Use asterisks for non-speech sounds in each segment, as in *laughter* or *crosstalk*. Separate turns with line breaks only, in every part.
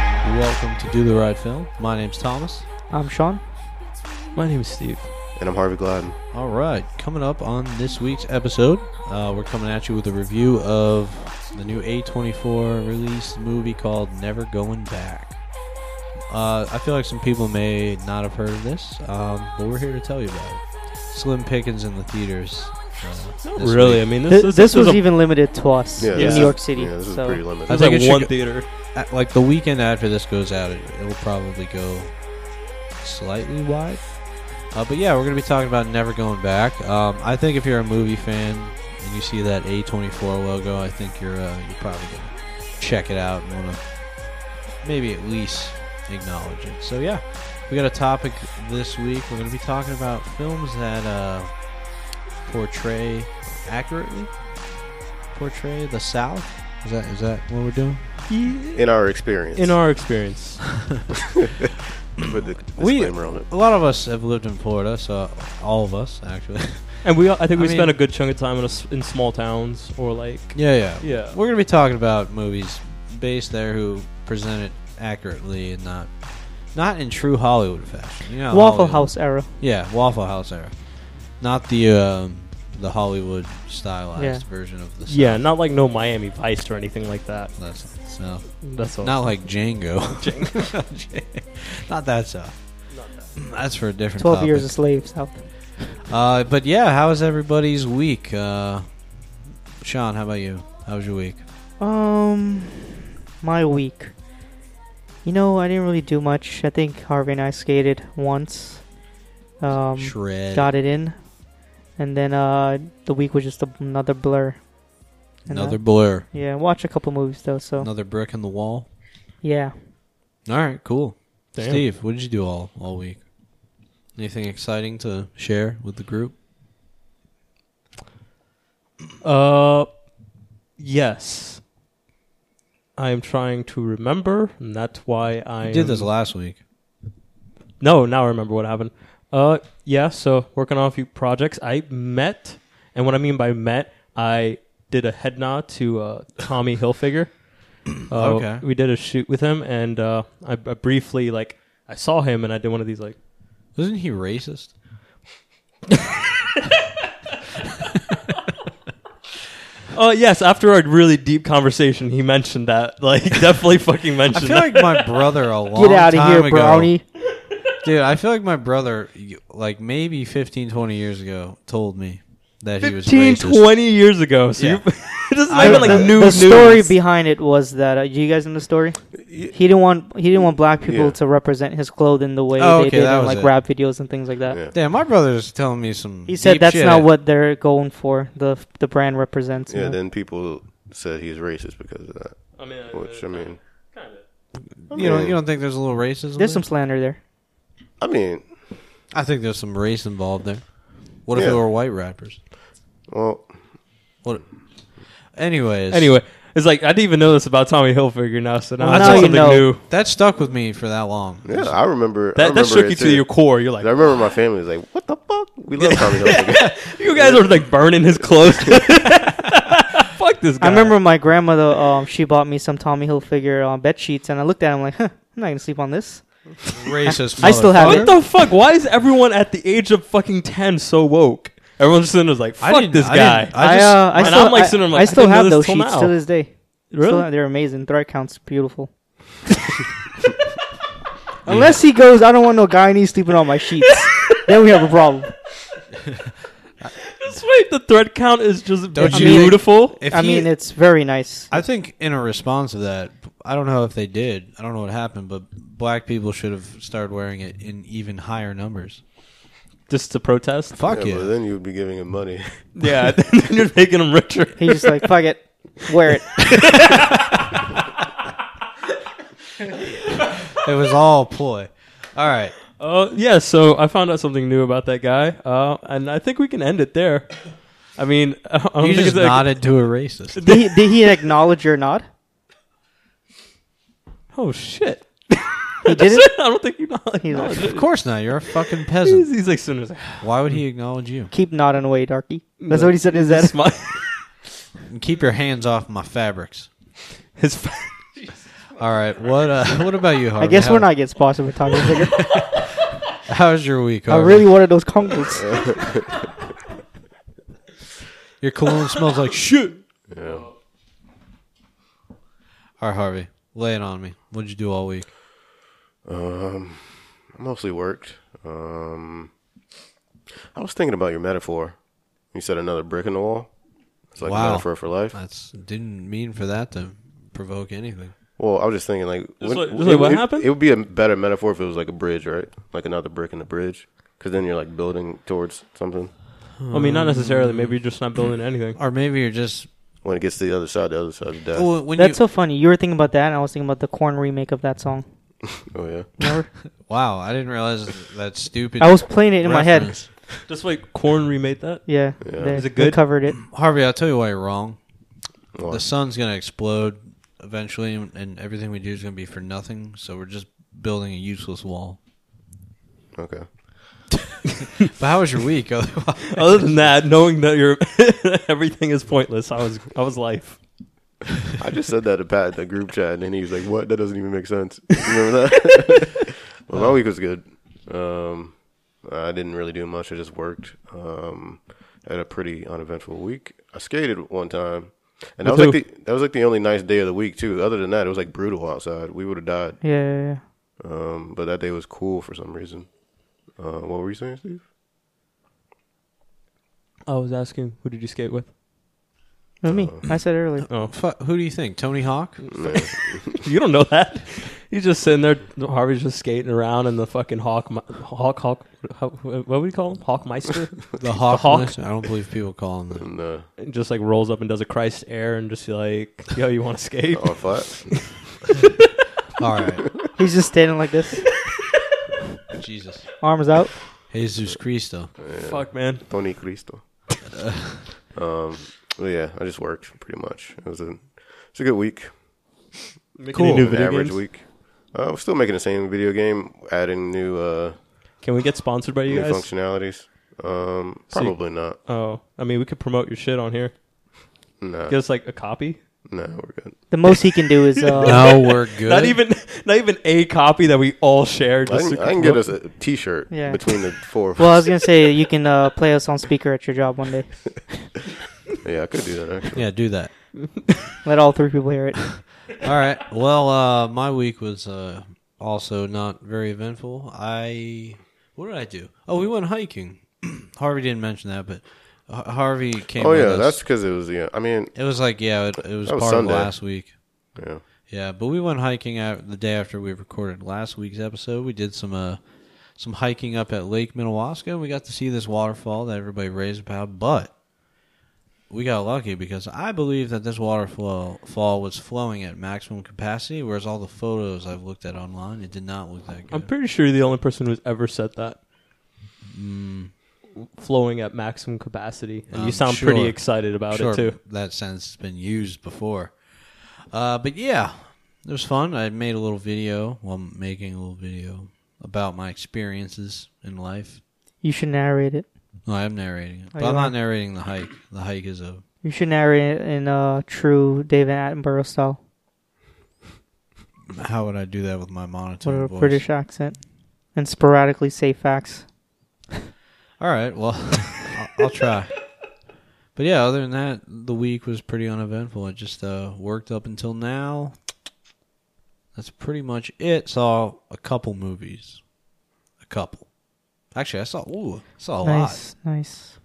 Welcome to Do the Right Film. My name's Thomas.
I'm Um, Sean.
My name is Steve.
And I'm Harvey Gladden.
All right, coming up on this week's episode, uh, we're coming at you with a review of the new A24 released movie called Never Going Back. Uh, I feel like some people may not have heard of this, um, but we're here to tell you about it. Slim Pickens in the theaters. Uh, this
really, I
week.
mean,
This,
this,
this,
is
was
a,
even limited to us in
this
New
is-
York City.
Yeah, this is
so
pretty
this
limited.
is
I think
e- like
it
one
should go-
theater.
At- like the weekend after this goes out, it, it'll probably go slightly wide. Uh, but yeah, we're gonna be talking about never going back. Um, I think if you're a movie fan and you see that A24 logo, I think you're uh, you're probably gonna check it out and wanna maybe at least acknowledge it. So yeah, we got a topic this week. We're gonna be talking about films that uh, portray accurately portray the South. Is that is that what we're doing?
In our experience,
In our experience,
put the
We-
disclaimer on it.
A lot of us have lived in Florida, so all of us
*laughs*
actually.
and we, all- I think
I
we
mean-
spent a good chunk of time in, a s in small towns or like,
yeah, yeah,
Yeah.
We're gonna be talking about movies based there who present it accurately and not not in true Hollywood fashion. You know,
Waffle
Hollywood-
House era.
Yeah, Waffle House era, not the um, the Hollywood stylized
Yeah.
version of the. South.
yeah, not like no Miami Vice or anything like that.
That's so
That's all.
not like Django. *laughs* not that stuff. That's for a different.
Twelve years
topic.
of slave South.
Uh, but yeah, how was everybody's week? Uh, Sean, how about you? How was your week?
Um, my week. You know, I didn't really do much. I think Harvey and I skated once. Um,
Shred.
got it in, and then uh, the week was just a, another blur. And, uh,
Another blur.
yeah, watch a couple movies though. So
Another brick in the wall.
yeah,
All right, cool.
Damn.
Steve, what did you do all, all week? Anything exciting to share with the group?
Uh, yes. I am trying to remember, and that's why I
You did this
Um,
am-
last week.
No, now I remember what happened. Uh, yeah. So working on a few projects, I met, and what I mean by met, I did a head nod to uh, Tommy *coughs* Hilfiger. Uh,
Okay.
We did a shoot with him, and uh, I, I briefly like I saw him, and I did one of these like
Wasn't he racist?
Oh yes, after a really deep conversation, he mentioned that. Like *laughs* definitely fucking
I
mentioned
feel
that.
like
*laughs*
my brother a long
get out of
time
here,
ago-
brownie.
Dude, I feel like my brother, like maybe 15, 20 years ago, told me that he was
15,
racist.
20 years ago. So *laughs*
Yeah.
you, this is
I-
not even like
the-
the,
new
the
news.
story behind it was that uh, you guys know the story. He didn't want he didn't want black people
Yeah.
to represent his clothing the way
Oh,
they
okay,
did
that
in
was
like
it.
rap videos and things like that.
Yeah,
Damn, my brother's telling me some.
He said
deep
that's
shit.
not what they're going for. The the brand represents. you
yeah.
know.
Then people said he's racist because of that,
I mean,
which I mean,
You don't, you don't think there's a little racism?
There's some
there?
slander there.
I mean,
I think there's some race involved there. What if
Yeah.
it were white rappers?
well,
What? Anyways,
Anyway, it's like I didn't even know this about Tommy Hilfiger now. So now
Well,
I
now
know
you
something
know.
new.
that stuck with me for that long.
*laughs* yeah, I remember I
That that
remember
shook
it
you to
too.
your core. You're like,
I remember my family was like, "What the fuck? We love Tommy *laughs* Hilfiger."
you guys are like burning his
*laughs*
clothes. *laughs* Fuck this guy.
I remember my grandmother. Um, she bought me some Tommy Hilfiger um, bed sheets, and I looked at them like, huh, I'm not gonna sleep on this.
Racist.
I still have
motherfucker.
What the fuck? Why is everyone at the age of fucking ten so woke? Everyone's just sitting there like,
I
fuck
didn't-
this
I
guy.
didn't-
I,
just-
uh, I
and
still,
I'm like
I,
sitting there
I
like, I
still
didn't know
have
this
those
till
sheets
now.
to this day.
Really?
Still, they're amazing. Thread count's beautiful. Unless he goes, I don't want no Guyanese sleeping on my sheets. then we have a problem.
That's right. The thread count is just
Don't
you-
beautiful.
If
I
he-
mean, it's very nice.
I think in a response to that, I don't know if they did. I don't know what happened, but black people should have started wearing it in even higher numbers.
Just to
*laughs*
protest.
Fuck
yeah,
you.
but then you would be giving him *laughs* money.
Yeah, *laughs* then you're making them richer.
He's just like, fuck it, wear it.
it was all ploy. All right.
Uh, yeah. So I found out something new about that guy, uh, and I think we can end it there. I mean, *laughs* I don't
You
think
just
it's like-
nodded to a racist.
Did he, did he acknowledge your nod?
Oh shit! *laughs*
He didn't.
I don't think you know.
He's like,
Of course not. You're a fucking
He's, *laughs*
peasant.
he's like, soon as
Why would he acknowledge you?
Keep nodding away, darky. That's what he said. Is that?
smile,
*laughs*
Keep your hands off my fabrics.
his fa-
*laughs* All right. What uh, *laughs* What about you, Harvey?
I guess
How-
we're not getting sponsored by Tommy Hilfiger.
How's your week,
I
Harvey?
really wanted those Kongles.
Your
*laughs*
cologne smells like shit.
Yeah.
All right, Harvey. Lay it on me. What'd you do all week?
Um, I mostly worked. Um, I was thinking about your metaphor. You said another brick in the wall. It's like
Wow.
a metaphor for life.
That's didn't mean for that to provoke anything.
Well, I was just thinking like,
It's like- it's like, what
it,
happened?
It, would be a better metaphor if it was like a bridge, right? Like another brick in the bridge, because then you're like building towards something.
*laughs* I mean, not necessarily. Maybe you're just not building anything.
Or maybe you're just
When it gets to the other side, the other side is death.
well, when
That's
you,
so funny. You were thinking about that, and I was thinking about the corn remake of that song.
*laughs* oh yeah.
Remember?
wow. I didn't realize that stupid.
I was playing it in my head.
reference.
*laughs* Just like Corn remade that.
Yeah.
Yeah.
They,
Is it
they
good?
covered it.
Harvey, I'll tell you why you're wrong.
Well,
The sun's gonna explode eventually, and- and everything we do is gonna be for nothing. So we're just building a useless wall.
okay.
But how was your week? *laughs* Otherwise,
*laughs* Other than that, knowing that your *laughs* everything is pointless, I was I was life.
I just said that to Pat in the group chat, and then he was like, "What? That doesn't even make sense." *laughs* You remember that? *laughs* well, my week was good. Um, I didn't really do much. I just worked. Um, had a pretty uneventful week. I skated one time, and that
With
was like the that was like the only nice day of the week too. Other than that, it was like brutal outside. We would have died.
Yeah, yeah, yeah.
Um, but that day was cool for some reason. Uh, what were you saying,
*laughs*
Steve?
I was asking, who did you skate with?
Not me. I said earlier.
Oh,
Fu- who do you think? Tony Hawk?
Man,
*laughs* you don't know that. He's just sitting there. Harvey's just skating around, and the fucking hawk, mi- hawk, hawk. How, what would you call him? Hawkmeister. *laughs*
The Hawk?
Hawk?
Minister? I don't believe people call him
*laughs*
that.
and, uh,
And just like rolls up and does a Christ air, and just like, yo, you want to *laughs* skate?
on flat.
All right,
He's just standing like this,
Jesus,
arms out.
Jesus Christo.
Fuck, man.
Tony
*laughs*
Cristo. um, well, yeah, I just worked pretty much. It was a it's a good week.
Making
Cool.
any new
An
video
average
games?
week. Uh, we're still making the same video game, adding new uh,
Can we get sponsored by you
new
guys?
functionalities. Um,
So you-
probably not.
Oh, I mean, we could promote your shit on here.
No,
Give us like a copy.
no, we're good.
The most he can do is
*laughs*
uh,
Now we're good.
*laughs* Not even, not even a copy that we all share.
I
Just
can,
to
I can
promote-
get us a T-shirt
Yeah.
between the four. of
Well, I
us.
was gonna say you can uh, play us on speaker at your job one day.
yeah, I could do that actually.
Yeah, do that.
Let all three people hear it.
All right. Well, uh, my week was uh, also not very eventful. I what did I do? Oh, we went hiking. *clears throat* Harvey didn't mention that, but H- Harvey came.
Oh
with
yeah,
us.
that's because it was yeah. I mean,
it was like yeah, it, it was
That
part
was
of
Sunday.
last week.
yeah,
Yeah, but we went hiking out the day after we recorded last week's episode. We did some uh, some hiking up at Lake Minnewaska. We got to see this waterfall that everybody raves about, but we got lucky because I believe that this waterfall fall was flowing at maximum capacity, whereas all the photos I've looked at online, it did not look that
I'm
good.
pretty sure you're the only person who's ever said that. Mm. Flowing at maximum capacity, and
Um,
you sound pretty
sure.
excited about
sure,
it too.
that sentence has been used before. Uh, but yeah, it was fun. I made a little video. Well, I'm making a little video about my experiences in life.
You should narrate it.
No, I am narrating it, but
you
I'm
are?
not narrating the hike. The hike is a
You should narrate it in uh, true David Attenborough style,
how would I do that with my
with
monotone
a
voice?
British accent, and sporadically say facts.
All right, well, *laughs* I'll, I'll try. But yeah, other than that, the week was pretty uneventful. It just uh, worked up until now. That's pretty much it. Saw a couple movies, a couple. Actually, I saw ooh, I saw a lot
nice, nice.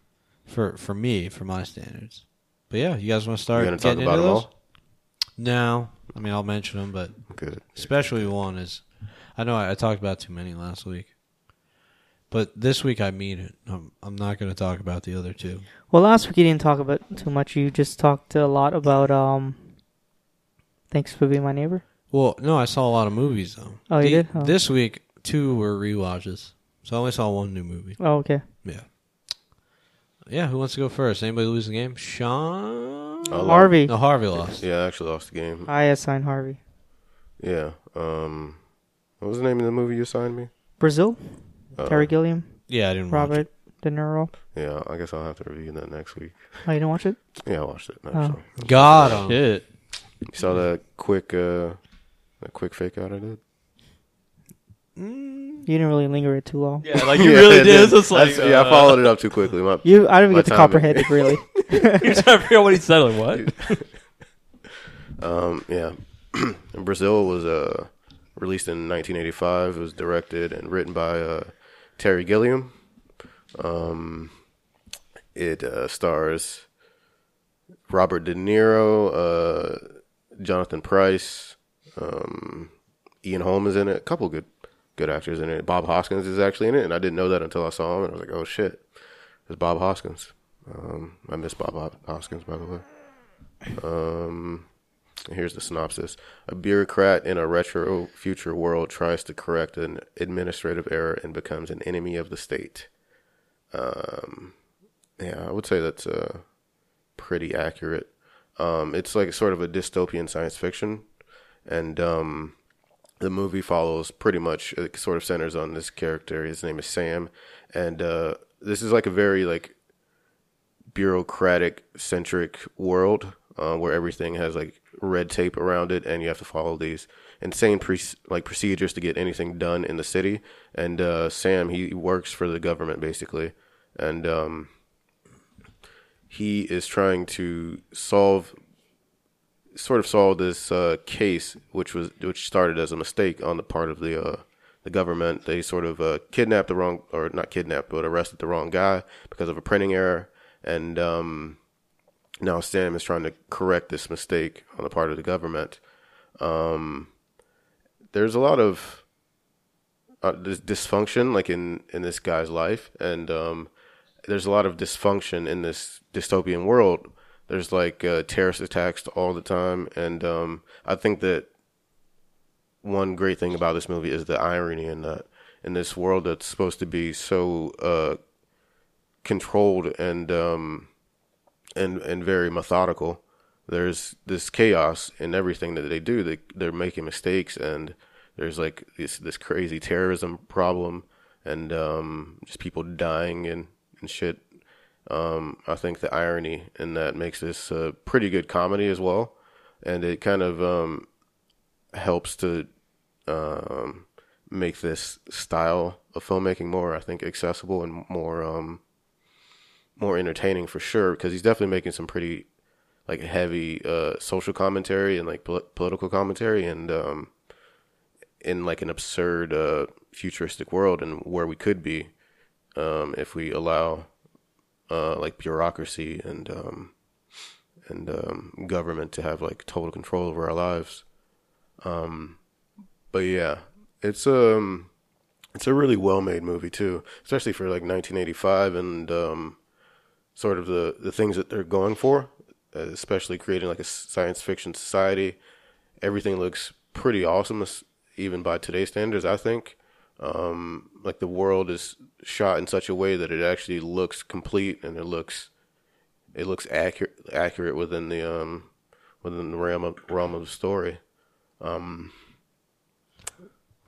for for me for my standards. But yeah, you guys want to
you
start
gonna talk
getting
about
into
them
those?
all?
No, I mean I'll mention them, but
Good.
especially one is i know i, I talked about too many last week but this week i mean it i'm, I'm not going to talk about the other two
Well, last week you didn't talk about too much. You just talked a lot about um. Thanks for being my neighbor.
well no i saw a lot of movies though
Oh, you
The-
did? Oh.
this week two were rewatches so i only saw one new movie
Oh, okay.
yeah yeah who wants to go first anybody lose the game sean
I lost.
Harvey.
no harvey lost
Yeah, I actually lost the game.
I assign Harvey.
Yeah. Um, what was the name of the movie you assigned me?
Brazil.
Uh,
Terry Gilliam.
yeah i didn't watch it.
Robert De Niro.
Yeah, I guess I'll have to review that next week.
Oh, you didn't watch it?
Yeah, I watched it.
Oh.
Actually.
god um,
Shit.
You saw that quick uh, A quick fake out I did.
You didn't really linger it too long.
Yeah,
*laughs*
like you really
I
did. It's just like uh,
That's- yeah, I followed it up too quickly. My,
You, I didn't
My
get to
timing.
comprehend it
*laughs*
really.
You're *laughs* trying to figure out what he said. Like what?
um, yeah, *clears throat* And Brazil was uh, released in 1985. It was directed and written by uh, Terry Gilliam. Um, it uh, stars Robert De Niro, uh, Jonathan Price, um, Ian Holm is in it. A couple good good actors in it. Bob Hoskins is actually in it, and I didn't know that until I saw him, and I was like, oh shit, it's Bob Hoskins. Um, I miss Bob Ho- Hoskins, by the way. Um, here's the synopsis: A bureaucrat in a retro future world tries to correct an administrative error and becomes an enemy of the state. Um, yeah, I would say that's uh, pretty accurate. Um, it's like sort of a dystopian science fiction, and um, the movie follows pretty much it sort of centers on this character. His name is Sam, and uh, this is like a very like bureaucratic centric world uh, where everything has like red tape around it and you have to follow these insane pre- like procedures to get anything done in the city and uh, sam he works for the government basically and um, he is trying to solve sort of solve this uh, case, which was which started as a mistake on the part of the uh, the government. They sort of uh, kidnapped the wrong, or not kidnapped, but arrested the wrong guy because of a printing error, and um, now Sam is trying to correct this mistake on the part of the government. Um, there's a lot of uh, dis- dysfunction, like in in this guy's life, and um, there's a lot of dysfunction in this dystopian world. There's like uh, terrorist attacks all the time, and um, I think that one great thing about this movie is the irony in that in this world that's supposed to be so uh, controlled and um, and and very methodical. There's this chaos in everything that they do. They they're making mistakes, and there's like this this crazy terrorism problem, and um, just people dying and and shit. Um, I think the irony in that makes this a pretty good comedy as well, and it kind of um, helps to um, make this style of filmmaking more, I think, accessible and more um, more entertaining for sure. Because he's definitely making some pretty like heavy uh, social commentary and like pol- political commentary, and um, in like an absurd uh, futuristic world and where we could be um, if we allow uh, like bureaucracy and um, and um, government to have like total control over our lives. Um, But yeah, it's um it's a really well-made movie too, especially for like 1985 and um sort of the the things that they're going for, uh, especially creating like a s- science fiction society. Everything looks pretty awesome es- even by today's standards, I think. Um like the world is shot in such a way that it actually looks complete and it looks it looks accurate accurate within the um within the realm of realm of the story.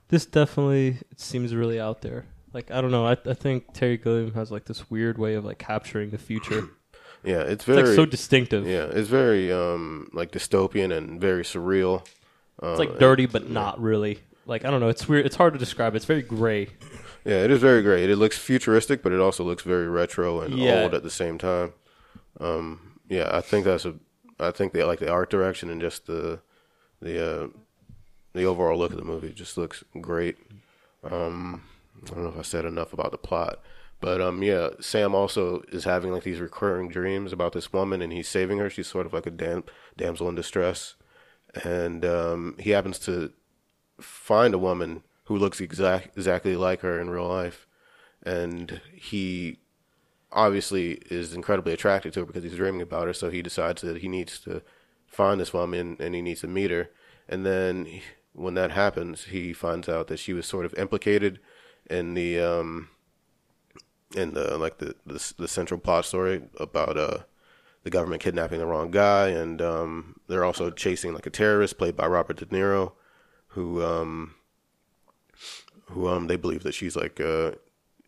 This definitely seems really out there. Like I don't know. I, I think Terry Gilliam has like this weird way of like capturing the future.
Yeah, it's
It's
very
like so distinctive.
Yeah, it's very um like dystopian and very surreal.
It's like dirty, but not really. Like I don't know. It's weird. It's hard to describe. It's very gray.
Yeah, it is very great. It looks futuristic, but it also looks very retro and
Yeah.
old at the same time. Um yeah, I think that's a I think they like the art direction and just the the uh the overall look of the movie just looks great. Um I don't know if I said enough about the plot. But um yeah, Sam also is having like these recurring dreams about this woman and he's saving her. She's sort of like a dam- damsel in distress. And um he happens to find a woman who looks exact exactly like her in real life, and he obviously is incredibly attracted to her because he's dreaming about her. So he decides that he needs to find this woman and he needs to meet her. And then he- when that happens, he finds out that she was sort of implicated in the um in the like the the, the central plot story about uh the government kidnapping the wrong guy and um they're also chasing like a terrorist played by Robert De Niro who um who um they believe that she's like uh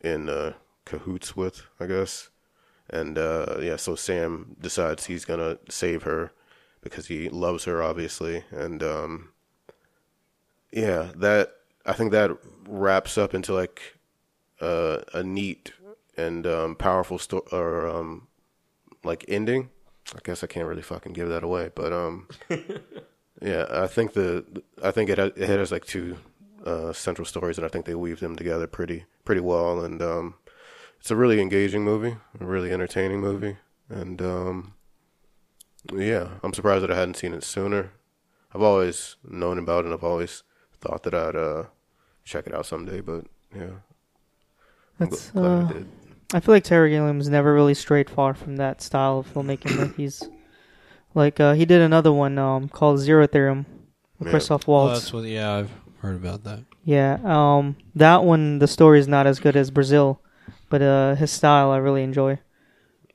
in uh cahoots with i guess and uh yeah so sam decides he's gonna save her because he loves her obviously and um yeah, that I think that wraps up into like uh, a neat and um, powerful story or um, like ending. I guess I can't really fucking give that away, but um, yeah, I think the I think it had, it had us like two uh, central stories, and I think they weave them together pretty pretty well, and um, it's a really engaging movie, a really entertaining movie, and um, yeah, I'm surprised that I hadn't seen it sooner. I've always known about it, and I've always thought that I'd uh, check it out someday, but yeah, I'm gl-
That's,
glad
uh,
I did.
I feel like Terry Gilliam's never really strayed far from that style of filmmaking that he's like uh, he did another one um, called Zero Theorem with
Yeah.
Christoph
Well,
Waltz.
Oh, that's what. Yeah, I've heard about that.
yeah, um, that one the story is not as good as Brazil, but uh, his style I really enjoy.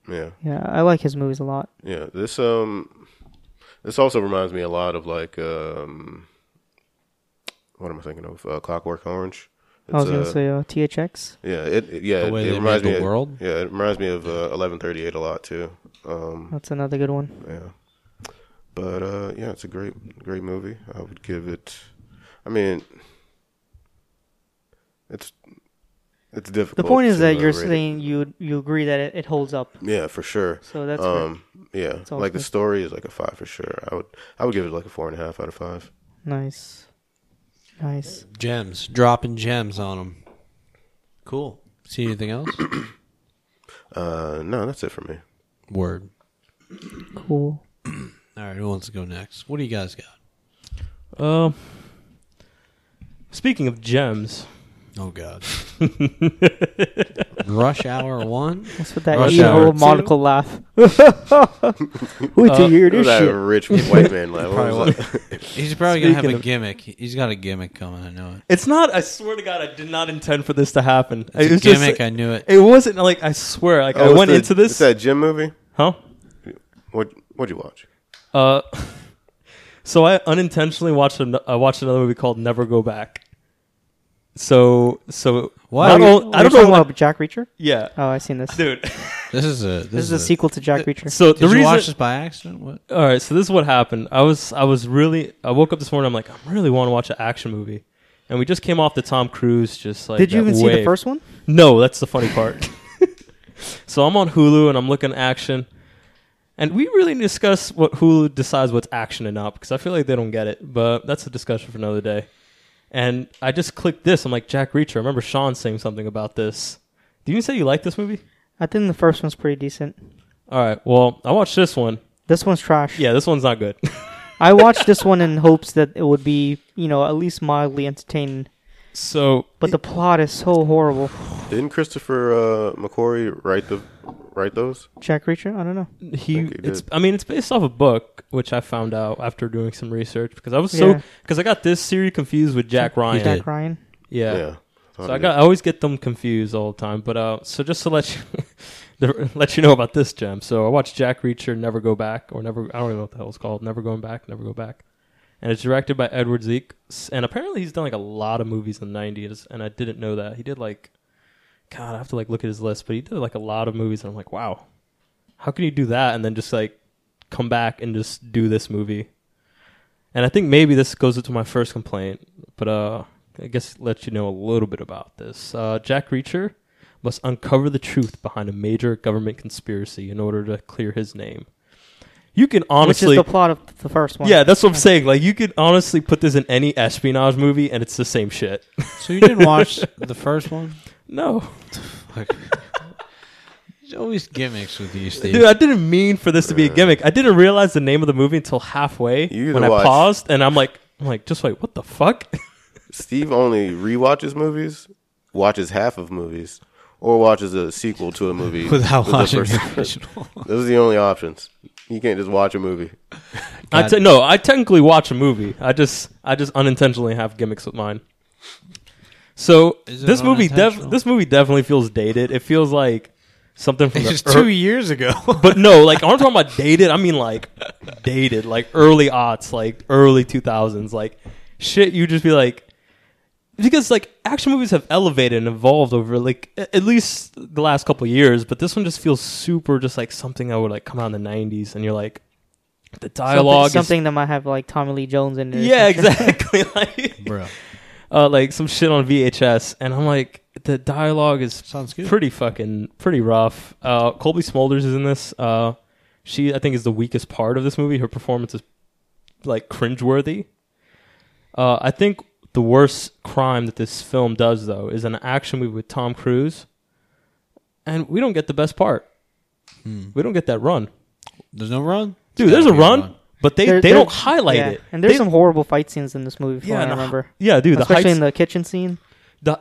Yeah,
Yeah, I like his movies a lot.
yeah. This um, this also reminds me a lot of like um, what am I thinking of? Uh, Clockwork Orange.
I was
It's,
gonna
uh,
say uh, THX.
Yeah, it, it- yeah,
The
it,
way
it
they made
reminds
the
me of-
world?
yeah, it reminds me of uh, 1138 a lot too. Um,
That's another good one.
yeah. But uh, yeah, it's a great great movie. I would give it I mean it's it's
The
difficult.
point is
to,
that
uh,
you're
rate it.
saying you you agree that it, it holds up.
Yeah, for sure.
So that's good.
um yeah,
It's all
like the
good.
story is like a 5 for sure. I would I would give it like a four and a half out of 5.
nice, nice.
Gems, dropping gems on them. Cool. See anything else?
Uh no, that's it for me.
*coughs* Word.
Cool.
All right, who wants to go next? What do you guys got?
Um, speaking of gems,
Oh God. *laughs* Rush Hour One.
What's with that
Rush
evil
Hour.
monocle *laughs* laugh? Wait till you hear this
that
shit.
rich *laughs* white man like, what was that?
He's probably gonna have
Speaking
a
of-
gimmick. He's got a gimmick coming. I know it.
it's not. I swear to God, I did not intend for this to happen.
It's
it was
a gimmick.
just.
I knew it.
it wasn't like I swear. Like
Oh,
I
it's
went
the-
into
It's
this,
that Jim movie?
huh?
What what'd you watch?
Uh, *laughs* so I unintentionally watched an- I watched another movie called Never Go Back. So so
What?
I
Are you-
don't,
are
I
you
don't know.
talking
what-
about Jack Reacher.
yeah,
Oh, I seen this. This, *laughs*
dude.
This is a. This,
is a sequel to Jack Reacher.
So
Did
the
you
reason
watch this by accident? What?
All right, so this is what happened. I was I was really I woke up this morning. I'm like I really want to watch an action movie, and we just came off the Tom Cruise. Just like
Did you
that
even see the
wave.
first one?
No, that's the funny part. *laughs* so I'm on Hulu and I'm looking action, and we really need to discuss what Hulu decides what's action and not because I feel like they don't get it. But that's a discussion for another day. And I just clicked this. I'm like Jack Reacher. I remember Sean saying something about this. Did you say you like this movie?
I think the first one's pretty decent.
All right. Well, I watched this one.
This one's trash.
Yeah, this one's not good. *laughs*
I watched this one in hopes that it would be, you know, at least mildly entertaining.
so,
But the plot is so horrible.
Didn't Christopher uh, McQuarrie write the write those?
Jack Reacher? I don't know.
he
Think he
it's
did.
i mean it's based off a book which i found out after doing some research because i was so
Yeah.
because i got this series confused with jack ryan
did.
Jack Ryan.
yeah,
Thought
so i
he
got i always get them confused all the time but uh so just to let you *laughs* the- let you know about this gem so i watched jack reacher never go back or never i don't even know what the hell it's called never going back never go back and it's directed by edward zeke S- and apparently he's done like a lot of movies in the 90s and i didn't know that he did like god i have to like look at his list but he did like a lot of movies and i'm like wow how can you do that and then just like come back and just do this movie and i think maybe this goes into my first complaint but uh i guess let you know a little bit about this uh jack reacher must uncover the truth behind a major government conspiracy in order to clear his name you can honestly
Which is the plot of the first one.
yeah that's what i'm saying like you could honestly put this in any espionage movie and it's the same shit
So you didn't watch the first one?
no
Like, *laughs* there's always gimmicks with you, Steve.
dude i didn't mean for this to be a gimmick i didn't realize the name of the movie until halfway
You
when
either
i
watch-
paused and i'm like i'm like just wait what the fuck *laughs*
did. Steve only rewatches movies, watches half of movies, or watches a sequel to a movie
*laughs* Without
with
watching
The
the *laughs*
first.
original.
*laughs* Those are the only options. You can't just watch a movie.
I
God.
te- no, I technically watch a movie. I just I just unintentionally have gimmicks with mine. So
Is it
this movie def-
unintentional?
this movie definitely feels dated. It feels like something from
It
the
was
ear-
two years ago.
*laughs* but no, like I'm not talking about dated. I mean like dated, like early aughts, like early 2000s, like shit. You just be like because like action movies have elevated and evolved over like a- at least the last couple years, but this one just feels super just like something that would like come out in the 90s, and you're like, The dialogue
something, something that might have like Tommy Lee Jones in it. or
is yeah,
some shit.
exactly. *laughs* like,
*laughs* bro.
uh, like some shit on VHS, and I'm like, the dialogue is
Sounds good.
pretty fucking pretty rough. Uh, Colby Smulders is in this. Uh, she I think is the weakest part of this movie. Her performance is like cringeworthy. Uh, I think the worst crime that this film does though is an action movie with Tom Cruise, and we don't get the best part.
Hmm.
We don't get that run,
There's no run,
dude.
It's
There's a
gotta be
run, but they
There-
they
there-
don't highlight
yeah.
it.
And there's
They-
some horrible fight scenes in this movie, from
Yeah,
what I
no.
remember.
yeah, dude. The
Especially
heights,
in the kitchen scene.
The,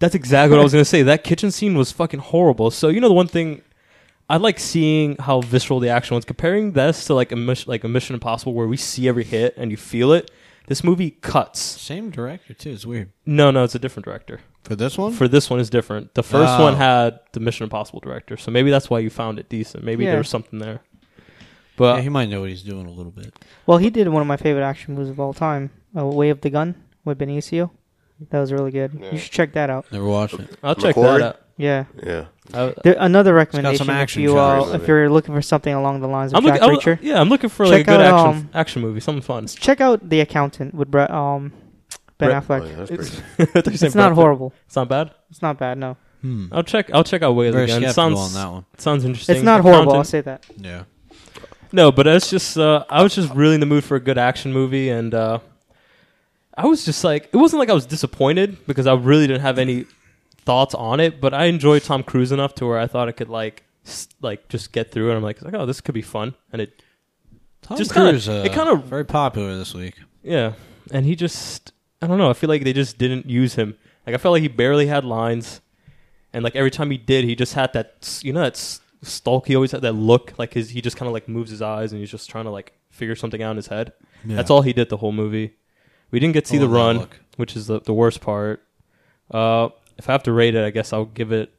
that's exactly what I was gonna say. That kitchen scene was fucking horrible. So you know the one thing I like seeing how visceral the action was. Comparing this to like a mission, like a Mission Impossible, where we see every hit and you feel it. This movie cuts.
Same director too. It's weird
No, no, it's a different director.
for this one.
For this one is different. The first
Oh.
one had the Mission Impossible director, so maybe that's why you found it decent. Maybe
Yeah.
there was something there.
yeah,
But
he might know what he's doing a little bit.
Well, he did one of my favorite action movies of all time, uh, Way of the Gun with Benicio. That was really good.
Yeah.
You should check that out.
Never watched it.
I'll check
McQuarrie?
that out.
Yeah.
Yeah.
I,
There, another
some
recommendation
action
if you
shots.
uh, if you're looking for something along the lines of
I'm
Jack
looking. I
Reacher,
was- yeah, I'm looking for like
Check
a good
out,
action
um,
action movie, something fun.
check out The Accountant with Bre- um Ben
Brett-
Affleck.
Oh, yeah, that's
It's-
pretty-
*laughs*
I thought you
it's
said
not
Brad Pitt.
horrible.
It's not bad.
It's not bad. No,
Hmm.
I'll check. I'll check out Way of the
Very
Gun.
skeptical
It sounds
on that one.
sounds interesting.
it's not
The
horrible. I'll
content-
say that.
Yeah.
No, but it's just uh, I was just really in the mood for a good action movie, and uh, I was just like, it wasn't like I was disappointed because I really didn't have any thoughts on it, but I enjoyed Tom Cruise enough to where I thought I could like s- like just get through it. I'm like, oh, this could be fun, and it
Tom
Just kinda-
Cruise. uh,
it kinda-
very popular this week.
yeah, and he just I don't know. I feel like they just didn't use him. Like I felt like he barely had lines, and like every time he did, he just had that s- you know that s- stalk. He always had that look. Like his he just kind of like moves his eyes and he's just trying to like figure something out in his head. That's all he did the whole movie. We didn't get to see
I
the
love that
run,
look.
which is the, the worst part. Uh, if I have to rate it, I guess I'll give it.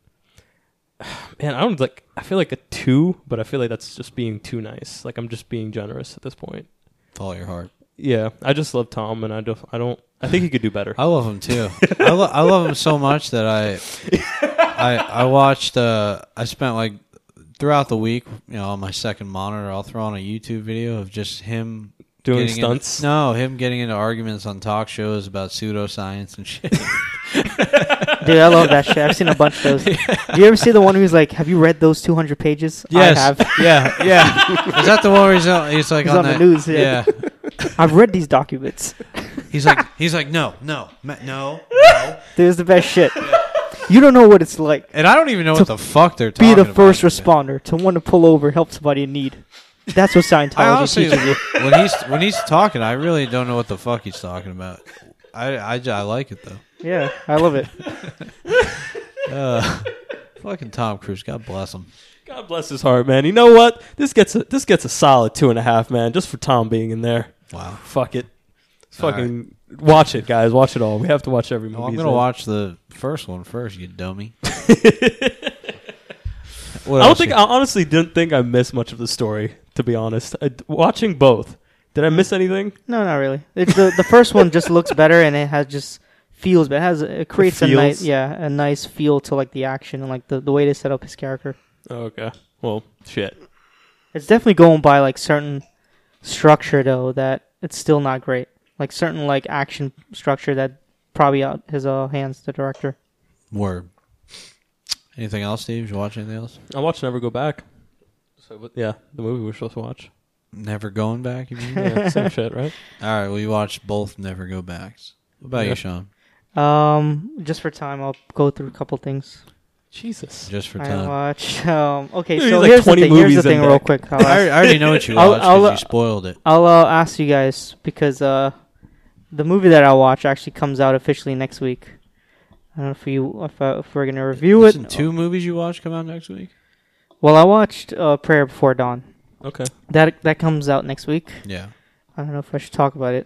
*sighs* Man, I don't like. I feel like a two, but I feel like that's just being too nice. Like I'm just being generous at this point.
Follow your heart.
Yeah, I just love Tom, and I don't. I don't. I think he could do better.
I love him too. I, lo- I love him so much that I, I, I watched. Uh, I spent like throughout the week, you know, on my second monitor, I'll throw on a YouTube video of just him
Doing
getting into-
stunts?
no, him getting into arguments on talk shows about pseudoscience and shit.
Dude, I love that shit. I've seen a bunch of
*laughs*
those. Do you ever see the one who's like, "Have you read those 200 pages?" I have.
Yeah, yeah. *laughs* Is that the one where he's, on, he's like
He's on the
that-
news, yeah. I've read these documents.
He's
*laughs*
like he's like no, no, ma- no, no.
There's the best shit. You don't know what it's like.
And I don't even know what the fuck they're
Be
talking
the
about.
first responder to want to pull over, help somebody in need. That's what
I
Scientology
honestly, *laughs*
teaches you.
when he's when he's talking, I really don't know what the fuck he's talking about. I, I, j- I like it though.
Yeah, I love it.
Uh, fucking Tom Cruise, God bless him.
God bless his heart, man. You know what? This gets a this gets a solid two and a half, man, just for Tom being in there.
Wow.
Fuck it. Fucking watch it, guys. Watch it all. We have to watch every movie.
Well, Oh, I'm
he's
gonna
in.
watch the first one first, you
*laughs*
dummy.
I don't think I honestly didn't think I missed much of the story. To be honest, I, watching both, did I miss anything?
No, not really. It's the the first one just looks better and it has just feels, but it has it creates a nice
feels?
yeah a nice feel to like the action and like the, the way they set up his character.
Oh, okay. Well, shit.
It's definitely going by like certain structure though that it's still not great. Like certain like action structure that probably out his uh, hands the director.
Word. Anything else, Steve? You watch anything else?
I watched Never Go Back. So but yeah, the movie we're supposed
*laughs*
to watch.
Never going back. You
*laughs*
mean?
Yeah, same shit, right?
All right, we watched both Never Go Backs. What about
Yeah.
you, Sean?
Um, just for time, I'll go through a couple things
Jesus.
Just for
I
time.
watch. *laughs* Um, okay,
There's
so
like
here's the
20
thing. Here's the
movies in
thing,
there.
real
*laughs*
quick. I'll
I,
ask,
I already know what you
*laughs* I'll-
watched
I'll,
because
uh,
you spoiled it.
I'll uh, ask you guys because uh, the movie that I watch actually comes out officially next week. I don't know if you if, uh, if we're gonna review
Listen,
it.
two movies you watched come out next week.
Well, I watched uh, Prayer Before Dawn.
Okay.
That that comes out next week.
Yeah,
I don't know if I should talk about it.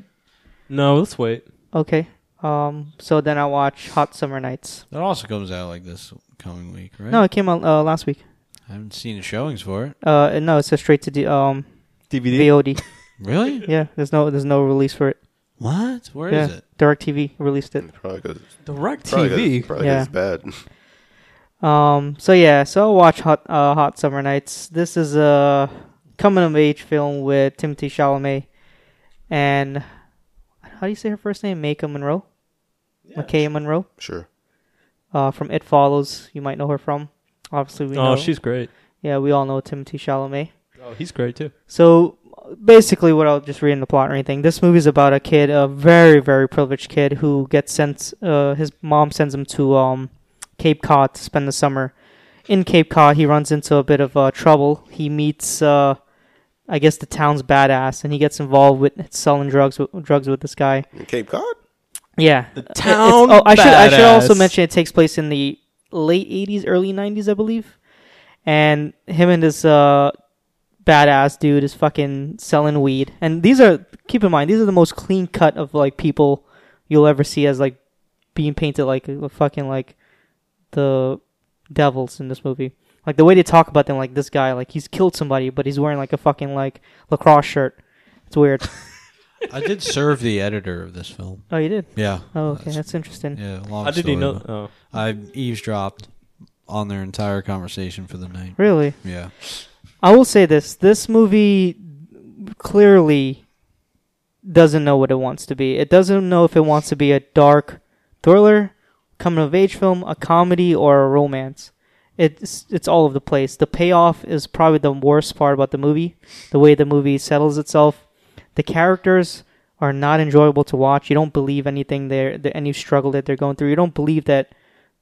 No, let's wait.
Okay. Um. So then I watch Hot Summer Nights.
that also comes out like this coming week, right?
No, it came out uh, last week.
I haven't seen the showings for it.
Uh, no, it's a straight to D- um
DVD.
VOD.
Really?
yeah, there's no there's no release for it.
What? Where is
yeah,
it?
DirecTV released it.
Probably because
Direct
probably 'cause-
TV.
probably 'cause it's bad. *laughs*
Um. So yeah. So I'll watch Hot uh, Hot Summer Nights. This is a coming of age film with Timothy Chalamet and how do you say her first name? Maka Monroe, yeah. Monroe,
Sure.
uh, from It Follows. You might know her from. Obviously, we know.
Oh, she's great.
yeah, we all know Timothy Chalamet.
Oh, he's great too.
So basically, what I'll just read in the plot or anything. This movie's about a kid, a very very privileged kid who gets sent. Uh, his mom sends him to um, Cape Cod to spend the summer. In Cape Cod, he runs into a bit of uh, trouble. He meets, uh, I guess, the town's badass, and he gets involved with selling drugs with, drugs with this guy.
In Cape Cod?
Yeah, the
town
Oh, I should I should also
badass.
mention it takes place in the late '80s, early '90s, I believe. And him and this uh, badass dude is fucking selling weed. And these are keep in mind these are the most clean cut of like people you'll ever see as like being painted like a fucking like the devils in this movie. Like the way they talk about them, like this guy, like he's killed somebody, but he's wearing like a fucking like lacrosse shirt. It's weird.
I did serve the editor of this film.
Oh, you did.
Yeah.
Oh, okay,
That's-
that's, interesting.
yeah. Long
How did he
story,
know?
but
Oh.
I eavesdropped on their entire conversation for the night.
Really.
Yeah.
I will say this: this movie clearly doesn't know what it wants to be. It doesn't know if it wants to be a dark thriller, coming of age film, a comedy, or a romance. It's it's all over the place. The payoff is probably the worst part about the movie. The way the movie settles itself, the characters are not enjoyable to watch. You don't believe anything there, the, any struggle that they're going through. You don't believe that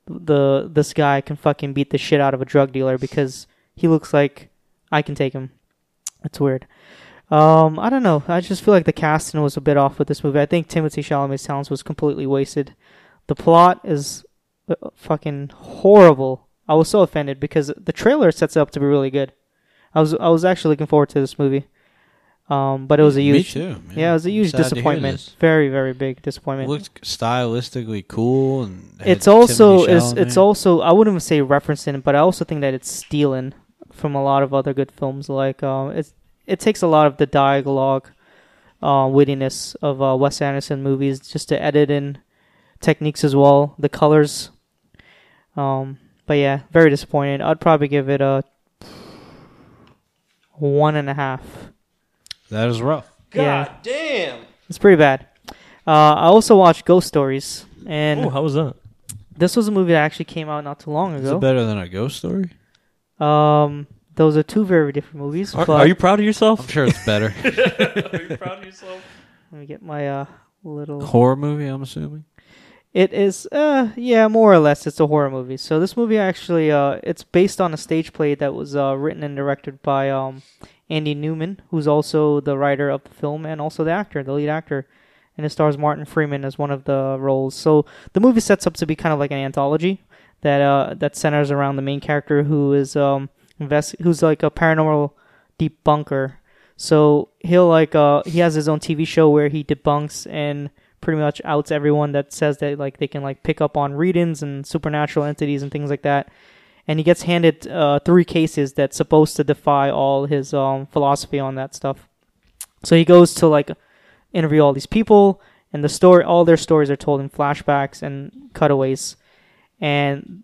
the this guy can fucking beat the shit out of a drug dealer because he looks like I can take him. It's weird. Um, I don't know. I just feel like the casting was a bit off with this movie. I think Timothy Chalamet's talents was completely wasted. The plot is uh, fucking horrible. I was so offended because the trailer sets it up to be really good. I was I was actually looking forward to this movie. Um, but it was a
Me
huge
too. man.
yeah, it was a
I'm
huge
sad to hear
disappointment.
this.
Very very big disappointment
Looked stylistically cool and. had
it's also
Timothée
it's it's
Chalamet.
also I wouldn't say referencing, but I also think that it's stealing from a lot of other good films. Like um, it's it takes a lot of the dialogue, uh, wittiness of uh, Wes Anderson movies just to edit in techniques as well, the colors. Um, but yeah, very disappointed. I'd probably give it a one and a half.
That is rough.
God
Yeah.
damn.
It's pretty bad. Uh, I also watched Ghost Stories, and
Oh, how was that?
this was a movie that actually came out not too long
Is it
ago.
better than a ghost story?
Um, those are two very different movies.
Are,
but
are you proud of
I'm
yourself?
sure it's *laughs* better.
are you proud of yourself?
Let me get my uh little.
Horror movie, I'm assuming.
It is uh yeah more or less it's a horror movie. So this movie actually uh it's based on a stage play that was uh written and directed by um Andy Newman, who's also the writer of the film and also the actor, the lead actor. And it stars Martin Freeman as one of the roles. So the movie sets up to be kind of like an anthology that uh that centers around the main character who is um invest who's like a paranormal debunker. So he'll like uh he has his own TV show where he debunks and pretty much outs everyone that says that like they can like pick up on readings and supernatural entities and things like that. And he gets handed uh, three cases that's supposed to defy all his um, philosophy on that stuff. So he goes to like interview all these people, and the story, all their stories are told in flashbacks and cutaways, and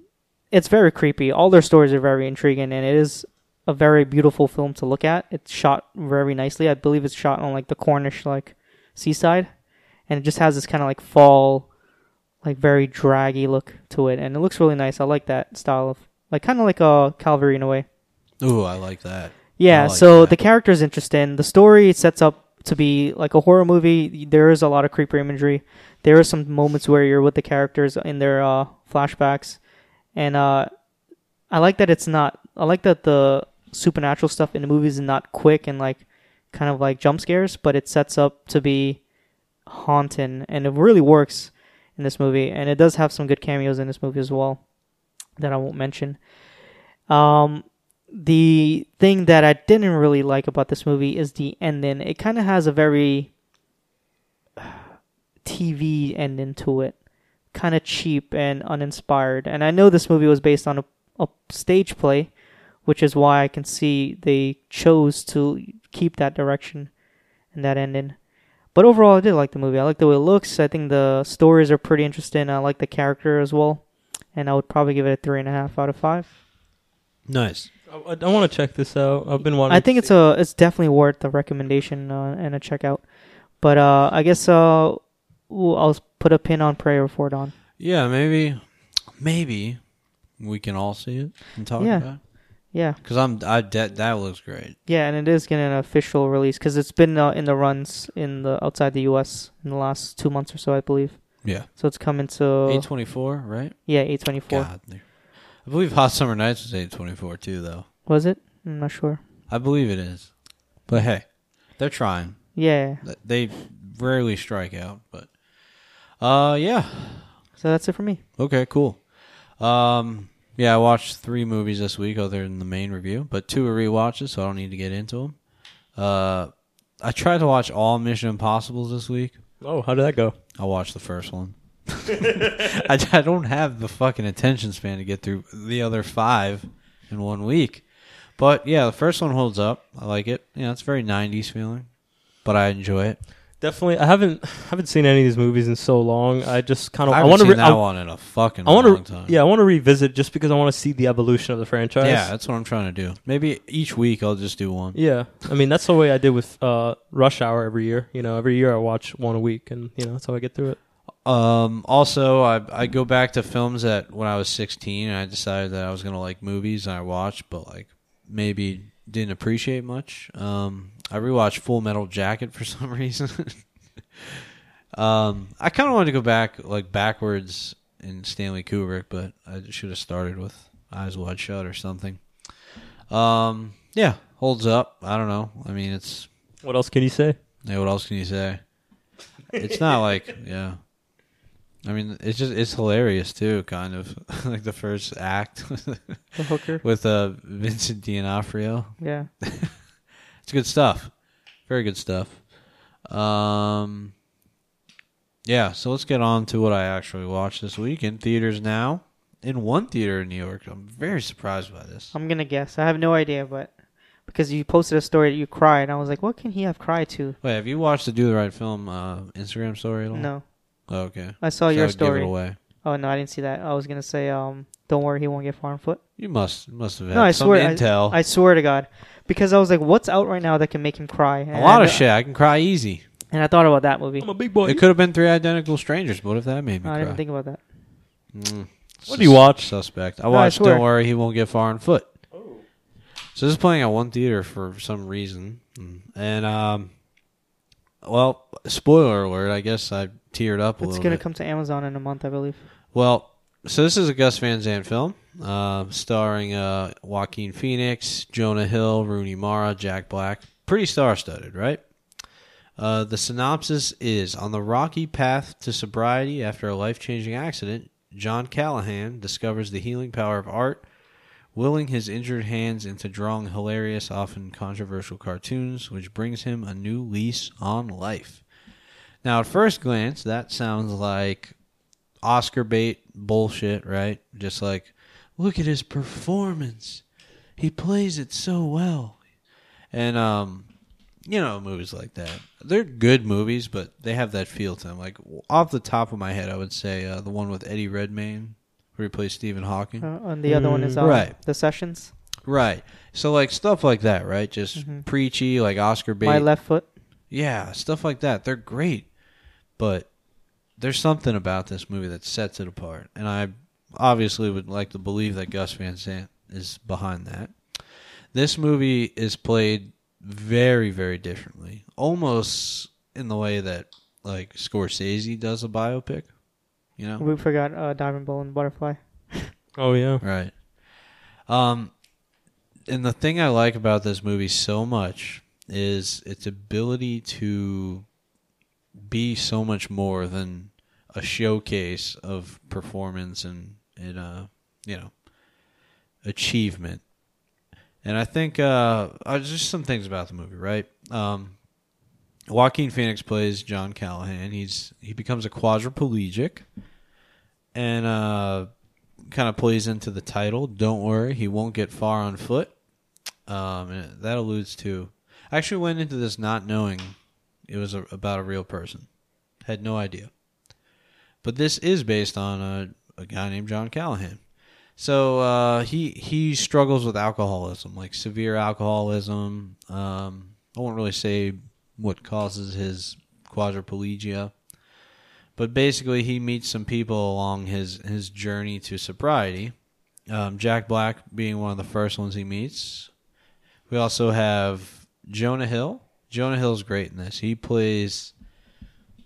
it's very creepy. All their stories are very intriguing, and it is a very beautiful film to look at. It's shot very nicely. I believe it's shot on like the Cornish like seaside, and it just has this kind of like fall, like very draggy look to it, and it looks really nice. I like that style of like kind of like a Calvary in a way.
Ooh, I like that. I
Yeah,
like
so
that.
the character is interesting. The story sets up to be like a horror movie. There is a lot of creeper imagery. There are some moments where you're with the characters in their uh, flashbacks, and uh, I like that it's not. I like that the supernatural stuff in the movies is not quick and like kind of like jump scares, but it sets up to be haunting, and it really works in this movie. And it does have some good cameos in this movie as well that I won't mention. Um, the thing that I didn't really like about this movie is the ending. It kind of has a very *sighs* TV ending to it, kind of cheap and uninspired. And I know this movie was based on a, a stage play, which is why I can see they chose to keep that direction and that ending. But overall, I did like the movie. I like the way it looks. I think the stories are pretty interesting. I like the character as well. And I would probably give it a three and a half out of five.
Nice.
I, I want to check this out. I've been wanting.
I think it's a it's definitely worth the recommendation uh, and a checkout. But uh, I guess uh, ooh, I'll put a pin on prayer for Dawn.
Yeah, maybe, maybe we can all see it and talk
Yeah.
about. it.
Yeah,
Because I'm I that that looks great.
yeah, and it is getting an official release because it's been uh, in the runs in the outside the U.S. in the last two months or so, I believe.
Yeah,
So it's coming to
eight twenty four, right?
yeah eight twenty four.
God, they're- I believe Hot Summer Nights was eight twenty four too, though.
Was it? I'm not sure.
I believe it is, but hey, they're trying.
Yeah.
Th- They rarely strike out, but uh, yeah,
So that's it for me.
okay, cool. Um, yeah, I watched three movies this week other than the main review, but two are rewatches, so I don't need to get into them. Uh, I tried to watch all Mission Impossibles this week.
oh, how did that go?
I'll watch the first one. *laughs* I, I don't have the fucking attention span to get through the other five in one week. But yeah, the first one holds up. I like it. Yeah, it's very 90s feeling, but I enjoy it.
Definitely, I haven't *sighs* haven't seen any of these movies in so long. I just kind
I,
of I
haven't
want to
seen
re-
that
I,
one in a fucking
I
long
want to
time.
yeah I want to revisit just because I want to see the evolution of the franchise.
yeah, that's what I'm trying to do. Maybe each week I'll just do one.
yeah. I mean that's the way I did with uh, Rush Hour every year. You know, every year I watch one a week, and you know that's how I get through it.
Um, also, I I go back to films that when I was 16, and I decided that I was gonna like movies, and I watched, but like maybe didn't appreciate much. Um, I rewatched Full Metal Jacket for *laughs* some reason. um, I kind of wanted to go back like backwards in Stanley Kubrick, but I should have started with Eyes Wide Shut or something. Um, yeah, holds up. I don't know. I mean, it's
What else can you say?
yeah, what else can you say? It's
*laughs*
not like yeah. I mean, it's just it's hilarious too, kind of *laughs* like the first act *laughs*
The hooker.
with uh Vincent D'Onofrio.
Yeah.
It's good stuff, very good stuff. Um, yeah. So let's get on to what I actually watched this week in theaters now. In one theater in New York, I'm very surprised by this.
I'm gonna guess. I have no idea, but because you posted a story that you cried, and I was like, what can he have cried to?
Wait, have you watched the Do the Right Film uh, Instagram story at all?
No,
Oh, okay.
I saw your
So Give it
story.
away.
Oh no, I didn't see that. I was gonna say, um, don't worry, he won't get far on foot.
You must must have had
No, I
some
swear, I-
intel.
I swear to God, because I was like, what's out right now that can make him cry? And, uh,
A lot of shit. I can cry easy.
And I thought about that movie.
I'm a big boy.
It could have been three identical strangers. What if that made me
I
cry?
didn't think about that.
Mm.
What do you watch?
Suspect. I
I
watched.
swear.
Don't worry, he won't get far on foot. So this is playing at one theater for some reason, and um, well, spoiler alert. I guess I teared up a
It's
little
gonna
bit.
come to Amazon in a month, I believe.
Well, so this is a Gus Van Sant film, uh, starring uh, Joaquin Phoenix, Jonah Hill, Rooney Mara, Jack Black. Pretty star-studded, right? Uh, the synopsis is: On the rocky path to sobriety after a life-changing accident, John Callahan discovers the healing power of art, willing his injured hands into drawing hilarious, often controversial cartoons, which brings him a new lease on life. Now, at first glance, that sounds like Oscar bait bullshit, right? Just like, look at his performance. He plays it so well. And um you know, movies like that. They're good movies, but they have that feel to them. Like off the top of my head, I would say uh, the one with Eddie Redmayne where he plays Stephen Hawking.
Uh, and the other one is
Mm,
um,
right.
the Sessions.
Right. So like stuff like that, right? Just preachy like Oscar bait.
My left foot.
Yeah, stuff like that. They're great, but there's something about this movie that sets it apart, and I obviously would like to believe that Gus Van Sant is behind that. This movie is played very, very differently, almost in the way that like Scorsese does a biopic. You know,
We forgot uh, diving bell and butterfly.
Oh yeah.
Right. Um, and the thing I like about this movie so much is its ability to be so much more than a showcase of performance and and uh you know achievement. And I think uh, uh just some things about the movie, right? Um, Joaquin Phoenix plays John Callahan. He's he becomes a quadriplegic, and uh kind of plays into the title. Don't worry, he won't get far on foot. Um, and that alludes to. I actually went into this not knowing it was a, about a real person. Had no idea. But this is based on a, a guy named John Callahan. So uh, he he struggles with alcoholism, like severe alcoholism. Um, I won't really say what causes his quadriplegia, but basically he meets some people along his his journey to sobriety. Um, Jack Black being one of the first ones he meets. We also have Jonah Hill. Jonah Hill's great in this. He plays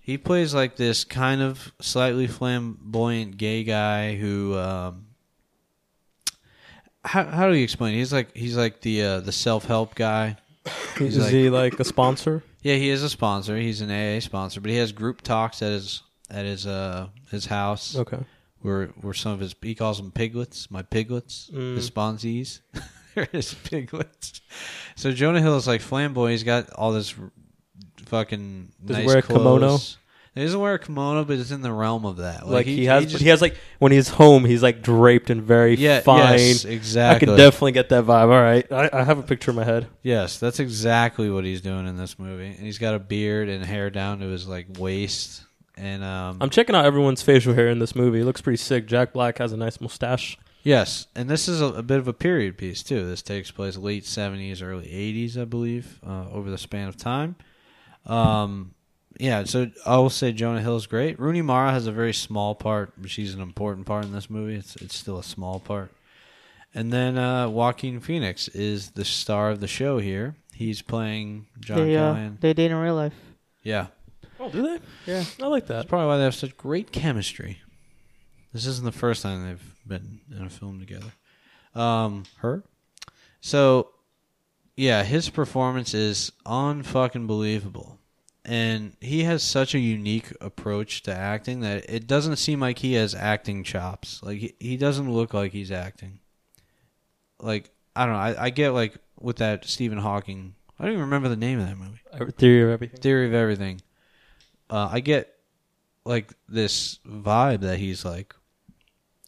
he plays like this kind of slightly flamboyant gay guy who um, how how do you explain? He's like he's like the uh, the self help guy. He's
Is
like-
he like a sponsor?
Yeah, he is a sponsor. He's an AA sponsor, but he has group talks at his at his uh his house
Okay.
where where some of his he calls them piglets, my piglets,
Mm.
his sponsees, *laughs* They're his
*laughs*
piglets. So Jonah Hill is like flamboyant. He's got all this r- fucking
Does he
nice
wear a kimono?
clothes. He doesn't wear a kimono, but it's in the realm of that.
Like, he, has,
just-
but he has like when he's home, he's like draped in very
yeah,
fine.
yes,
I
exactly.
can definitely get that vibe. All right, I, I have a picture in my head.
Yes, that's exactly what he's doing in this movie. And he's got a beard and hair down to his like waist. And um,
I'm checking out everyone's facial hair in this movie. It looks pretty sick. Jack Black has a nice mustache.
yes, and this is a, a bit of a period piece too. This takes place late '70s, early '80s, I believe, uh, over the span of time. Um, yeah, so I will say Jonah Hill's great. Rooney Mara has a very small part, but she's an important part in this movie. It's it's still a small part. And then uh, Joaquin Phoenix is the star of the show here. He's playing John
they, uh,
Callahan.
they date in real life.
yeah.
Oh, do they?
Yeah.
I like that.
That's probably why they have such great chemistry. This isn't the first time they've been in a film together. Um, her. So, yeah, his performance is unfucking believable, and he has such a unique approach to acting that it doesn't seem like he has acting chops. Like he, he doesn't look like he's acting. Like I don't know. I, I get like with that Stephen Hawking. I don't even remember the name of that movie.
Theory of everything.
Theory of Everything. Uh, I get like this vibe that he's like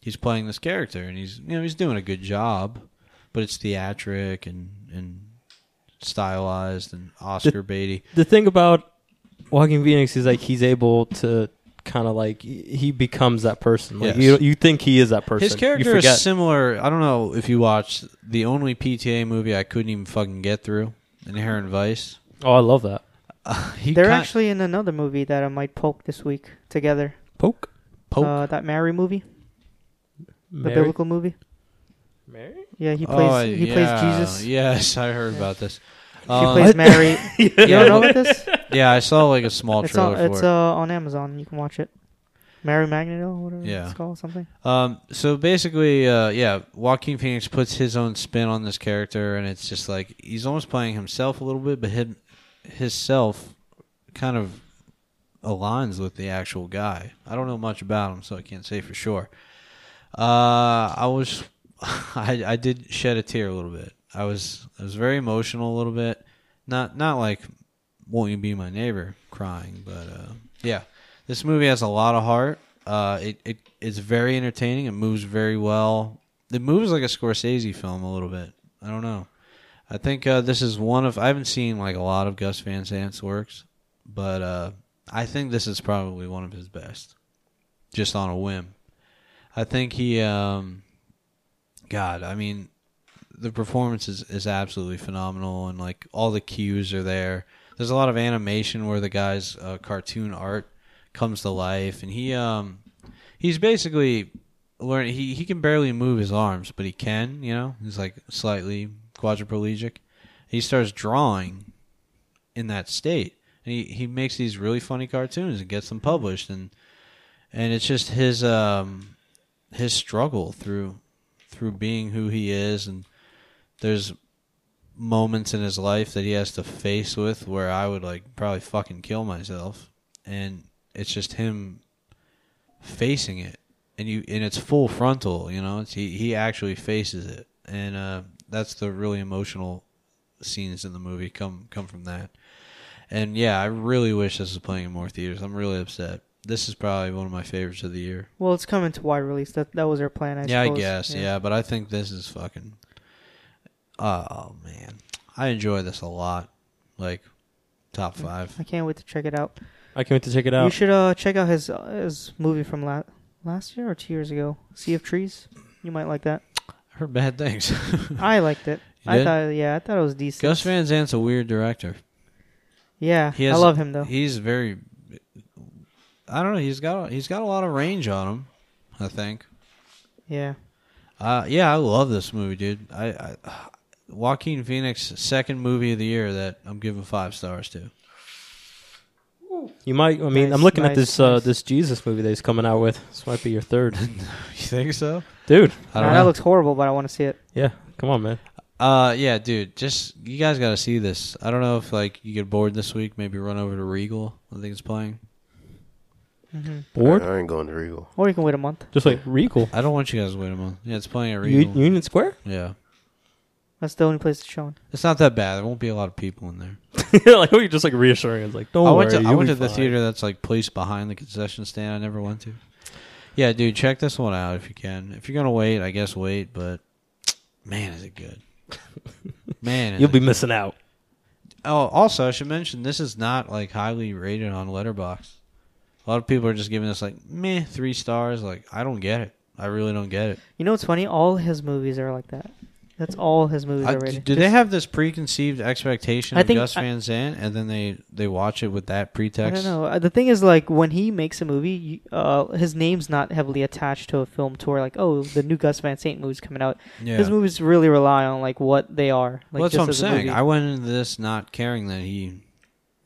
he's playing this character and he's you know he's doing a good job, but it's theatric and and stylized and Oscar baity.
the thing about Walking Phoenix is like he's able to kind of like he- he becomes that person. Like
Yes.
you, you think he is that person.
His character
you forget.
is similar. I don't know if you watched the only PTA movie I couldn't even fucking get through, Inherent Vice.
oh, I love that
*laughs* he
Uh, They're
kin-
actually in another movie that I might poke this week together.
poke.
Poke?
Uh, that Mary movie, the
Mary.
biblical movie.
Mary?
Yeah, he plays.
Oh,
he
yeah.
plays Jesus.
Yes, I heard about this.
She
Um, *laughs*
plays Mary. You
Yeah.
don't know about this?
yeah, I saw like a small
it's
trailer
on,
for
it's
it.
uh, on Amazon. You can watch it. Mary Magneto, whatever
Yeah.
it's called, something.
Um, so basically, uh, yeah, Joaquin Phoenix puts his own spin on this character, and it's just like he's almost playing himself a little bit, but him, his self kind of aligns with the actual guy. I don't know much about him, so I can't say for sure. Uh, I was, *laughs* I, I did shed a tear a little bit. I was, I was very emotional a little bit. Not, not like, won't you be my neighbor? Crying, but uh, yeah, this movie has a lot of heart. Uh, it, it, it's very entertaining. It moves very well. It moves like a Scorsese film a little bit. I don't know. I think uh, this is one of I haven't seen like a lot of Gus Van Sant's works, but uh, I think this is probably one of his best. Just on a whim, I think he. Um, God, I mean, the performance is, is absolutely phenomenal, and like all the cues are there. There's a lot of animation where the guy's uh, cartoon art comes to life, and he um he's basically learning. He he can barely move his arms, but he can. You know, he's like slightly quadriplegic. He starts drawing in that state. And he he makes these really funny cartoons and gets them published, and and it's just his um his struggle through through being who he is, and there's moments in his life that he has to face with where I would like probably fucking kill myself, and it's just him facing it and you and it's full frontal you know it's, he, he actually faces it and uh, that's the really emotional scenes in the movie come come from that and yeah i really wish this was playing in more theaters i'm really upset this is probably one of my favorites of the year
Well, it's coming to wide release. That that was their plan. I
yeah
suppose.
i guess yeah. but i think this is fucking oh man i enjoy this a lot like top five
I can't wait to check it out.
I can't wait to check it
You
out.
should uh, check out his uh, his movie from la- last year or two years ago, Sea of Trees. You might
*laughs*
like that.
I heard bad things. *laughs*
I liked it. I
did?
thought, yeah, I thought it was decent.
Gus Van Zant's a weird director.
yeah,
He
I
has-
love him though.
He's very. I don't know. He's got he's got a lot of range on him. I think.
yeah,
Uh, yeah, I love this movie, dude. I, I Joaquin Phoenix second movie of the year that I'm giving five stars to.
You might. I mean,
Nice,
I'm looking at
nice,
this uh,
nice.
this Jesus movie that he's coming out with. This might be your third,
*laughs*
*laughs*
You think so?
dude.
I
Nah,
don't
that
know.
looks horrible, but I want to see it.
Yeah, come on, man.
uh, yeah, dude. Just you guys got to see this. I don't know if like you get bored this week, maybe run over to Regal. I think it's playing.
hmm
Uh,
Bored.
I ain't going to Regal.
Or you can wait a month.
Just like Regal.
I don't want you guys to wait a month. Yeah, it's playing at
U-
Regal.
Union Square. *laughs*
yeah,
That's the only place it's showing.
it's not that bad. There won't be a lot of people in there.
like you're just like reassuring. It's like don't
I
worry.
went to I
you'll
went
be
to the
fine.
theater that's like placed behind the concession stand. I never went to. Yeah, dude, check this one out if you can. If you're gonna wait, I guess wait. But man, is it
*laughs*
good? Man, is
You'll
it-
be missing out.
Oh, also, I should mention this is not like highly rated on Letterbox. A lot of people are just giving this like meh three stars. Like I don't get it. I really don't get it.
You know what's funny? All his movies are like that. That's all his movies
I-
are
do
rated.
do they have this preconceived expectation
I
of
think-
Gus
I-
Van Sant, and then they they watch it with that
I
pretext?
don't know. Uh, The thing is, like, when he makes a movie, you- uh, his name's not heavily attached to a film tour. Like, oh, the new Gus Van Sant movie's coming out.
Yeah.
His movies really rely on like what they are. Like,
well, that's
just
what I'm
as a
saying.
movie.
I went into this not caring that he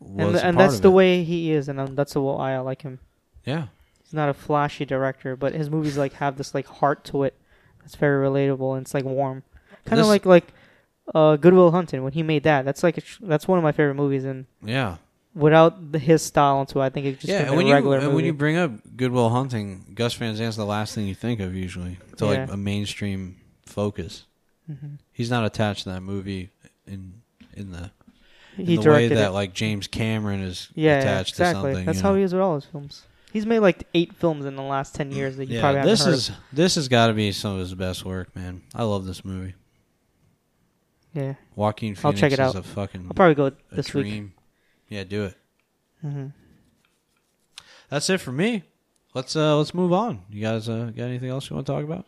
was
and
a
th- and
part
that's
of
the
it.
way he is, and um, that's the way I like him.
Yeah,
He's not a flashy director, but his movies like have this like heart to it that's very relatable and it's like warm, kind of
This-
like like uh, Goodwill Hunting when he made that. That's like a tr- that's one of my favorite movies, and
yeah,
without the, his style into it, I think it just
yeah.
yeah,
And
a
when you
regular
and
movie.
when you bring up Goodwill Hunting, Gus Van Sant's the last thing you think of usually. To like
Yeah. Mm-hmm.
a mainstream focus. He's not attached to that movie in in the in
he
the way
directed
that
it.
like James Cameron is
yeah, yeah,
attached to
exactly.
something.
That's
you
how
know? Mm,
he is with all his films. He's made like eight films in the last ten years that you probably
Yeah,
haven't
this
heard.
is this has got to be some of his best work, man. I love this movie.
yeah,
Joaquin Phoenix
I'll check it
is
out.
a fucking
I'll probably go
a
this week.
dream. Yeah, do it.
hmm
That's it for me. Let's uh let's move on. You guys uh, got anything else you want to talk about?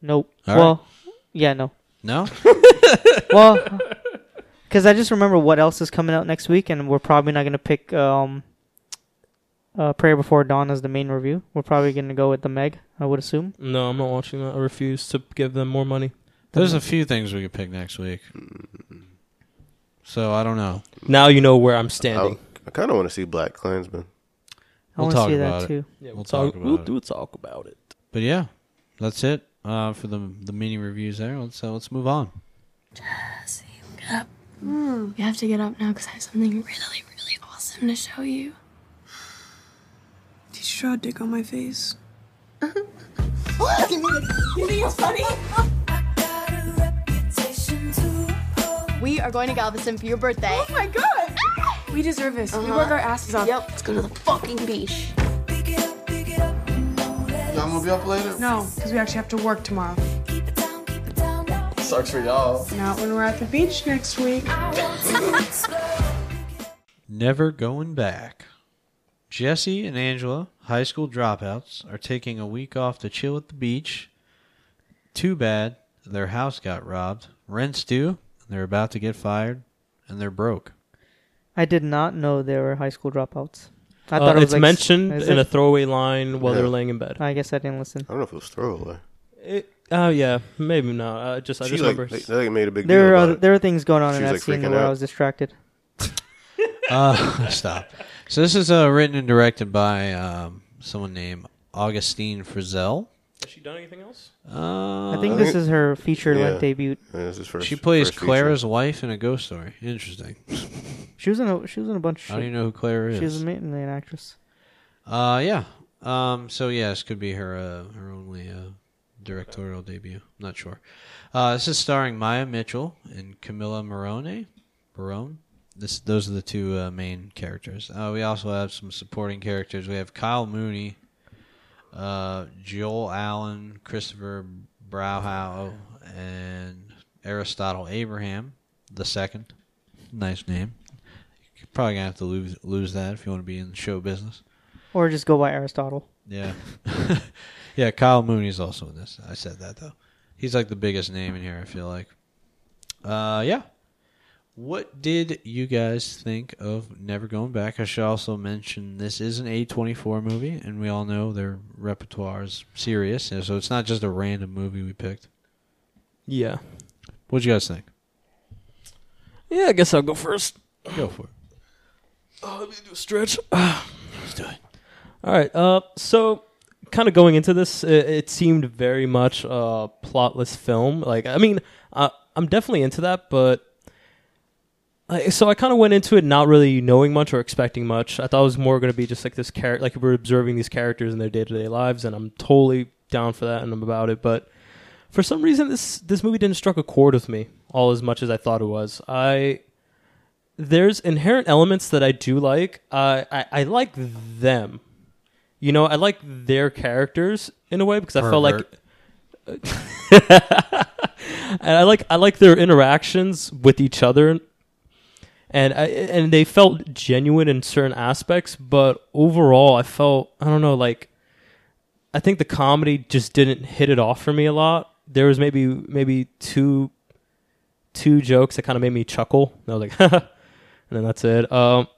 Nope.
All right.
well, yeah, no.
No.
well, *laughs* because I just remember what else is coming out next week, and we're probably not going to pick um, uh, Prayer Before Dawn as the main review. We're probably going to go with the Meg, I would assume.
No, I'm not watching that. I refuse to give them more money.
There's a few things we could pick next week. So I don't know.
Now you know where I'm
I,
standing.
Oh,
I kind of want to see Black Klansman.
I
We'll
want to
talk
see
about
that
it.
too.
Yeah,
we'll talk about
we'll,
it.
we'll talk about it.
But yeah, that's it uh, for the the mini reviews there. Let's uh, let's move on.
You have to get up now because I have something really, really awesome to show you.
Did you draw a dick on my face?
We are going to Galveston for your birthday. Oh my god!
We deserve this. We work our asses off.
Yep, let's go to the fucking beach.
Y'all gonna be up later?
No, because Oh, we actually have to work tomorrow.
Sucks for y'all.
Not when we're at the beach next week.
Never going back. Jesse and Angela, high school dropouts, are taking a week off to chill at the beach. Too bad their house got robbed, rent's due, and they're about to get fired, and they're broke.
I did not know there were high school dropouts. I
Uh,
thought it was
it's
like,
mentioned
is
in a
it?
throwaway line while they're
Yeah.
laying in bed.
I guess I didn't listen.
I don't know if it was throwaway.
It, oh yeah, maybe not. I just I
She,
just
like,
remember.
they, they like, made a big
There
deal
were
about
other,
it.
there were things going on
She
in
was,
that
like,
scene
freaking
where I
out.
was distracted.
Uh, *laughs* stop. So this is uh, written and directed by um, someone named Augustine Frizzell.
Has she done anything else?
Uh,
I think
I
this
think-
is her feature length
yeah.
debut.
Yeah, this is first-
she plays
first feature.
Clara's wife in a ghost story. Interesting.
She was in a she was in a bunch
I
of
don't
shit.
even know who Clara is.
She was a main, main actress.
Uh, yeah. Um, so yeah, this could be her uh, her only uh, directorial debut. I'm not sure. Uh, this is starring Maya Mitchell and Camilla Morone. Barone. This those are the two uh, main characters. Uh, we also have some supporting characters. We have Kyle Mooney, uh, Joel Allen, Christopher Browhow, and Aristotle Abraham the second. Nice name. You're probably gonna have to lose lose that if you want to be in the show business.
Or just go by Aristotle.
Yeah. *laughs* yeah, Kyle Mooney's also in this. I said that though. He's like the biggest name in here, I feel like. Uh yeah. What did you guys think of Never Going Back? I should also mention this is an A24 movie, and we all know their repertoire is serious, and so it's not just a random movie we picked.
Yeah.
What'd you guys think?
Yeah, I guess I'll go first.
Go for it.
Oh, let me do a stretch. *sighs* Let's do it. All right. Uh, so kind of going into this, it, it seemed very much a plotless film. Like, I mean, uh, I'm definitely into that, but I, so I kind of went into it not really knowing much or expecting much. I thought it was more going to be just like this character, like we're observing these characters in their day to day lives, and I'm totally down for that and I'm about it. But for some reason, this this movie didn't struck a chord with me all as much as I thought it was. I there's inherent elements that I do like. Uh, I I like them. You know, I like their characters in a way because I felt like
Pervert.
*laughs* and I like I like their interactions with each other, and I, and they felt genuine in certain aspects. But overall, I felt I don't know like I think the comedy just didn't hit it off for me a lot. There was maybe maybe two two jokes that kind of made me chuckle. And I was like, *laughs* and then that's it. Um,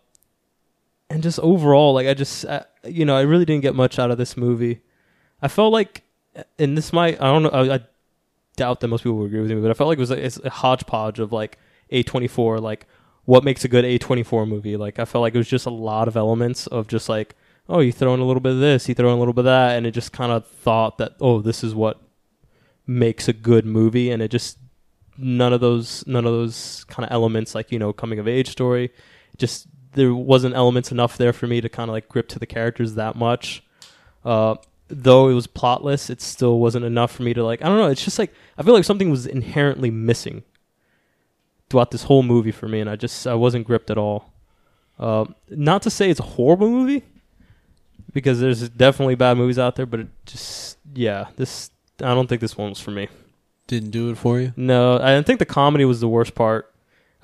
and just overall, like I just I, you know I really didn't get much out of this movie. I felt like, and this might I don't know I, I doubt that most people would agree with me, but I felt like it was a, it's a hodgepodge of like a twenty four like what makes a good a twenty four movie. Like I felt like it was just a lot of elements of just like oh you throw in a little bit of this, you throw in a little bit of that, and it just kind of thought that oh this is what makes a good movie, and it just none of those none of those kind of elements like you know coming of age story just there wasn't elements enough there for me to kind of like grip to the characters that much uh though it was plotless it still wasn't enough for me to like i don't know it's just like i feel like something was inherently missing throughout this whole movie for me and i just i wasn't gripped at all uh, not to say it's a horrible movie because there's definitely bad movies out there but it just yeah this i don't think this one was for me
Didn't do it for you?
no, I don't think the comedy was the worst part.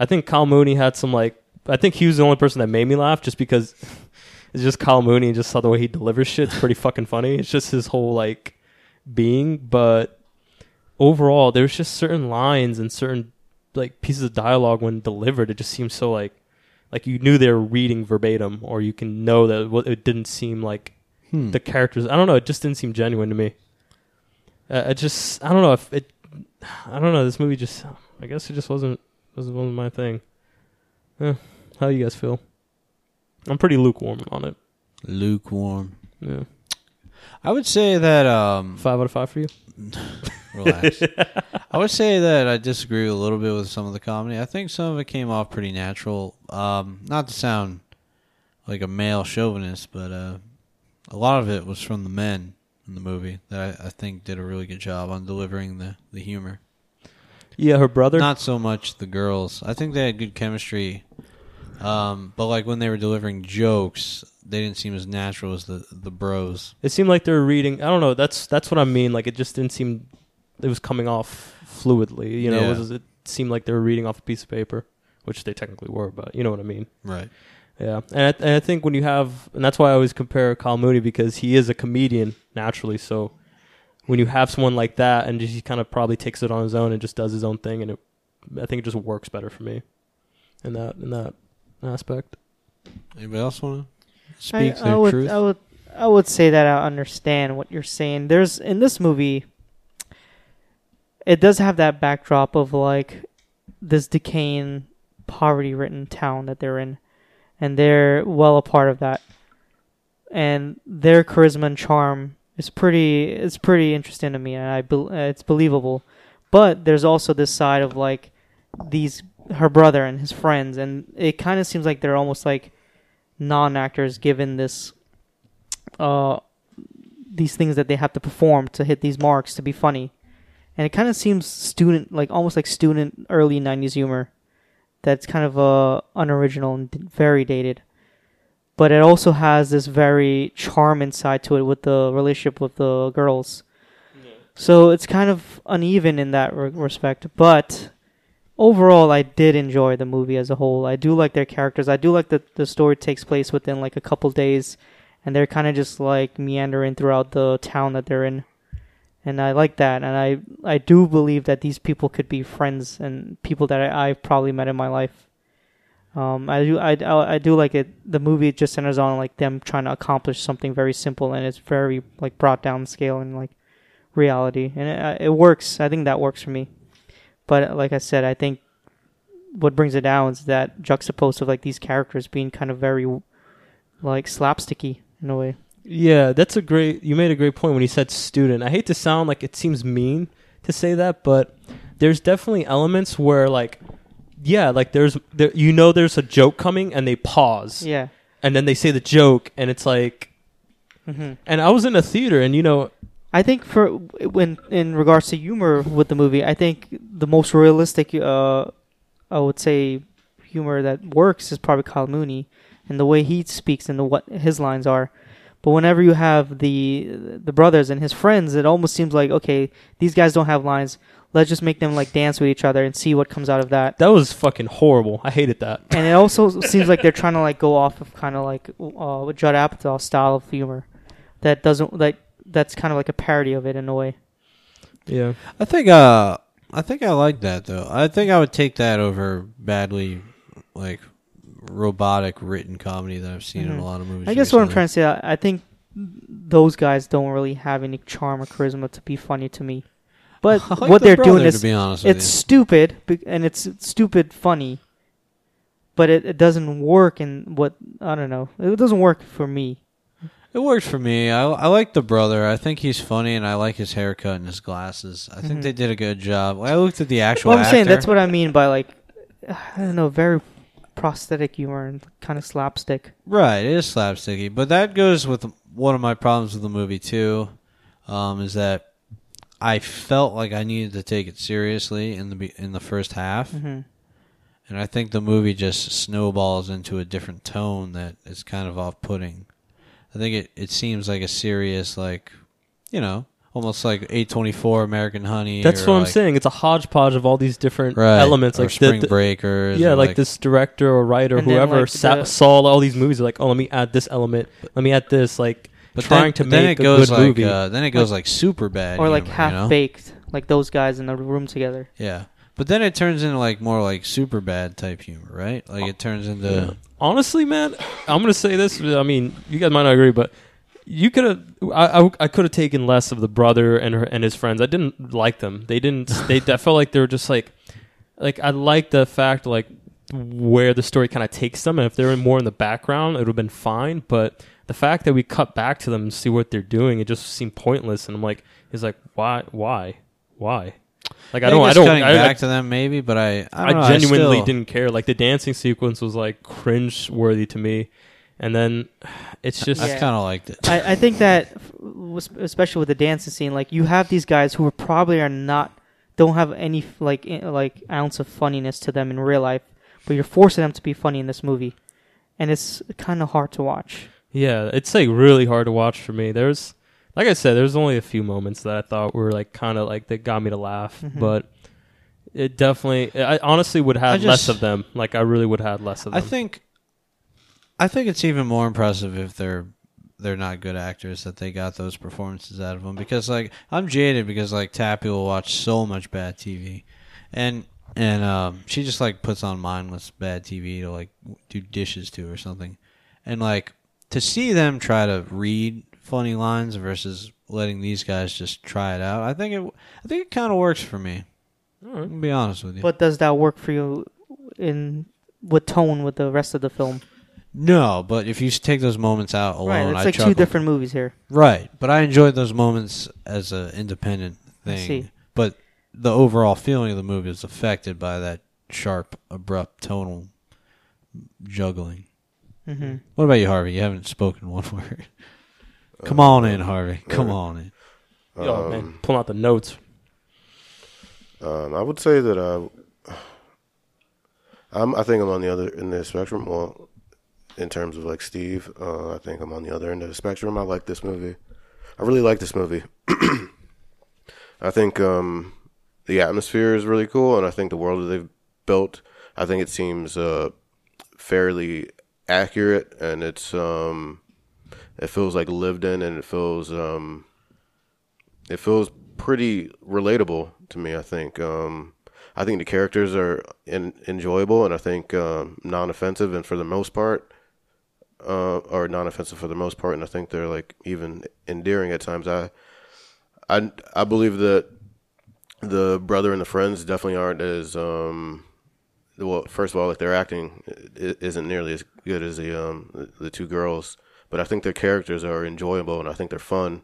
I think Kyle Mooney had some like. I think he was the only person that made me laugh, just because *laughs* it's just Kyle Mooney. and Just how the way he delivers shit's pretty fucking funny. It's just his whole like being. But overall, there's just certain lines and certain like pieces of dialogue when delivered, it just seems so like like you knew they were reading verbatim, or you can know that it wa- it didn't seem like
Hmm.
the characters. I don't know. It just didn't seem genuine to me. Uh, I just I don't know if it. I don't know. This movie just. I guess it just wasn't wasn't wasn't my thing. Eh, how you guys feel? I'm pretty lukewarm on it.
Lukewarm.
Yeah,
I would say that um
five out of five for you.
Relax. *laughs* I would say that I disagree a little bit with some of the comedy. I think some of it came off pretty natural. Um, not to sound like a male chauvinist, but uh, a lot of it was from the men in the movie that I, I think did a really good job on delivering the, the humor.
Yeah, her brother.
Not so much the girls. I think they had good chemistry, um, but like when they were delivering jokes, they didn't seem as natural as the the bros.
it seemed like they were reading. I don't know. That's that's what I mean. Like it just didn't seem. It was coming off fluidly. You know,
Yeah.
it, was, it seemed like they were reading off a piece of paper, which they technically were. But you know what I mean.
Right.
Yeah, and I, and I think when you have, and that's why I always compare Kyle Mooney because he is a comedian naturally. So when you have someone like that, and just, he kind of probably takes it on his own and just does his own thing, and it, I think it just works better for me in that in that aspect.
Anybody else want to
I-
speak
I,
their
would,
truth?
I would, I would say that I understand what you're saying. There's in this movie, it does have that backdrop of like this decaying, poverty-ridden town that they're in, and they're well a part of that, and their charisma and charm is pretty. It's pretty interesting to me, and I bel- uh, it's believable. But there's also this side of like these her brother and his friends, and it kind of seems like they're almost like non actors given this uh these things that they have to perform to hit these marks to be funny and it kind of seems student like almost like student early 90s humor that's kind of uh unoriginal and d- very dated but it also has this very charm inside to it with the relationship with the girls so it's kind of uneven in that re- respect but overall i did enjoy the movie as a whole i do like their characters i do like that the story takes place within like a couple days and they're kind of just like meandering throughout the town that they're in. And I like that, and I I do believe that these people could be friends and people that I, I've probably met in my life. Um, I do I, I I do like it. The movie just centers on like them trying to accomplish something very simple, and it's very like brought down scale and like reality, and it, uh, it works. I think that works for me. But uh, like I said, I think what brings it down is that juxtaposed of like these characters being kind of very like slapsticky in a way.
Yeah, that's a great. You made a great point when you said student. I hate to sound like it seems mean to say that, but there's definitely elements where like, yeah, like there's there, you know there's a joke coming and they pause
Yeah.
and then they say the joke and it's like
hmm
and I was in a theater and you know
I think for when in regards to humor with the movie, I think the most realistic, uh, I would say, humor that works is probably Kyle Mooney, and the way he speaks and the what his lines are. But whenever you have the the brothers and his friends, it almost seems like okay, these guys don't have lines. Let's just make them like dance with each other and see what comes out of that.
that was fucking horrible. I hated that.
and it also seems like they're trying to like go off of kind of like uh, Judd Apatow style of humor that doesn't like that's kind of like a parody of it in a way.
Yeah,
I think uh I think I like that though. I think I would take that over badly like robotic written comedy that I've seen in
Mhm.
a lot of movies.
I guess what I'm
recently.
trying to say, I I think those guys don't really have any charm or charisma to be funny to me. But
*laughs* I like
what
the
they're
brother,
doing
to
is
be honest with
it's
you.
stupid be- and it's stupid funny. But it, it doesn't work in what I don't know. It doesn't work for me.
It works for me. I, I like the brother. I think he's funny, and I like his haircut and his glasses. I think
Mhm.
they did a good job. I looked at the actual.
Well, I'm saying
actor.
that's what I mean by like I don't know, very prosthetic humor and kind of slapstick.
Right, it is slapsticky, but that goes with one of my problems with the movie too, um, is that I felt like I needed to take it seriously in the be- in the first half,
Mhm.
and I think the movie just snowballs into a different tone that is kind of off-putting. I think it it seems like a serious like, you know, almost like eight twenty four American Honey.
that's
or
what I'm
like-
saying. It's a hodgepodge of all these different
Right,
elements,
or
like the-
Spring
the-
Breakers.
yeah,
or,
like, this director or writer,
And then,
whoever
like,
sa-
the-
saw all these movies, like, oh, let me add this element, let me add this, like,
But
trying
then,
to
but then
make
it
a
goes
good
like,
movie.
Uh, then it goes like, super bad
Or like
humor, you know?
half baked, like those guys in the room together.
Yeah. But then it turns into like more like super bad type humor, right? Like it turns into
honestly, man, I'm gonna say this. I mean, you guys might not agree, but you could have. I, I, I could have taken less of the brother and her and his friends. I didn't like them. They didn't. They I felt like they were just like, like I like the fact like where the story kind of takes them, and if they were more in the background, it would have been fine. But the fact that we cut back to them and see what they're doing, it just seemed pointless. And I'm like, he's like, why, why, why? Like
think
I don't, I
it's
don't,
cutting
I,
back
I,
to them maybe, but I I,
I,
don't know,
genuinely
still-
didn't care. Like the dancing sequence was like cringe worthy to me, and then it's just
I
Yeah.
kind of liked it.
I, I think that, f- was- especially with the dancing scene, like you have these guys who are probably are not don't have any like i- like ounce of funniness to them in real life, but you're forcing them to be funny in this movie, and it's kind of hard to watch.
yeah, it's like really hard to watch for me. There's like I said, there's only a few moments that I thought were like kind of like that got me to laugh,
Mm-hmm.
Mhm.
but it definitely. I honestly would
I
have
just-
less of them. Like I really would have less of
I
them.
think I think it's even more impressive if they're they're not good actors that they got those performances out of them because like I'm jaded because like Tappy will watch so much bad TV, and and um, she just like puts on mindless bad TV to like do dishes to or something, and like to see them try to read funny lines versus letting these guys just try it out. I think it I think it kind of works for me. i will be honest with you.
But does that work for you in with tone with the rest of the film?
no, but if you take those moments out alone,
right,
I
it's like two
chuckle.
different movies here.
Right, but I enjoyed those moments as an independent thing.
see.
But the overall feeling of the movie is affected by that sharp, abrupt tonal juggling.
Mm-hmm.
What about you, Harvey? You haven't spoken one *laughs* word. Come
Uh,
on in, Harvey. Come on in.
oh man, pulling out the notes.
Um, I would say that I, I'm. I think I'm on the other end of the spectrum. Well, in terms of like Steve, uh, I think I'm on the other end of the spectrum. I like this movie. I really like this movie. *clears throat* I think um, the atmosphere is really cool, and I think the world that they've built. I think it seems uh, fairly accurate, and it's um, It feels like lived in, and it feels um, it feels pretty relatable to me. I think um, I think the characters are in, enjoyable, and I think um, non-offensive, and for the most part, uh, are non-offensive for the most part, and I think they're like even endearing at times. I I I believe that the brother and the friends definitely aren't as um well first of all like their acting i- isn't nearly as good as the um the- the two girls but i think their characters are enjoyable and i think they're fun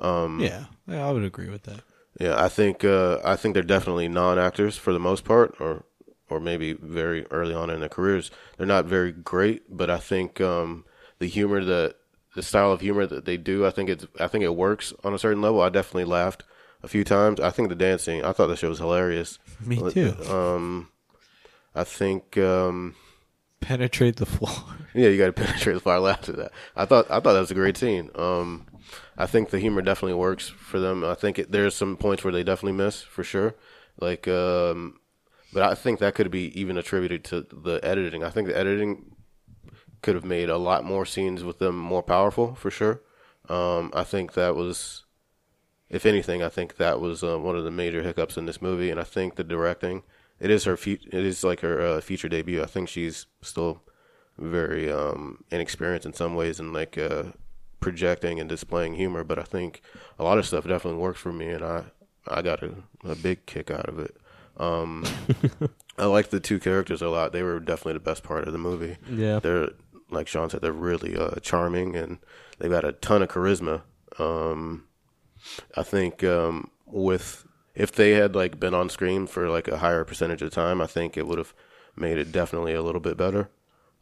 mm.
yeah, yeah, I would agree with that.
yeah i think uh i think they're definitely non-actors for the most part or or maybe very early on in their careers they're not very great but i think um the humor that the style of humor that they do i think it's i think it works on a certain level i definitely laughed a few times i think the dancing i thought the show was hilarious
*laughs* Me
Like,
too.
um i think um
Penetrate the *laughs* floor.
yeah, you got to *laughs* penetrate the fire after that. I thought I thought that was a great scene. Um, I think the humor definitely works for them. I think it, there's some points where they definitely miss for sure. Like, um, but I think that could be even attributed to the editing. I think the editing could have made a lot more scenes with them more powerful for sure. Um, I think that was, if anything, I think that was uh, one of the major hiccups in this movie. And I think the directing, it is her, fe- it is like her uh, feature debut. I think she's still very um, inexperienced in some ways and like uh, projecting and displaying humor. But I think a lot of stuff definitely works for me, and I I got a, a big kick out of it. Um, I like the two characters a lot. They were definitely the best part of the movie.
Yeah.
they're like Sean said, they're really uh, charming and they've got a ton of charisma. Um, I think um, with if they had like been on screen for like a higher percentage of time, I think it would have made it definitely a little bit better.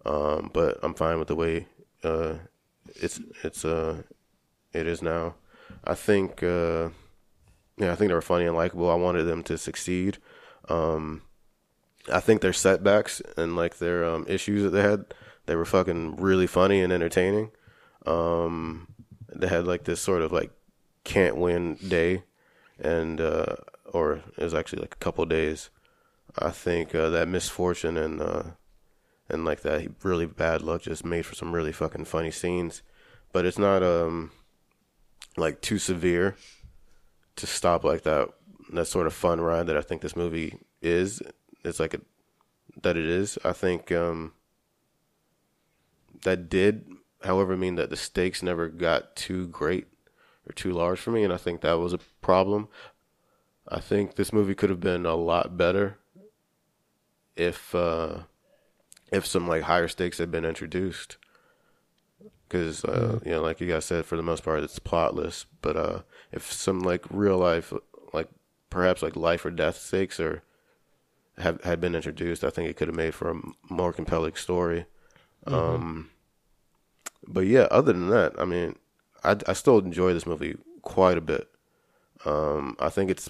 Um, but I'm fine with the way uh, it's it's uh, it is now. I think uh, yeah, I think they were funny and likable. I wanted them to succeed. Um, I think their setbacks and like their um, issues that they had, they were fucking really funny and entertaining. Um, they had like this sort of like can't win day, and uh, or it was actually like a couple days. I think uh, that misfortune and uh, and like that really bad luck just made for some really fucking funny scenes, but it's not um like too severe to stop like that that sort of fun ride that I think this movie is. It's like a that it is. I think um that did, however, mean that the stakes never got too great or too large for me, and I think that was a problem. I think this movie could have been a lot better if uh if some like higher stakes had been introduced. Because uh, you know, like you guys said, for the most part, it's plotless. But uh, if some like real life, like perhaps like life or death stakes, or have had been introduced, I think it could have made for a m- more compelling story. Um, but yeah, other than that, I mean, I, I still enjoy this movie quite a bit. Um, I think it's,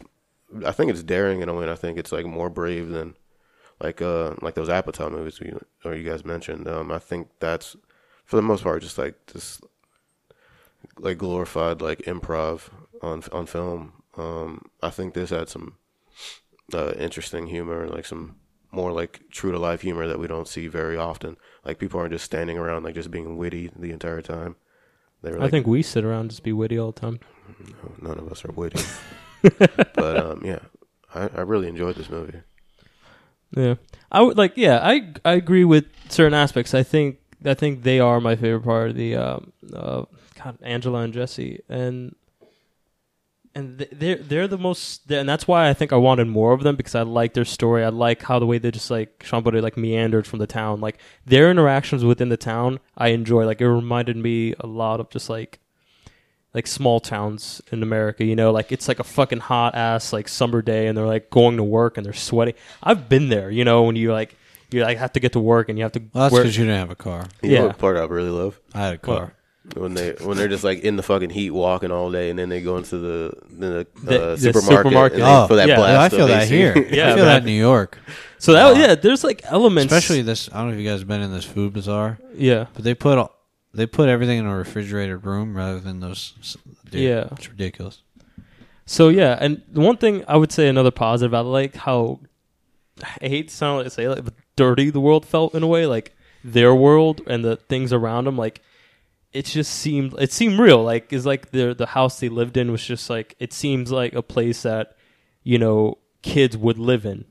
I think it's daring in a way. And I think it's like more brave than like uh like those Apatow movies we or you guys mentioned. Um, I think that's for the most part just like just like glorified like improv on on film. Um, I think this had some uh, interesting humor, like some more like true to life humor that we don't see very often. Like people aren't just standing around like just being witty the entire time. They were
I think we sit around and just be witty all the time.
none of us are
*laughs*
witty. but um, yeah, I, I really enjoyed this movie.
Yeah, I would like. Yeah, I I agree with certain aspects. I think I think they are my favorite part of the um, uh, God Angela and Jesse and and th- they're they're the most and that's why I think I wanted more of them because I like their story. I like how the way they just like Sean Butter like meandered from the town. Like their interactions within the town, I enjoy. Like it reminded me a lot of just like like small towns in America, you know, like it's like a fucking hot ass like summer day and they're like going to work and they're sweating. I've been there, you know, when you like you like have to get to work and you have to
Well, that's
wear-
because you didn't have a car.
You know
Yeah.
what part I really love
I had a
Well,
car.
when they when they're just like in the fucking heat walking all day and then they go into the the, uh,
The- the
supermarket,
supermarket.
and they
Oh,
feel that
yeah.
Yeah, I
blast
feel
of
that
AC.
*laughs*
here.
*laughs*
Yeah,
I feel that
man.
in New York.
So that yeah, there's like elements
Especially this. I don't know if you guys have been in this food bazaar,
yeah.
but they put all- they put everything in a refrigerated room rather than those. s- dude,
Yeah.
it's ridiculous.
So yeah, and the one thing I would say another positive I like how I hate to sound like say like but dirty the world felt in a way like their world and the things around them like it just seemed it seemed real. Like is like the the house they lived in was just like it seems like a place that you know kids would live in,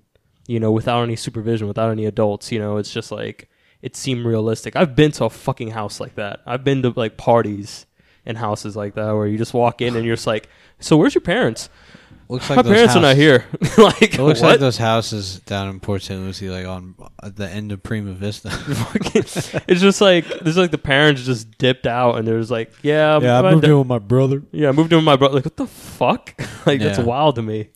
you know, without any supervision, without any adults. You know, it's just like it seemed realistic. I've been to a fucking house like that. I've been to like parties in houses like that where you just walk in and you're just like, so where's your parents?
Looks
My
those
parents are not
houses-
here. *laughs* like
It looks
what?
like
*laughs*
those houses down in Port St. Lucie, like on at the end of Prima Vista. *laughs*
it's just like there's like the parents just dipped out and there's like yeah my da-
with my brother.
yeah I moved in with my brother like what the fuck *laughs* like that's
Yeah.
wild to me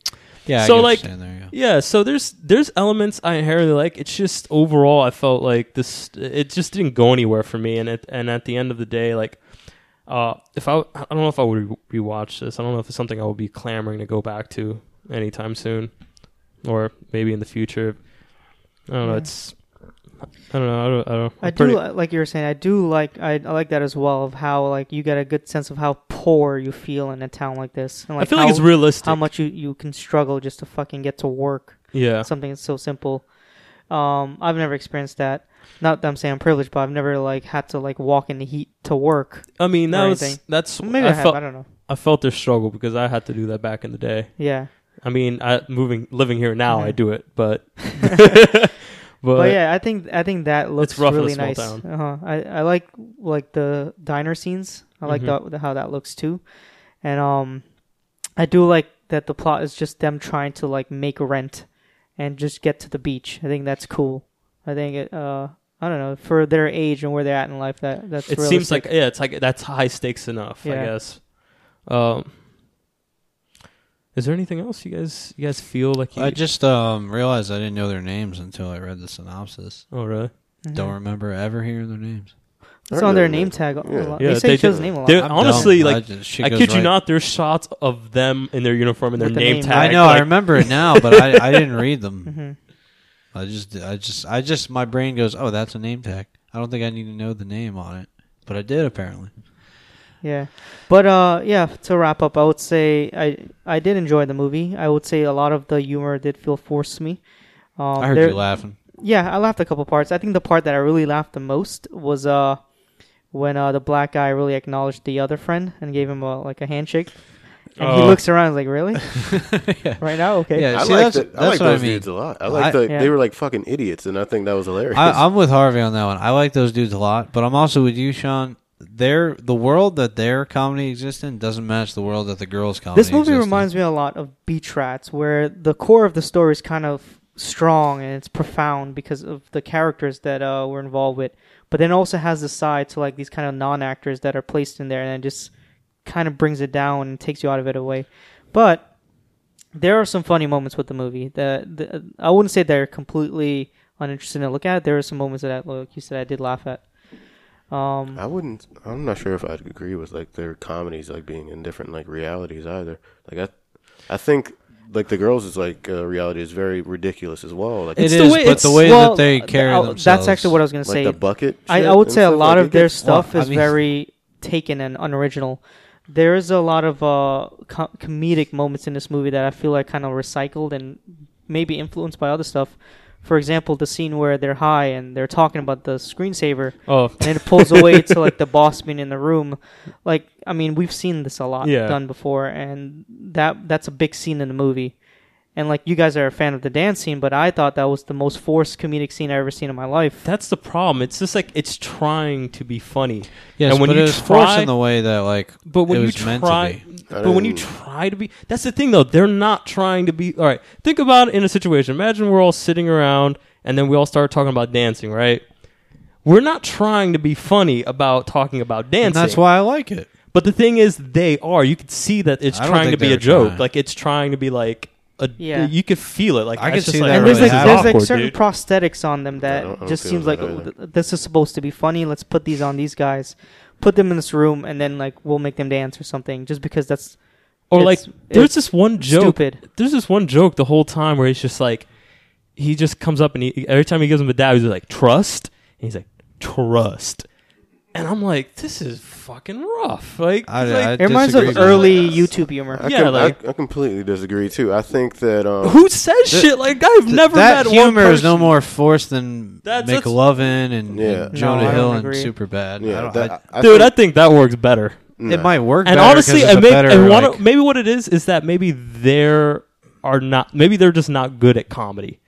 Yeah,
So,
so
like-
like,
yeah so there's there's elements I inherently like it's just overall I felt like this it just didn't go anywhere for me and it and at the end of the day like uh if I I don't know if I would re- rewatch this I don't know if it's something I would be clamoring to go back to anytime soon or maybe in the future I don't know
Yeah.
it's I don't know I don't, I don't
I
I'm pretty-
do uh, like you were saying. I do like I, I like that as well of how like you get a good sense of how poor you feel in a town like this. And, like,
I feel
how-
like it's realistic
how much you, you can struggle just to fucking get to work.
yeah
Something that's so simple. Um, I've never experienced that. Not that I'm saying I'm privileged, but I've never like had to like walk in the heat to work.
I mean, that
or
was
anything.
that's
Maybe I,
I
have.
felt
I don't know.
I felt their struggle because I had to do that back in the day.
Yeah,
I mean, I moving living here now, I
Mhm.
do it, but *laughs* but,
but, yeah, I think I think that looks
rough in a
really
small
nice.
town.
Uh-huh. I I like like the diner scenes. I like
Mhm.
that, how that looks too, and um, I do like that the plot is just them trying to like make rent, and just get to the beach. I think that's cool. I think it. Uh, I don't know for their age and where they're at in life. That that's
it seems
realistic.
like yeah, it's like that's high stakes enough, I
Yeah.
guess. Um, is there anything else you guys you guys feel like you?
I just um, realized I didn't know their names until I read the synopsis.
oh really?
Mhm.
Don't remember ever hearing their names.
It's on their
Yeah.
name tag. a
Yeah.
lot.
Yeah,
they say
they
he chose
do-
name a lot.
they-
I'm
honestly,
dumb.
like,
I, just- shit
I
goes
kid you
right-
not. There's shots of them in their uniform and their
With the
name,
name.
tag.
I know. I
like-
remember it now, but I, I didn't read
*laughs*
them.
Mhm.
I just, I just, I just, my brain goes, oh, that's a name tag. I don't think I need to know the name on it, but I did apparently.
Yeah, but uh, yeah. To wrap up, I would say I I did enjoy the movie. I would say a lot of the humor did feel forced to me. Um,
I heard
there-
you
*laughs*
laughing. *laughs*
Yeah, I laughed a couple parts. I think the part that I really laughed the most was uh when uh the black guy really acknowledged the other friend and gave him a, like a handshake, and he
Oh.
looks around like, really, right now, okay.
*laughs* Yeah,
I
see,
like
that's,
that. I like
that's what
those
I mean.
dudes a lot. I
I-
like that
Yeah.
they were like fucking idiots, and I think that was hilarious.
I, I'm with Harvey on that one. I like those dudes a lot, but I'm also with you, Sean. Their the world that their comedy exists in doesn't match the world that the girls' comedy.
This movie reminds me a lot of Beach Rats, where the core of the story is kind of strong and it's profound because of the characters that uh, we're involved with. But then also has the side to like these kind of non actors that are placed in there and it just kind of brings it down and takes you out of it away. But there are some funny moments with the movie. The, the I wouldn't say they're completely uninteresting to look at. There are some moments that, like you said, I did laugh at. Um,
I wouldn't. I'm not sure if I'd agree with like their comedies like being in different like realities either. Like I, I think like the girls is like uh, reality is very ridiculous as well. Like
It
it's
is,
the way-
but
it's-
the way
well,
that they
uh,
carry
uh,
themselves.
That's actually what I was going to
like
say.
the bucket.
I,
shit
I would
and
say a
stuff,
lot
like,
of
it
their
gets-
stuff
Well, I
is
mean-
very taken and unoriginal. There is a lot of uh, co- comedic moments in this movie that I feel like kind of recycled and maybe influenced by other stuff. For example, the scene where they're high and they're talking about the screensaver,
Oh
and it pulls away to like the boss being in the room. Like, I mean, we've seen this a lot
Yeah.
done before, and that that's a big scene in the movie. And like, you guys are a fan of the dance scene, but I thought that was the most forced comedic scene I've ever seen in my life.
that's the problem. It's just like it's trying to be funny.
Yes,
and when
but
you
it was
try-
forced in the way that like
But when
it
you
was meant to
try,
be.
I
but when you
didn't-
try to be, that's the thing though. They're not trying to be. All right, think about it in a situation. Imagine we're all sitting around and then we all start talking about dancing. Right? We're not trying to be funny about talking about dancing.
And that's why I like it.
But the thing is, they are. You can see that it's
I don't
trying to
think
be
they
a
were
joke.
trying.
Like it's trying to be like a.
Yeah.
You could feel it. Like
I
it's
could
just
see
like,
that
and
really
there's like
happened.
there's like
awkward,
certain
dude.
prosthetics on them that
don't- I don't
just
feel
seems
that
like oh,
either.
th- this is supposed to be funny. Let's put these on these guys, put them in this room, and then like we'll make them dance or something, just because that's
or
it's-
like there's
it's
this one joke
stupid.
there's this one joke the whole time where he's just like he just comes up and he every time he gives him a dab he's like trust and he's like trust and I'm like, this is fucking rough. Like,
I-
like,
I-
It reminds me
disagree with
of early YouTube humor.
I
Yeah,
com-
like-
I, I completely disagree too. I think that um,
who says shit like I've never
that
met one
humor
person.
is no more forced than
That's- that's-
McLovin and,
Yeah.
and Jonah
No, I
Hill
don't
and
agree.
Superbad. I
yeah,
don't-
that,
I-
I
Dude, I
think-
think that works better.
it
nah.
might work.
and
better 'cause
honestly,
it's
and,
a
may-
better,
and one
like-
of- maybe what it is is that maybe they're are not maybe they're just not good at comedy.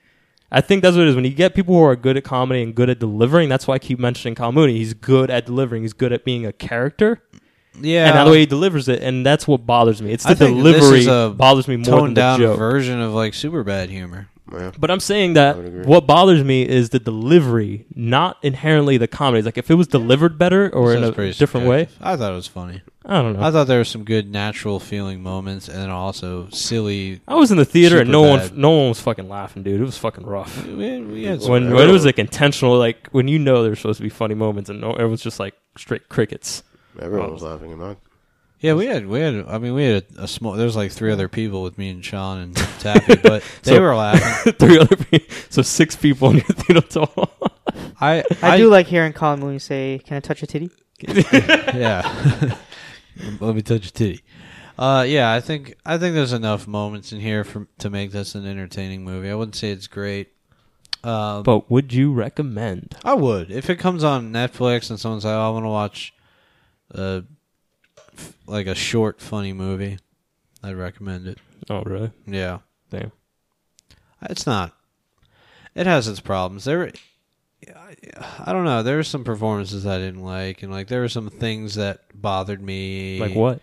I think that's what it is. When you get people who are good at comedy and good at delivering, that's why I keep mentioning Kyle Mooney. He's good at delivering. He's good at being a character,
yeah,
and how the way he delivers it, and that's what bothers me. It's the
I think this
delivery
is a
bothers me more than
toned
the
down
joke.
version of like Superbad humor.
Yeah.
But I'm saying
I would agree.
that what bothers me is the delivery, not inherently the comedy. Like if it was delivered better or in
Sounds
a
pretty
different way,
subjective. I thought it was funny.
I don't know.
I thought there were some good natural feeling moments, and then also silly.
I was in the theater and no
Superbad.
one, no one was fucking laughing, dude. It was fucking rough.
We, we had some-
When, when it was like intentional, like when you know there's supposed to be funny moments and no, it was just like straight crickets. *laughs*
Everyone was laughing at mine.
yeah, we had we had. I mean, we had a, a small. There was like three other people with me and Sean *laughs* and Taffy, but they
So-
were laughing.
Three other people, so six people in your theater total. *laughs*
*laughs* I
I, do like hearing Colin Mooney say, "Can I touch your titty?"
yeah. *laughs* Let me touch your titty. Uh, yeah, I think I think there's enough moments in here for, to make this an entertaining movie. I wouldn't say it's great. Um,
but would you recommend?
I would if it comes on Netflix and someone's like, oh, "I want to watch," uh, f- like a short funny movie. I'd recommend it.
Oh, really?
Yeah,
Damn.
it's not. It has its problems. There, were- I don't know. There were some performances I didn't like, and like there were some things that bothered me.
Like what?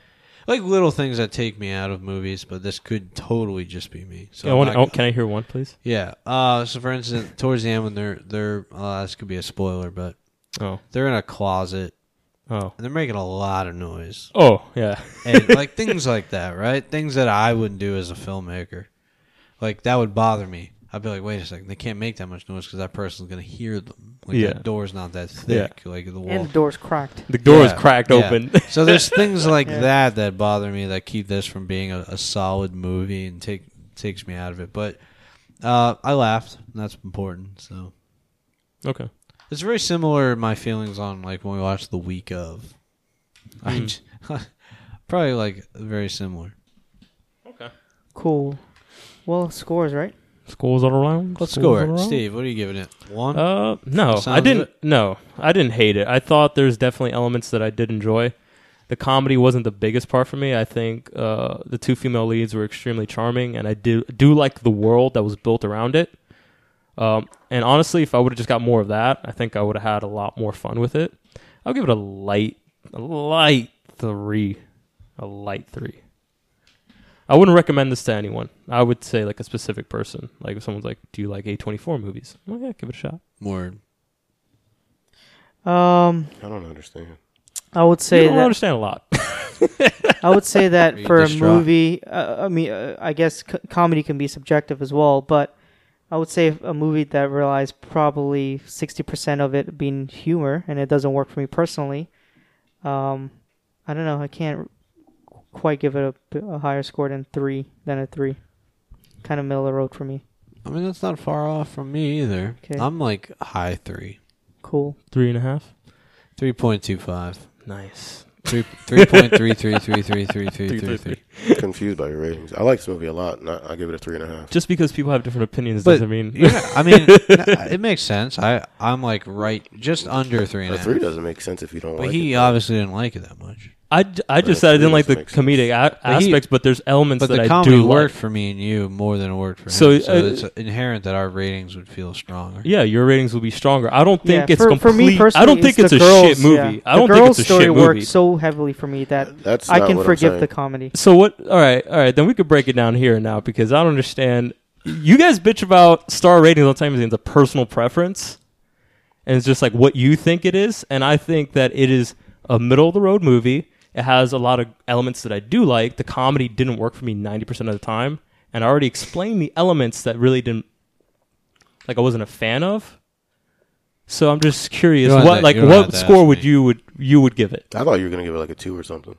like little things that take me out of movies, but this could totally just be me. So
I
I'm
wanna-
not-
oh, can I hear one, please?
yeah. Uh, so for instance, towards the end when they're they're uh, this could be a spoiler, but
Oh,
they're in a closet
oh,
and they're making a lot of noise
oh, yeah. *laughs*
and like things like that, right? Things that I wouldn't do as a filmmaker, like that would bother me. I'd be like, wait a second, they can't make that much noise because that person's gonna hear them. Like
Yeah.
that door's not that thick, like the wall.
And the door's cracked.
The *laughs* door is
Yeah,
cracked
yeah.
open. *laughs*
so there's things like
Yeah.
that that bother me that keep this from being a, a solid movie and take takes me out of it. But uh, I laughed, and that's important. So
okay.
it's very similar my feelings on like when we watched the week of. I j- probably like very similar.
Cool. Well, scores right.
Schools all around.
Let's
schools all
score,
around.
Steve. What are you giving it? One.
Uh, no,
sounds
I
of
didn't.
it?
No, I didn't hate it. I thought there's definitely elements that I did enjoy. The comedy wasn't the biggest part for me. I think uh, the two female leads were extremely charming, and I do do like the world that was built around it. Um, and honestly, if I would have just got more of that, I think I would have had a lot more fun with it. I'll give it a light, a light three, a light three. I wouldn't recommend this to anyone. I would say like a specific person. Like if someone's like, "Do you like A24 movies?" Well, yeah, give it a shot.
Word.
Um,
I don't understand.
I would
I
say
don't
that
understand a lot. *coughs*
I would
*laughs*
say that
Are you
for a
distraught?
movie, uh, I mean, uh, I guess c- comedy can be subjective as well, but I would say a movie that relies probably 60% of it being humor, and it doesn't work for me personally. Um, I don't know. I can't quite give it a, a higher score than three than a three. Kind of middle of the road for me.
I mean, that's not far off from me either.
'Kay.
I'm like high three,
Cool.
Three and a half.
three point two five.
Nice.
Three three point three three three three three three three three.
Confused by your ratings. I like this movie a lot. And I, I give it a three and a half.
Just because people have different opinions
But-
doesn't mean
Yeah, I mean, it makes sense. I I'm like right, just under three and
A
a half.
three doesn't make sense if you don't
But
like
he uh,
it.
obviously didn't like it that much.
I, j- I just
Uh,
said I didn't
three
like the
doesn't make sense.
comedic a-
But he-
aspects, but there's elements
But
that
the
I
comedy
do
worked
like.
for me and you more than it worked for
So,
him. So
uh,
it's inherent that our ratings would feel stronger.
Yeah, your ratings will be stronger. I don't think
yeah,
it's
for,
complete.
for me personally,
I don't think it's,
the
a
girls,
shit movie.
yeah.
I don't
the
think
girls
it's a
story
shit movie.
works so heavily for me that
That's
I
not
can
what I'm
forgive
saying.
the comedy.
So what? All right, all right. Then we could break it down here and now because I don't understand. You guys bitch about star ratings all the time. It's a personal preference, and it's just like what you think it is. And I think that it is a middle of the road movie. It has a lot of elements that I do like. The comedy didn't work for me ninety percent of the time, and I already explained the elements that really didn't, like I wasn't a fan of. So I'm just curious,
You don't have
what
to-
like
you don't have
what
to ask
score would
me.
you would you would give it?
I thought you were gonna give it like a two or something.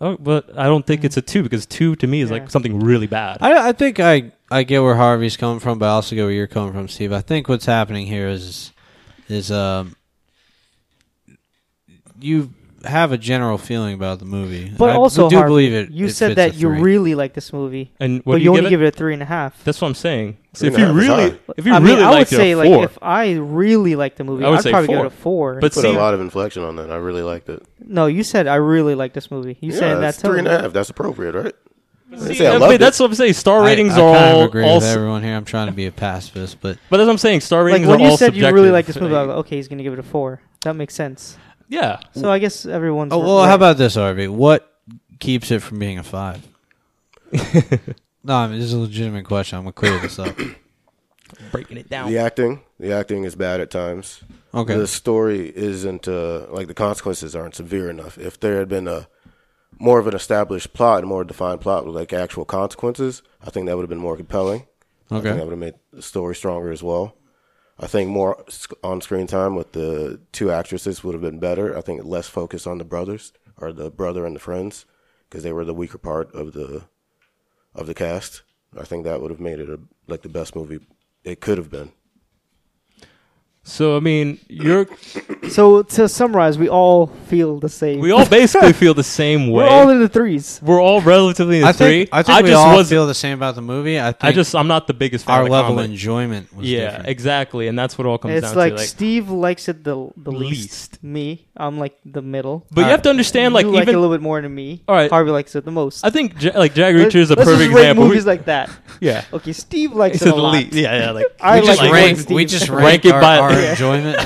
Oh, but I don't think it's a two because two to me is
Yeah.
like something really bad.
I, I think I I get where Harvey's coming from, but I also get where you're coming from, Steve. I think what's happening here is is um you have a general feeling about the movie.
But
I
also,
do
Harvey,
believe it.
You
it
said
fits
that
a
you
three.
really like this movie,
And what
but
do
you
you
only
give
give
it?
it a three and a half.
That's what I'm saying. So
Three
if
and a
you
half is
really,
high.
if you
I
really
mean, I would
liked it,
say
a
like
four.
if I really liked the movie,
I would
I'd
say
probably give
four.
it a four.
But
Put
see-
a lot of inflection on that. I really liked it.
no, you said I really like this movie. You
yeah,
said that
that's
too.
three and a half. That's appropriate, right? I didn't
See,
say I
that-
loved
wait,
it.
that's what I'm saying. Star
I-
ratings
I,
are
kind
all,
of agree
all
with
s-
everyone here. I'm trying to be a pacifist, but
but that's what I'm saying. Star
Like
ratings
when
are all
you said you
subjective.
really like this movie, I was like, okay, he's gonna give it a four. That makes sense.
yeah.
So I guess everyone's.
oh well. How about this, Harvey? What keeps it from being a
*laughs*
five? no, I mean, this is a legitimate question. I'm gonna clear this up.
breaking it down.
The acting, the acting is bad at times.
Okay.
The story isn't uh, like the consequences aren't severe enough. If there had been a more of an established plot and more defined plot with like actual consequences, I think that would have been more compelling. I
Okay.
think that would have made the story stronger as well. I think more sc- on-screen time with the two actresses would have been better. I think less focus on the brothers or the brother and the friends because they were the weaker part of the of the cast. I think that would have made it a, like the best movie it could have been.
So I mean, you're
So to summarize, we all feel the same.
we all
*laughs*
basically feel the same way.
we're all in the threes.
We're all relatively in the
I
three.
think I think we
just
all
was.
feel the same about the movie. I think
I just I'm not the biggest fan
our
of the
level of
comedy.
enjoyment was
yeah,
different.
exactly, and that's what it all comes
It's
down
like,
to. Like,
Steve likes it the the least.
Least.
Me, I'm like the middle. Uh,
but you have to understand, like
you
even
like it a little bit more than me.
All right.
Harvey likes it the most.
I think Ja- like Jag Reacher is a
Let's
perfect
just rate
example. We-
Movies like that.
yeah,
Okay,
*laughs*
Steve likes
It's
it a
the
lot.
least- Yeah, yeah. Like
*laughs*
we
I like
just
it more
rank, *laughs*
than
we
Steve.
just
Rank
rank,
it
our,
by-
our
*laughs* Yeah.
enjoyment.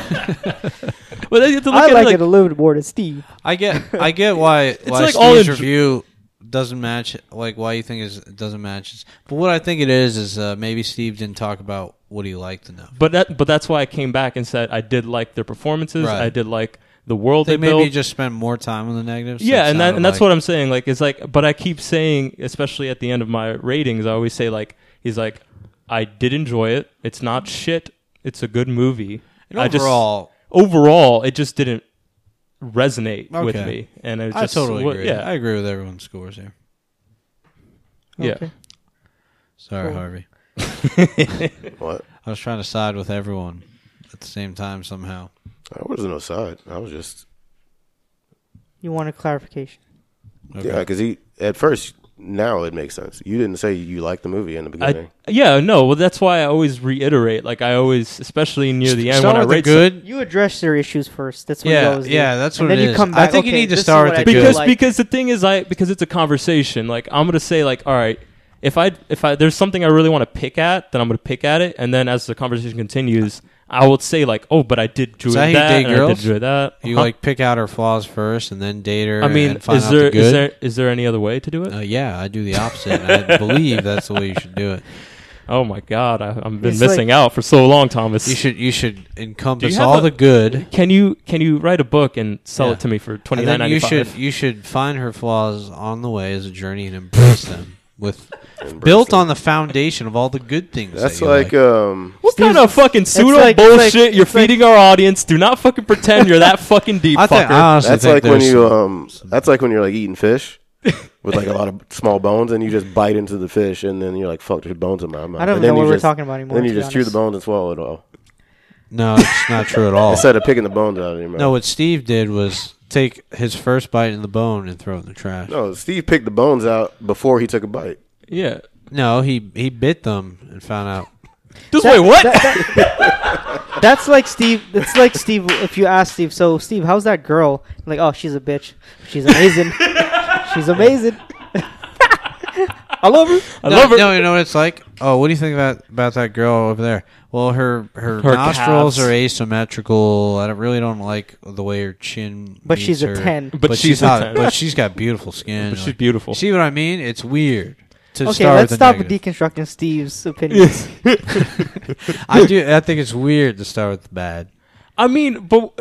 Well, then you have to look
I
at
like
it,
it a little bit more than Steve.
I get I get why why
like all
Steve's
in-
review doesn't match like why you think is doesn't match. his- But what I think it is is uh, maybe Steve didn't talk about what he liked enough.
But that but that's why I came back and said I did like their performances.
Right.
I did like the world
They
they,
maybe
built.
just spent more time on the negatives. so
yeah,
it
and that,
sounded
and that's
like-
what I'm saying. Like it's like, but I keep saying, especially at the end of my ratings, I always say like he's like, I did enjoy it. It's not shit. It's a good movie.
And
I just-
overall-
overall, it just didn't resonate with
Okay.
me, and it
I
just
totally
wa-
agree.
Yeah,
I agree with everyone's scores here.
yeah.
Okay.
Sorry,
Cool.
Harvey.
What?
I was trying to side with everyone at the same time somehow.
I wasn't no side. I was just
You want a clarification?
Okay.
yeah, because he at first now it makes sense. You didn't say you liked the movie in the beginning.
I, yeah, no. Well, that's why I always reiterate. Like I always, especially near the end,
Start
when I
with the
rate
good.
You address your issues first. That's what you
Yeah,
always do.
yeah, that's
And
what it
then you
is.
come
I
back,
think you
okay,
need to
this is
start
what
with
I
the
do
good.
because
like.
because the thing is I because it's a conversation like I'm gonna say like all right if I if I there's something I really want to pick at then I'm gonna pick at it and then as the conversation continues I will say like oh but I did enjoy
Is that how
that,
you date
and I did
girls?
enjoy that
You
Huh?
like pick out her flaws first, and then date her.
Uh-huh. I mean
and find
is
out
there
the good.
is there is there any other way to do it
Uh, yeah, I do the opposite. and I believe that's the way you should do it.
oh my god I, I've been
It's
missing
like-
out for so long Thomas
You should you should encompass
have
all
a-
the good.
can you can you write a book and sell
Yeah.
it to me for twenty
And
nine
then you
ninety
should
five
you should find her flaws on the way as a journey and embrace them with
Embrace
built
them.
on the foundation of all the good things.
That's
that you
like, um,
what kind of fucking
like-
pseudo
it's like-
bullshit you're feeding our audience? Do not fucking pretend you're
*laughs*
that fucking deep,
I think
fucker.
I
uh,
honestly
that's
think
like when
there's
you
some-
um, that's like when you're like eating fish with like a lot of small bones, and you just bite into the fish, and then you're like, "Fuck, there's bones in my mouth."
I don't
And
know
then
what
you
we're
just-
talking about anymore.
Then you
to be
just chew the
honest.
bones and swallow it all
no, it's not true at
*laughs*
all.
instead of picking the bones out of your mouth.
No, what Steve did was take his first bite in the bone and throw it in the trash. No,
No, Steve picked the bones out before he took a bite.
yeah.
he he bit them and found out.
Just wait, what?
That's like Steve. It's like Steve. If you ask Steve, so Steve, how's that girl? Like, oh, she's a bitch. She's
*laughs*
amazing. she's amazing. I love her.
I
no,
love her.
No, you know what it's like. Oh, what do you think about about that girl over there? Well, her her,
Her
nostrils
calves.
are asymmetrical. I don't, really don't like the way her chin.
But
meets
she's a
her-
10.
But she's a
hot.
10.
But she's got beautiful skin.
But she's
Like,
beautiful.
See what I mean? It's weird. To
Okay,
start
let's
with
stop
the negative.
deconstructing Steve's
*laughs*
opinions.
I do. I think it's weird to start with the bad.
I mean, but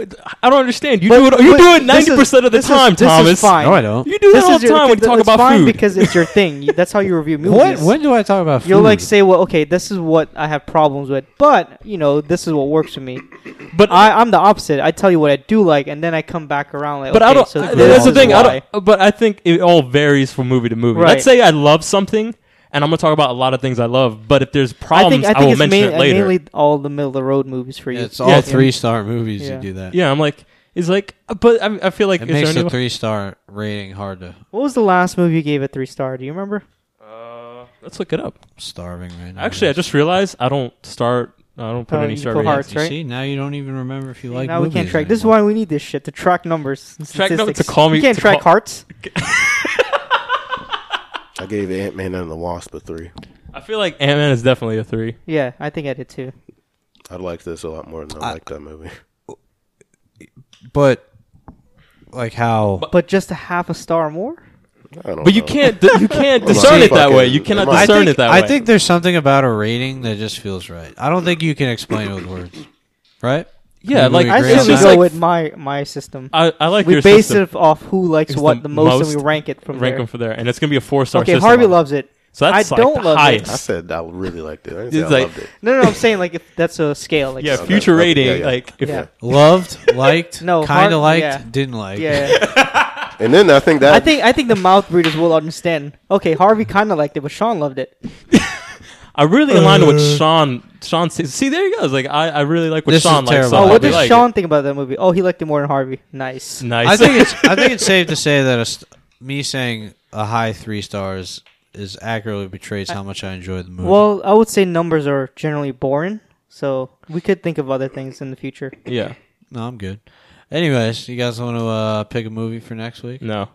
I don't understand. You
But-
do it. You
but
do it
this is-
ninety percent of the
this is-
time,
this is
Thomas.
fine.
No, I don't.
You do that all the time
okay,
when you
th-
talk
it's
about
fine
food.
because it's your thing. You- That's how you
*laughs*
review movies.
What? When do I talk about?
You'll
food?
like say, well, okay, this is what I have problems with, but you know, this is what works for me.
but I,
I, I'm the opposite. I tell you what I do like, and then I come back around. Like,
but I
okay,
don't.
So this
I- that's the
is
thing.
why.
I don't. But I think it all varies from movie to movie.
Right.
Let's say I love something, and I'm gonna talk about a lot of things I love. But if there's
I think
problems, I,
I think
will
it's
mention
main,
it later.
mainly all the middle of the road movies for you.
It's all
Yeah.
three star movies.
Yeah.
You do that.
yeah, I'm like, It's like, but I, I feel like
It
is there
makes a
anyone-
three star rating hard to
What was the last movie you gave a three star? Do you remember?
Uh, let's look it up.
starving right now.
Actually, I just realized I don't start. I don't put
Oh,
any
you
star
put
ratings.
hearts.
You
right?
see, now you don't even remember if you like.
now we can't
movies
track. This is
anymore.
why we need this shit to track numbers. and
Track numbers- to
statistics.
call me-
You can't
to
track
call-
hearts.
I gave Ant Man and the Wasp a three.
I feel like Ant Man is definitely a three.
Yeah, I think I did too.
I liked this a lot more than I, liked that movie.
But like how
But just a half a star more.
I don't
But you
know.
can't. You *laughs* can't
Well,
discern
see,
it that way.
fucking-
You cannot
I
I
discern
think,
it that way.
I think there's something about a rating that just feels right. I don't think you can explain it with words, right?
Yeah,
You
like
would
I
agree
it's
on
think we
just
that?
go
like-
with my my system.
I, I like
we
your
base
system.
it off who likes
It's
what
the
the, most, and
most
we rank it from
rank
there.
them for there, and it's gonna be a four star.
okay,
system
Harvey
on it.
loves it.
So that's
I
like
don't
the
love it.
highest.
I said I really liked it. I didn't
It's
say I
like-
loved it.
No, no, no, I'm saying like if that's a scale. Like
Yeah,
so.
Okay,
future
okay,
rating.
yeah, yeah.
Like if
Yeah. *laughs*
Loved, liked,
No,
kind
hard-
of liked,
yeah.
didn't like.
yeah. yeah.
And then I think that
I think I think the mouth breeders will understand. Okay, Harvey kind of liked it, but Sean loved it.
I really align with
Uh,
what Sean. Sean says. See, there he goes. Like I, I really like what
This is
Sean likes.
terrible.
so
Oh,
Oh,
I
what
they
really
does
like
Sean think about that movie? Oh, he liked it more than Harvey. Nice.
It. Nice.
I think it's I think it's safe to say that a st- me saying a high three stars is accurately betrays how much I enjoyed the movie.
Well, I would say numbers are generally boring, so we could think of other things in the future.
*laughs* yeah.
no, I'm good. Anyways, you guys want to uh, pick a movie for next week?
No.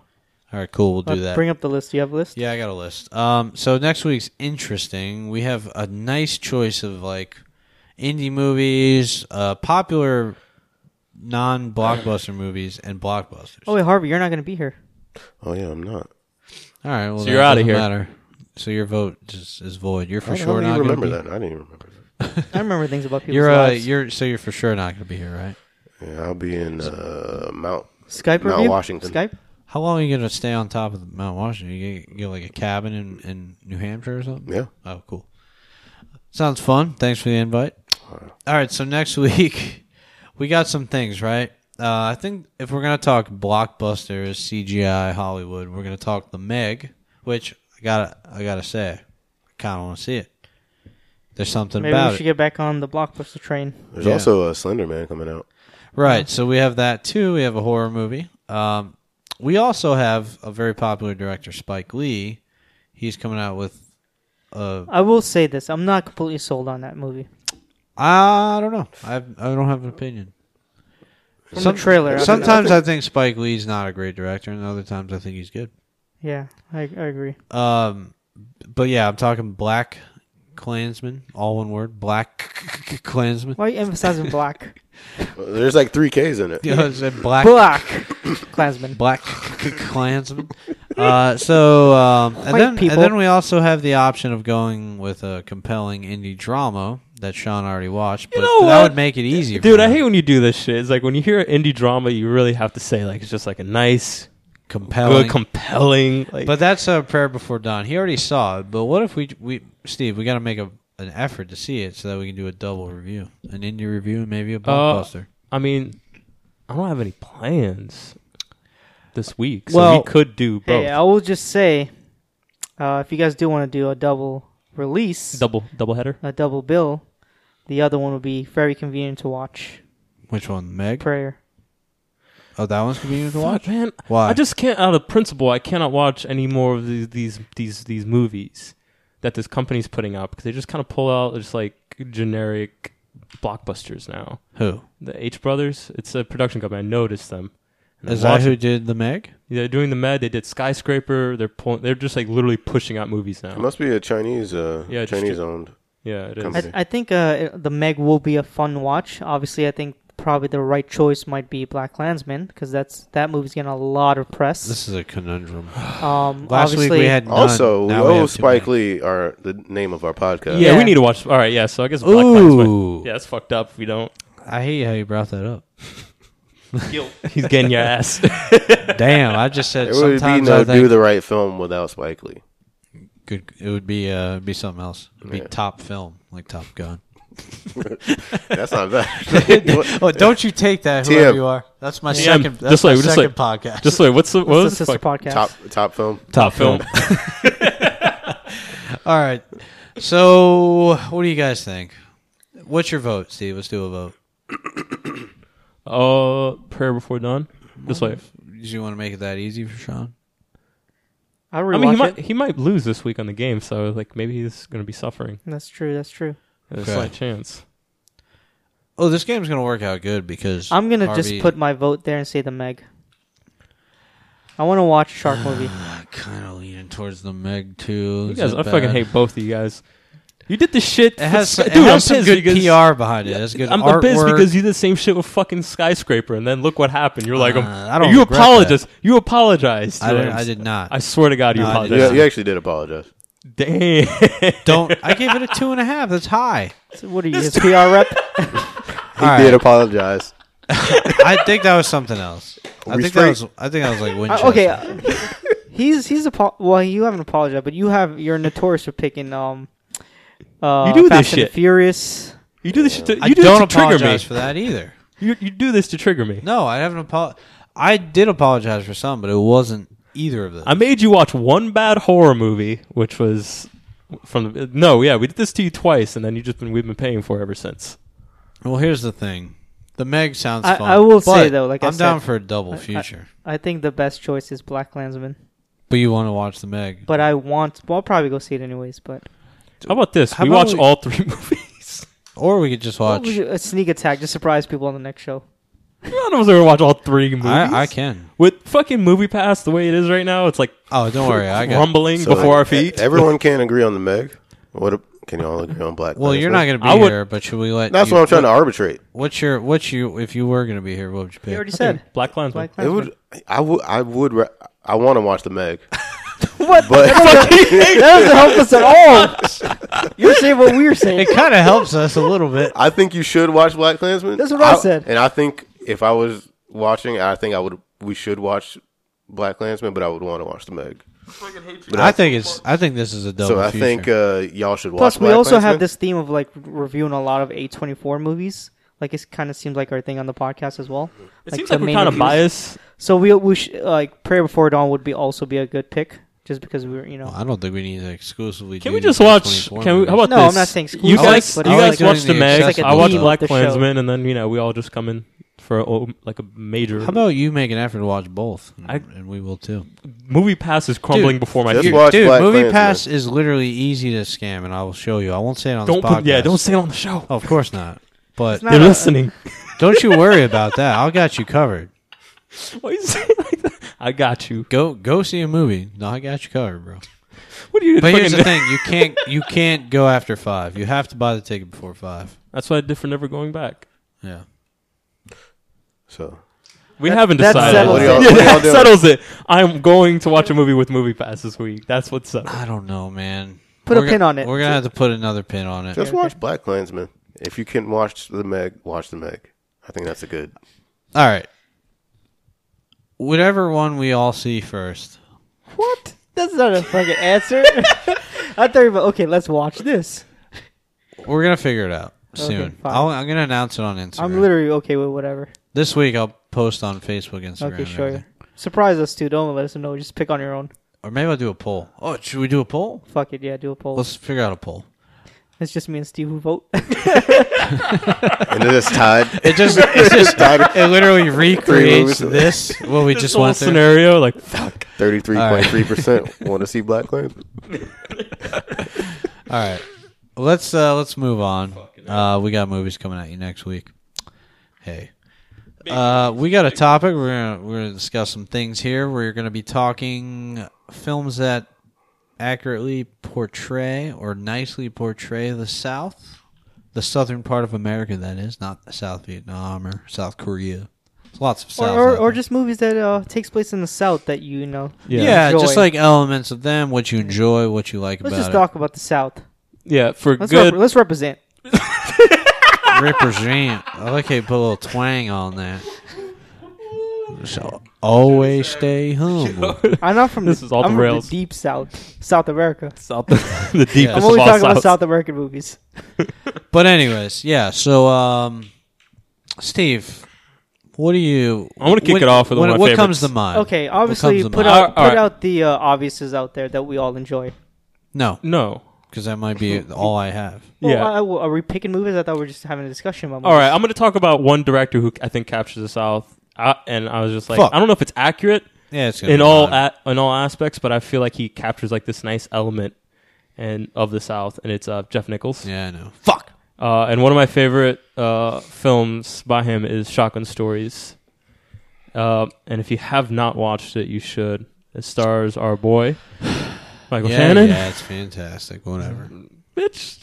All right, cool. We'll do
Uh,
that.
Bring up the list. Do you have a list?
Yeah, I got a list. Um, so next week's interesting. We have a nice choice of like indie movies, uh, popular non-blockbuster movies, and blockbusters.
Oh wait, Harvey, you're not going to be here.
Oh yeah, I'm not.
All right, well,
So
that
you're outta
doesn't
here.
Matter. So your vote just is void. You're for
I
sure
don't even
not going to
remember
be.
that. I didn't even remember.
I remember things about people's
You're uh,
lives.
you're so you're for sure not going to be here, right?
Yeah, I'll be in uh, Mount.
Skype
Mount
review.
Washington.
Skype.
How long are you going to stay on top of Mount Washington? You get, you get like a cabin in, in New Hampshire or something?
Yeah.
Oh, cool. Sounds fun. Thanks for the invite. All right, so next *laughs* week we got some things, right? Uh, I think if we're going to talk blockbusters, CGI, Hollywood, we're going to talk The Meg, which I got to I got to say, I kind of want to see it. There's something
Maybe
about
we
it.
should get back on the blockbuster train.
There's
Yeah.
also a Slender Man coming out.
Right. So we have that too. We have a horror movie. Um, we also have a very popular director, Spike Lee. He's coming out with. Uh,
I will say this: I'm not completely sold on that movie.
I don't know. I I don't have an opinion.
From the trailer, I don't know.
Sometimes I think Spike Lee's not a great director, and other times I think he's good.
Yeah, I, I agree.
Um, but yeah, I'm talking Black Klansman, all one word, Black Klansman.
Why are you emphasizing black?
There's like three Ks in
*laughs*
it.
You know, it's a black
black, Klansman.
Black Klansman. Uh, so um, and
White
then
people.
and then we also have the option of going with a compelling indie drama that Sean already watched, but
You know
that
what?
would make it easier.
Dude,
for
I
him.
hate when you do this shit. It's like when you hear indie drama, you really have to say like it's just like a nice,
compelling.
good, compelling. Like,
but that's a prayer before dawn. He already saw it, but what if we we Steve? We got to make a an effort to see it so that we can do a double review, an indie review, and
Uh,
maybe a blockbuster.
I mean, I don't have any plans this week, so
Well-
we could do both.
Hey, I will just say, uh, if you guys do want to do a double release,
double double header.
a double bill, the other one would be very convenient to watch.
Which one, Meg?
Prayer.
Oh, that one's convenient to watch.
Fuck, man.
Why?
I just can't. Out of principle, I cannot watch any more of these these these, these movies that this company's putting out because they just kind of pull out just like generic blockbusters now.
who
The H Brothers, it's a production company. I noticed them. And I
is that?
watched
Who did the Meg?
Yeah, They're doing the med. They did skyscraper. They're pulling. They're just like literally pushing out movies
It
now.
must be a Chinese. Uh,
Yeah, just-
Chinese owned.
Yeah, it
Come
is.
back.
I, I think uh, it- the Meg will be a fun watch. Obviously, I think probably the right choice might be Black Landsman because that's that movie's getting a lot of press.
This is a conundrum.
um,
Last
obviously,
week we had none.
Also, we
Now we
owe
have too
Spike
many.
Lee our the name of our podcast.
Yeah,
Yeah.
we need to watch. All right, yeah. So I guess Black Ooh.
Ooh,
Yeah, that's fucked up. If we don't,
I hate how you brought that
*laughs*
up.
*laughs* he's getting your *laughs* ass.
Damn, I just said
There would be
sometimes
no
I think
do the right film without Spike Lee.
good, it would be uh, it'd be something else. It'd be
Yeah.
top film like Top Gun.
That's
*laughs*
not bad. *laughs* What-
Oh, don't you take that
TM.
whoever you are. That's my
TM,
second. That's
just
my
like- just
second podcast.
just wait. What's the what
It's a
was the
sister
fuck?
podcast.
top top film.
top
film.
All right. So, what do you guys think? What's your vote, Steve? Let's do a vote.
*laughs* Uh, prayer before dawn. This way.
Did you want to make it that easy for Sean?
I'll
I
rewatch
mean, he
it.
might he might lose this week on the game, so like maybe he's going to be suffering.
That's true. That's true.
There's
Okay.
a slight chance.
Oh, this game's gonna work out good because
I'm gonna just
Harvey-
put my vote there and say the Meg. I want to watch shark movie.
I'm kind of leaning towards the Meg too.
You
Is
guys,
it
I fucking
bad?
hate both of you guys. You did the shit.
It has,
for-
it
*laughs* dude,
has
I'm
some
pissed
good
because
PR behind it. It has good
I'm
artwork.
pissed because you did the same shit with fucking skyscraper, and then look what happened. You're like,
Uh,
um,
I don't
you
regret
apologized. You apologized.
I, did,
James.
I did not.
I swear to God, you
No, I
apologized.
did
You, you actually did apologize.
Damn.
*laughs* *laughs* don't. I gave it a two and a half. That's high.
So what are you, his PR rep?
He
All
did
right.
apologize.
I think that was something else. I
we
think that was.
straight?
I think I was like
Uh,
Winchester.
okay, uh, *laughs* he's he's a well. You haven't apologized, but you have. You're notorious for picking um. Uh,
You do this
Fast and
shit.
the Furious.
You do this shit. To, you
I
do
don't
this to trigger me.
apologize for that either.
You, you do this to trigger me.
No, I haven't apologized. I did apologize for some, but it wasn't either of them.
I made you watch one bad horror movie, which was from the no, yeah, we did this to you twice, and then you just been we've been paying for it ever since.
well, here's the thing. The Meg sounds
I-
fun.
I will say,
but
though, like I
I'm down
said,
for a double
I- I-
future.
I think the best choice is Black Klansman,
but you want to watch the Meg?
but I want. Well, I'll probably go see it anyways. But
How about this?
How
we
about
watch
we-
all three *laughs* movies.
Or we could just watch.
Well, we- a sneak attack just surprise people on the next show.
None of us are gonna watch all three movies.
I, I can.
With fucking movie pass the way it is right now, it's like
Oh, don't worry. I got.
rumbling
So,
before
like,
our feet.
e- Everyone can't agree on the Meg. What a, can you all agree on Black?
Well, you're
Klansman?
not going to be
I would-
here, but should we let?
That's
you-
what I'm trying to arbitrate.
What's your? What's you? If you were going to be here, what would you pick?
You already said
*laughs* Black Lions.
Black
It
Klansman.
would. I would. I would. ra- I want to watch the Meg, *laughs*
What? *laughs*
but
that doesn't help us at all. You're saying what we were saying.
*laughs* It
*laughs*
kind of helps us a little bit.
I think you should watch Black Klansman.
That's what I said.
And I think if I was watching, I think I would. We should watch Black Klansman, but I would want to watch the Meg. *laughs* But
I think it's. I think this is a double.
so. I
feature.
think uh, y'all should watch.
Plus, we
Black
also have
Klansman.
this theme of like reviewing a lot of A24 movies. Like it kind of seems like our thing on the podcast as well.
It seems
the
like we're
main
kind of
reviews.
biased.
So we we sh- like Prayer Before Dawn would be also be a good pick just because we were you
uh,
know
I don't think we need to exclusively.
Can
do
we just
the
watch?
24
Can we? How
movies.
about
No,
this?
I'm not saying
you
exclusive,
guys.
but
you
it's
guys
like-
watch the
It's
Meg.
like a
I watch
theme of
Black
the show.
Klansman, and then you know we all just come in for a, oh, like a major.
How about you make an effort to watch both, and,
I-
and we will too.
movie pass is crumbling
Dude,
before my
just
feet.
watch
Dude,
Black
Movie
Klansman.
Pass is literally easy to scam, and I will show you. I won't say it on
Don't
this podcast.
put, yeah, don't say it on the show.
Oh, of course not. But
It's not
They're
a-
listening. *laughs*
don't you
*laughs*
worry about that. I'll got you covered.
Why you say it like that? I got you.
Go go see a movie. No, I got you covered, bro.
What are you?
But here's
fucking-
the thing: you can't you can't go after five. You have to buy the ticket before five.
That's what I did for never going back.
Yeah.
So
We haven't
that
decided.
settles
it. What are y'all-
*laughs* Yeah,
what are y'all
that
doing?
settles it. I'm going to watch a movie with Movie Pass this week. That's what's up.
I don't know, man.
Put a
We're
pin
go-
on it.
We're gonna have to put another pin on it.
just watch Black Klansman. If you can watch the Meg, watch the Meg. I think that's a good.
All right. Whatever one we all see first.
what? That's not a fucking answer. *laughs* I thought you were okay. Let's watch this.
We're gonna figure it out soon.
fine.
I'll, I'm gonna announce it on Instagram.
I'm literally okay with whatever.
this week. I'll post on Facebook, Instagram,
Okay,
and
sure.
everything.
Surprise us too. Don't let us know. Just pick on your own.
or maybe I'll do a poll. Oh, should we do a poll?
Fuck it. Yeah, do a poll.
Let's figure out a
*laughs*
poll.
it's just me and Steve who vote. *laughs*
And it is tied.
It just, it's just,
tied
it
*laughs*
literally recreates
movies.
this what we
This
just
whole
went through.
scenario, like fuck.
thirty-three point three percent want to see Black Klansman.
All right, let's uh, let's move on. Uh, we got movies coming at you next week. Hey, uh, we got a topic. We're gonna we're gonna discuss some things here. We're gonna be talking films that accurately portray or nicely portray the South, the southern part of America. That is not South Vietnam or South Korea. There's lots of
or,
South.
or,
out
or
there.
just movies that uh, takes place in the South that you know.
Yeah.
yeah,
enjoy.
just like elements of them, what you enjoy, what you like
Let's
about
just
it.
talk about the South.
Yeah, for
Let's
good.
rep- let's represent.
represent. I like how you put a little twang on that. So always stay humble.
I'm not from
This
the,
is off the
I'm
rails.
From the deep South, South America.
South, *laughs* the deepest
Yeah.
I'm
This
only
of all
talking
Souths.
about South American movies.
But anyways, yeah. So um, Steve, what do you?
I wanna kick
what-
it off with
what,
one of my
what comes
favorites.
to mind?
Okay,
What
obviously
comes to
put
mind?
out
All right.
put out the uh, obviouses out there that we all enjoy.
No,
No,
because that might be all I have.
Well,
Yeah.
I- I- are we picking movies? I thought we were just having a discussion about. Movies.
All right, I'm going to talk about one director who I think captures the South, I, and I was just like,
Fuck.
I don't know if it's accurate
Yeah, it's gonna
in
be
all
fine.
a, in all aspects, but I feel like he captures like this nice element and of the South, and it's uh, Jeff Nichols.
yeah, I know.
Fuck. Uh, and one of my favorite uh, films by him is Shotgun Stories. Uh, and if you have not watched it, you should. It stars
*sighs*
our boy Michael
yeah,
Shannon.
yeah, it's fantastic. Whatever.
*laughs* Bitch,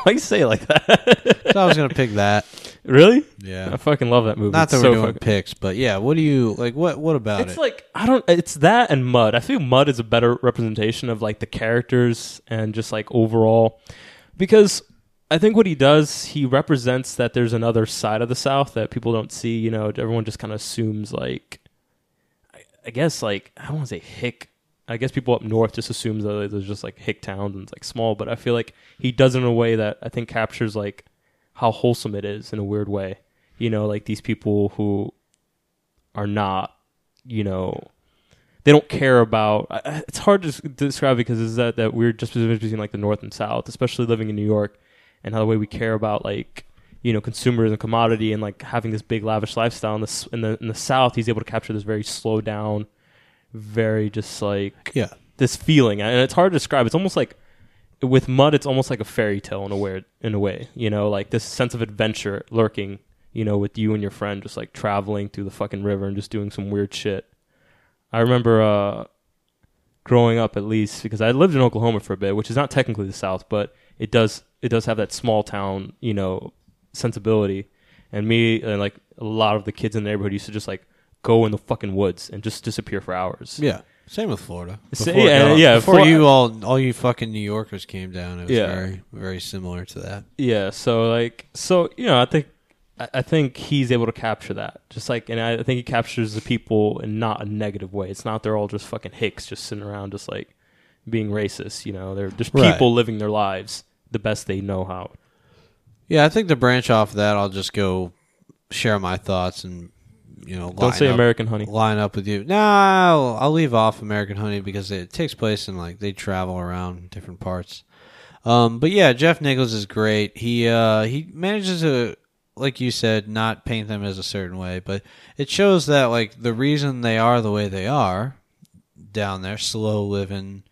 *laughs* why you say it like that? *laughs*
so I was gonna pick that.
really? I
Yeah.
fucking love that movie.
Not
*laughs* It's
that we're
so
doing
fucking-
picks, but yeah. What do you like? What What about
it's
it?
like I don't. It's that and Mud. I feel Mud is a better representation of like the characters and just like overall, because I think what he does, he represents that there's another side of the South that people don't see. You know, everyone just kind of assumes like, I, I guess like I don't want to say hick. I guess people up north just assumes that like, there's just like hick towns and it's like small, but I feel like he does it in a way that I think captures like how wholesome it is in a weird way. You know, like these people who are not you know they don't care about I- I- it's hard to s- describe because it's that that weird just between like the north and south especially living in new york and how the way we care about like you know consumers and commodity and like having this big lavish lifestyle in the s- in the, in the south he's able to capture this very slow down very just like
yeah.
this feeling and it's hard to describe it's almost like with mud it's almost like a fairy tale in a way in a way you know like this sense of adventure lurking you know with you and your friend just like traveling through the fucking river and just doing some weird shit i remember uh growing up at least because i lived in oklahoma for a bit which is not technically the south but it does it does have that small town you know sensibility and me and like a lot of the kids in the neighborhood used to just like go in the fucking woods and just disappear for hours
Yeah. Same with Florida.
Sa- yeah,
no,
yeah,
Before
Flor-
you all, all you fucking New Yorkers came down, it was
Yeah.
very, very similar to that.
Yeah. So like, so you know, I think, I I think he's able to capture that. Just like, and I I think he captures the people in not a negative way. It's not they're all just fucking hicks just sitting around just like being racist. You know, they're just
Right.
people living their lives the best they know how.
Yeah, I think to branch off that, I'll just go share my thoughts and you know
Don't
line
say
up-
American Honey.
Line up with you. No, I'll, I'll leave off American Honey because it takes place in like they travel around different parts. Um, but yeah, Jeff Nichols is great. He uh, he manages to, like you said, not paint them as a certain way, but it shows that like the reason they are the way they are down there, slow living,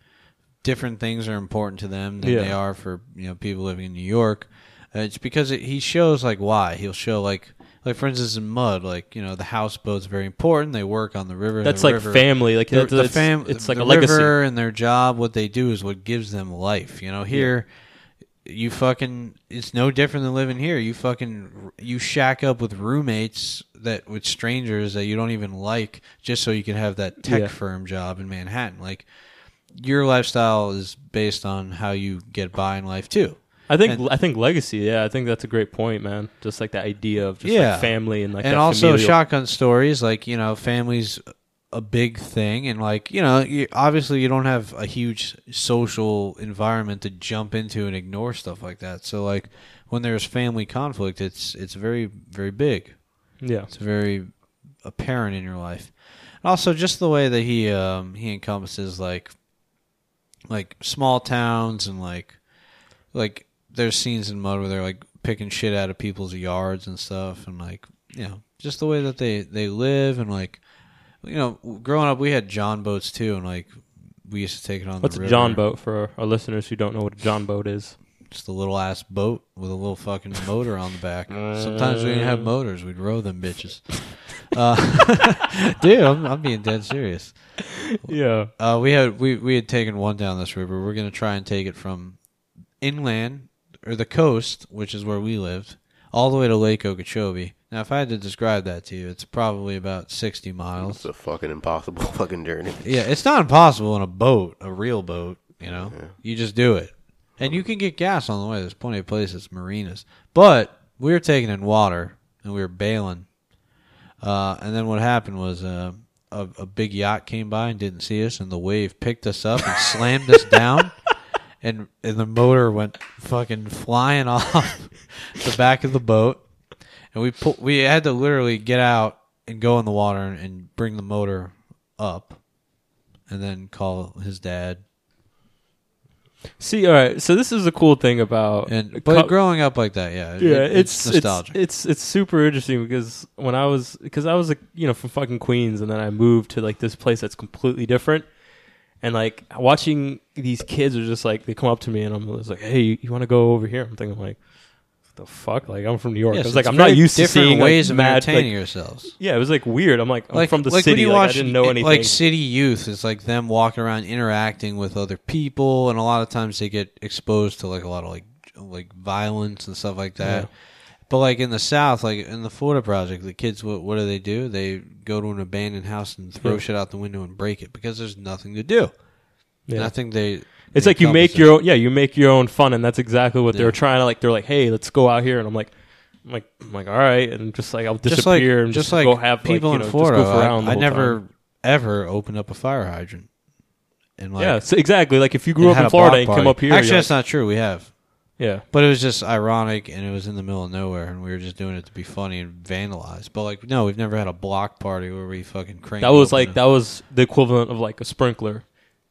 different things are important to them than
Yeah.
they are for you know people living in New York. Uh, it's because it, he shows like why he'll show like like for instance in mud like you know the houseboat's very important they work on the river
That's
the
like
river-
family. Like
the,
that's,
the
it's,
fam
it's like
the
a legacy.
river and their job what they do is what gives them life you know here you fucking it's no different than living here you fucking you shack up with roommates that with strangers that you don't even like just so you can have that tech
Yeah.
firm job in manhattan like your lifestyle is based on how you get by in life too
I think
and-
I think legacy. Yeah, I think that's a great point, man. Just like the idea of just
Yeah.
like family and like
and
that
also
familial-
shotgun stories like you know families a big thing and like you know you, obviously you don't have a huge social environment to jump into and ignore stuff like that so like when there's family conflict it's it's very very big
Yeah.
it's very apparent in your life and also just the way that he um he encompasses like like small towns and like like there's scenes in mud where they're like picking shit out of people's yards and stuff and like you know just the way that they they live and like you know growing up we had john boats too and like we used to take it on
What's
the
a
river.
John boat for our listeners who don't know what a John boat is?
just a little ass boat with a little fucking motor on the back sometimes we didn't have motors we'd row them bitches uh, *laughs* dude I'm, I'm being dead serious
Yeah.
uh, we had we, we had taken one down this river. We're gonna try and take it from inland or the coast, which is where we lived, all the way to Lake Okeechobee. Now, if I had to describe that to you, it's probably about sixty
It's
miles.
a fucking impossible *laughs* fucking journey.
Yeah, it's not impossible in a boat, a real boat. You know, you just do it, and you can get gas on the way. There's plenty of places, marinas, but we were taking in water and we were bailing. Uh, and then what happened was uh, a, a big yacht came by and didn't see us, and the wave picked us up and slammed us down, and and the motor went fucking flying *laughs* off the back of the boat, and we pull, we had to literally get out and go in the water and, and bring the motor up, and then call his dad.
See, all right. So this is the cool thing about
And but
co-
growing up like that, yeah, it-
yeah,
it-
it's it's,
nostalgic.
It's, it's super interesting because when I was because I was like you know from fucking Queens and then I moved to like this place that's completely different, and like watching these kids are just like they come up to me and I'm just like, hey, you, want to go over here? I'm thinking like, what the fuck? Like I'm from New York.
Yes,
I was like,
it's
I'm not
very
used to
different
seeing like,
ways of
mad,
entertaining
like-
yourselves.
yeah, it was like weird. I'm like I'm
like
from the
like
city.
When you
like,
watch
I didn't know
it-
anything.
Like city youth, it's like them walking around interacting with other people, and a lot of times they get exposed to like a lot of like like violence and stuff like that.
Yeah.
But like in the South, like in the Florida Project, the kids, what, what do they do? They go to an abandoned house and throw
Yeah.
shit out the window and break it because there's nothing to do.
Yeah.
Nothing they.
It's
they
like you make
accomplish.
your own, yeah, you make your own fun, and that's exactly what
Yeah.
they're trying to like. They're like, hey, let's go out here, and I'm like, I'm like, I'm like, all right, and just like I'll
just like
disappear and
just like
go have like,
people
you know,
in
just
Florida.
goof around
I,
the
I
whole
never
time.
ever opened up a fire hydrant. And like,
yeah,
and
so exactly. Like if you grew up
had
in
a
Florida
block
and come
party.
up here,
Actually,
you're
that's not true. We have,
like-
but it was just ironic, and it was in the middle of nowhere, and we were just doing it to be funny and vandalized. But like, no, we've never had a block party where we fucking
yeah,
cranked.
that was
open
like
a-
that was the equivalent of like a sprinkler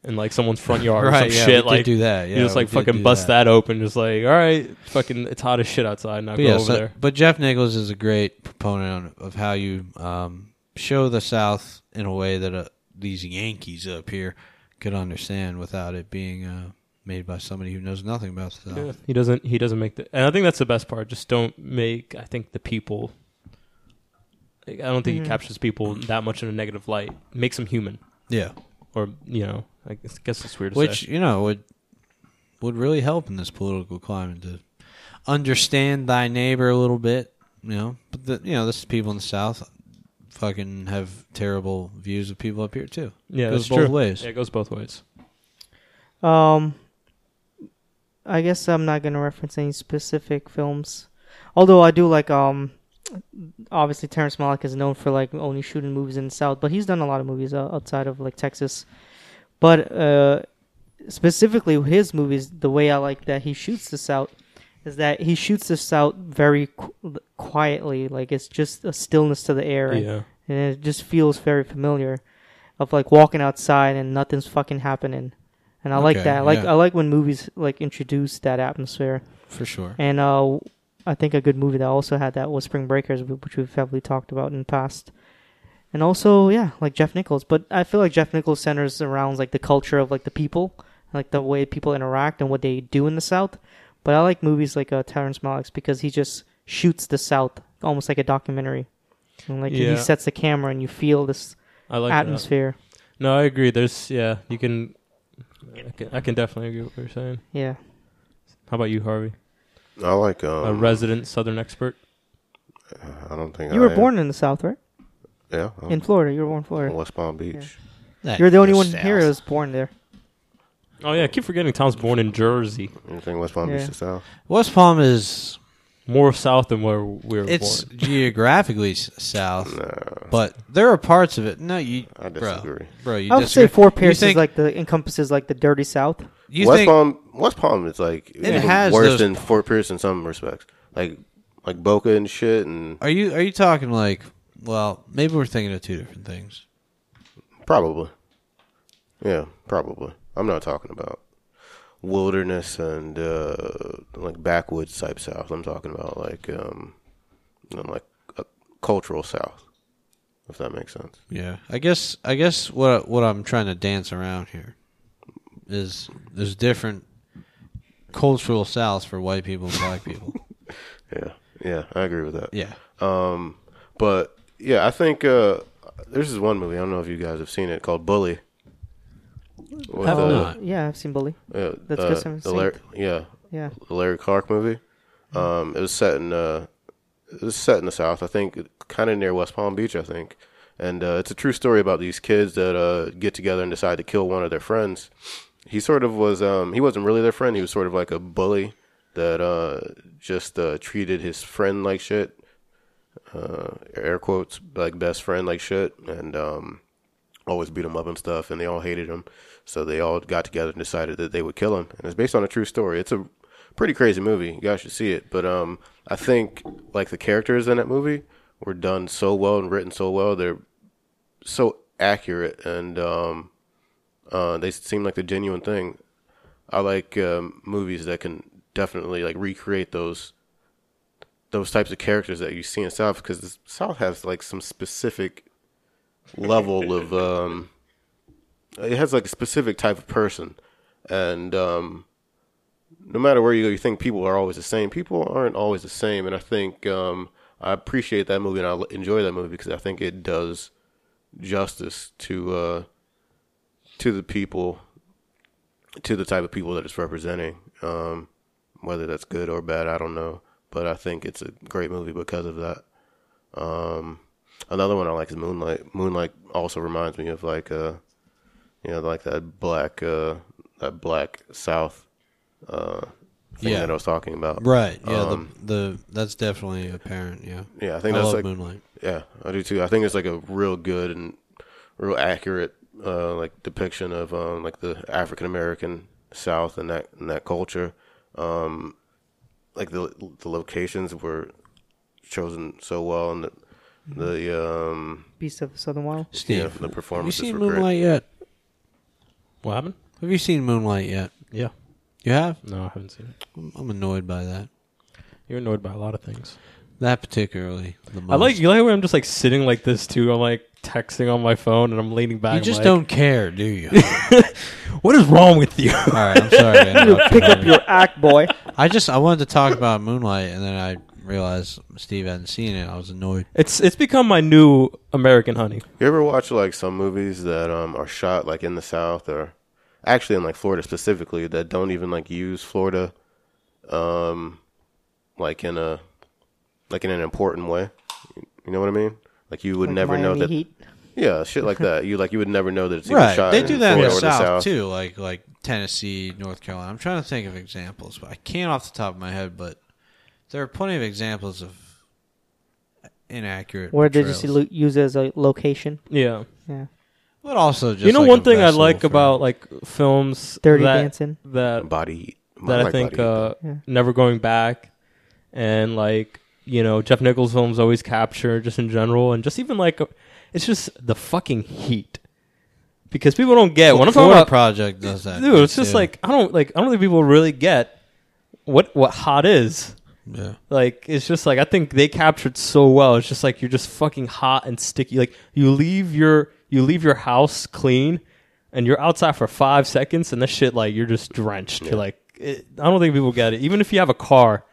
in like someone's front yard or
Right,
some
yeah, we
shit.
did
like
do that, yeah,
you just
we
like
did
fucking
do
bust
that.
that. open, just like all right, fucking it's hot as shit outside, now
But
go
yeah,
over
so-
there.
but Jeff Nichols is a great proponent on- of how you um, show the South in a way that uh, these Yankees up here could understand without it being uh, made by somebody who knows nothing about the South.
Yeah, Uh, he doesn't. He doesn't make the. And I think that's the best part. Just don't make. I think the people. like, I don't think
Mm-hmm.
he captures people that much in a negative light. Makes them human,
yeah.
or you know, I guess, guess it's weird. To
which
say.
you know would would really help in this political climate to understand thy neighbor a little bit you know but the, you know this is people in the south fucking have terrible views of people up here too
yeah,
goes
that's
both
true.
ways
Yeah, it goes both ways.
Um, I guess I'm not gonna reference any specific films, although I do like um. Obviously, Terrence Malick is known for like only shooting movies in the South, but he's done a lot of movies uh, outside of like Texas. But uh, specifically, his movies, the way I like that he shoots the South is that he shoots the South very qu- quietly, like it's just a stillness to the air. and-
Yeah,
and it just feels very familiar of like walking outside and nothing's fucking happening and i like
Okay,
that I like
yeah.
i like when movies like introduce that atmosphere
for sure
and uh i think a good movie that also had that was spring breakers wh- which we've heavily talked about in the past and also yeah like jeff nichols but i feel like jeff nichols centers around like the culture of like the people like the way people interact and what they do in the south but i like movies like uh, terrence malick's because he just shoots the south almost like a documentary and like
Yeah.
he sets the camera and you feel this
I like uh, that.
atmosphere.
No, I agree. There's yeah, you can. I can, I can definitely agree with what you're saying.
Yeah.
How about you, Harvey?
I like um,
A resident Southern expert.
I don't think
You
I
were
am.
born in the South, right?
yeah I'm
In Florida. You were born in Florida.
West Palm Beach.
You're the only
That
one
South.
here who was born there.
Oh yeah, I keep forgetting Tom's born in Jersey,
You think West Palm
Yeah.
Beach is south?
west palm is
more south than where we were
it's
born.
geographically s- south
No,
but there are parts of it no you
I
bro,
disagree.
bro you
I would say
disagree.
Fort
You
Pierce
think-
is like the encompasses like the dirty South.
you
West
think
Palm, West Palm is like even
has
worse
those-
than Fort Pierce in some respects, like like Boca and shit, and
are you are you talking like well maybe we're thinking of two different things
probably, yeah, probably. I'm not talking about wilderness and uh, like backwoods type South. I'm talking about like um, you know, like a cultural South, if that makes sense.
Yeah, I guess I guess what what I'm trying to dance around here is there's different cultural souths for white people and black
*laughs*
people.
Yeah, yeah, I agree with that.
yeah,
Um, but yeah, I think uh, this is one movie. I don't know if you guys have seen it called Bully. With,
Have
uh,
not.
Yeah, I've seen Bully.
Yeah,
That's
uh,
good, Simon
the
Saint.
Larry, yeah,
Yeah.
the Larry Clark movie. Um, it was set in uh, it was set in the South, I think, kind of near West Palm Beach, I think. And uh, it's a true story about these kids that uh, get together and decide to kill one of their friends. He sort of was um, he wasn't really their friend. He was sort of like a bully that uh, just uh, treated his friend like shit. Uh, air quotes like best friend like shit, and um, always beat him up and stuff, and they all hated him. So they all got together and decided that they would kill him. And it's based on a true story. It's a pretty crazy movie. You guys should see it. But um, I think like the characters in that movie were done so well and written so well. They're so accurate, and um, uh, they seem like the genuine thing. I like um, movies that can definitely like recreate those those types of characters that you see in South because South has like some specific level of um, it has like a specific type of person, and um, no matter where you go, you think people are always the same. People aren't always the same, and I think um, I appreciate that movie and I l- enjoy that movie because I think it does justice to uh, to the people, to the type of people that it's representing. Um, whether that's good or bad, I don't know, but I think it's a great movie because of that. Um, another one I like is Moonlight. Moonlight also reminds me of like uh, you know, like that black uh, that black South uh, thing
Yeah.
that I was talking about.
Right. Yeah.
Um,
the the that's definitely apparent. Yeah.
Yeah, I
I,
think that's
love
like
Moonlight.
yeah, I do too. I think it's like a real good and real accurate uh, like depiction of um, like the African American South and that and that culture. Um, like the the locations were chosen so well, and the, the um,
Beast of the Southern Wild.
Steve,
yeah, the
have you
performances
seen
were
Moonlight
great.
yet?
What happened?
Have you seen Moonlight yet?
Yeah.
You have?
No, I haven't seen it.
I'm I'm annoyed by that.
You're annoyed by a lot of things.
That particularly. The most.
I like you like where I'm just like sitting like this too. I'm like texting on my phone and I'm leaning back.
You just
like,
don't care, do
*laughs*
you?
What is wrong with you? *laughs*
All right, I'm sorry. to interrupt you,
Pick up
Ryan.
your act, boy.
I just I wanted to talk about Moonlight, and then I realized Steve hadn't seen it. I was annoyed.
It's it's become my new American honey.
You ever watch like some movies that um, are shot like in the South or actually in like Florida specifically that don't even like use Florida, um, like in a like in an important way. You know what I mean? Like you would
Like
never know
Miami
that.
Heat.
Yeah, shit like that. You like you would never know that it's even
Right,
shot.
they do that in
Florida
the
or
South, too, like like Tennessee, North Carolina. I'm trying to think of examples, but I can't off the top of my head. But there are plenty of examples of inaccurate.
Where they just
portrayals.
lo- use it as a location.
Yeah.
Yeah.
But also, just
you know
like
one
a
thing I
vessel
like
for-
about like films
Dirty
that,
Dancing.
that
Body heat.
that I
like
think
Body Heat,
uh,
Yeah.
never going back, and like you know Jeff Nichols films always capture just in general, and just even like uh, it's just the fucking heat because people don't get when I'm talking
Florida
about
project does that,
dude. It's
too.
just like I don't like I don't think people really get what what hot is.
yeah.
Like it's just like I think they captured so well. It's just like you're just fucking hot and sticky. Like you leave your you leave your house clean, and you're outside for five seconds, and this shit like you're just drenched. You're like it, I don't think people get it. Even if you have a car,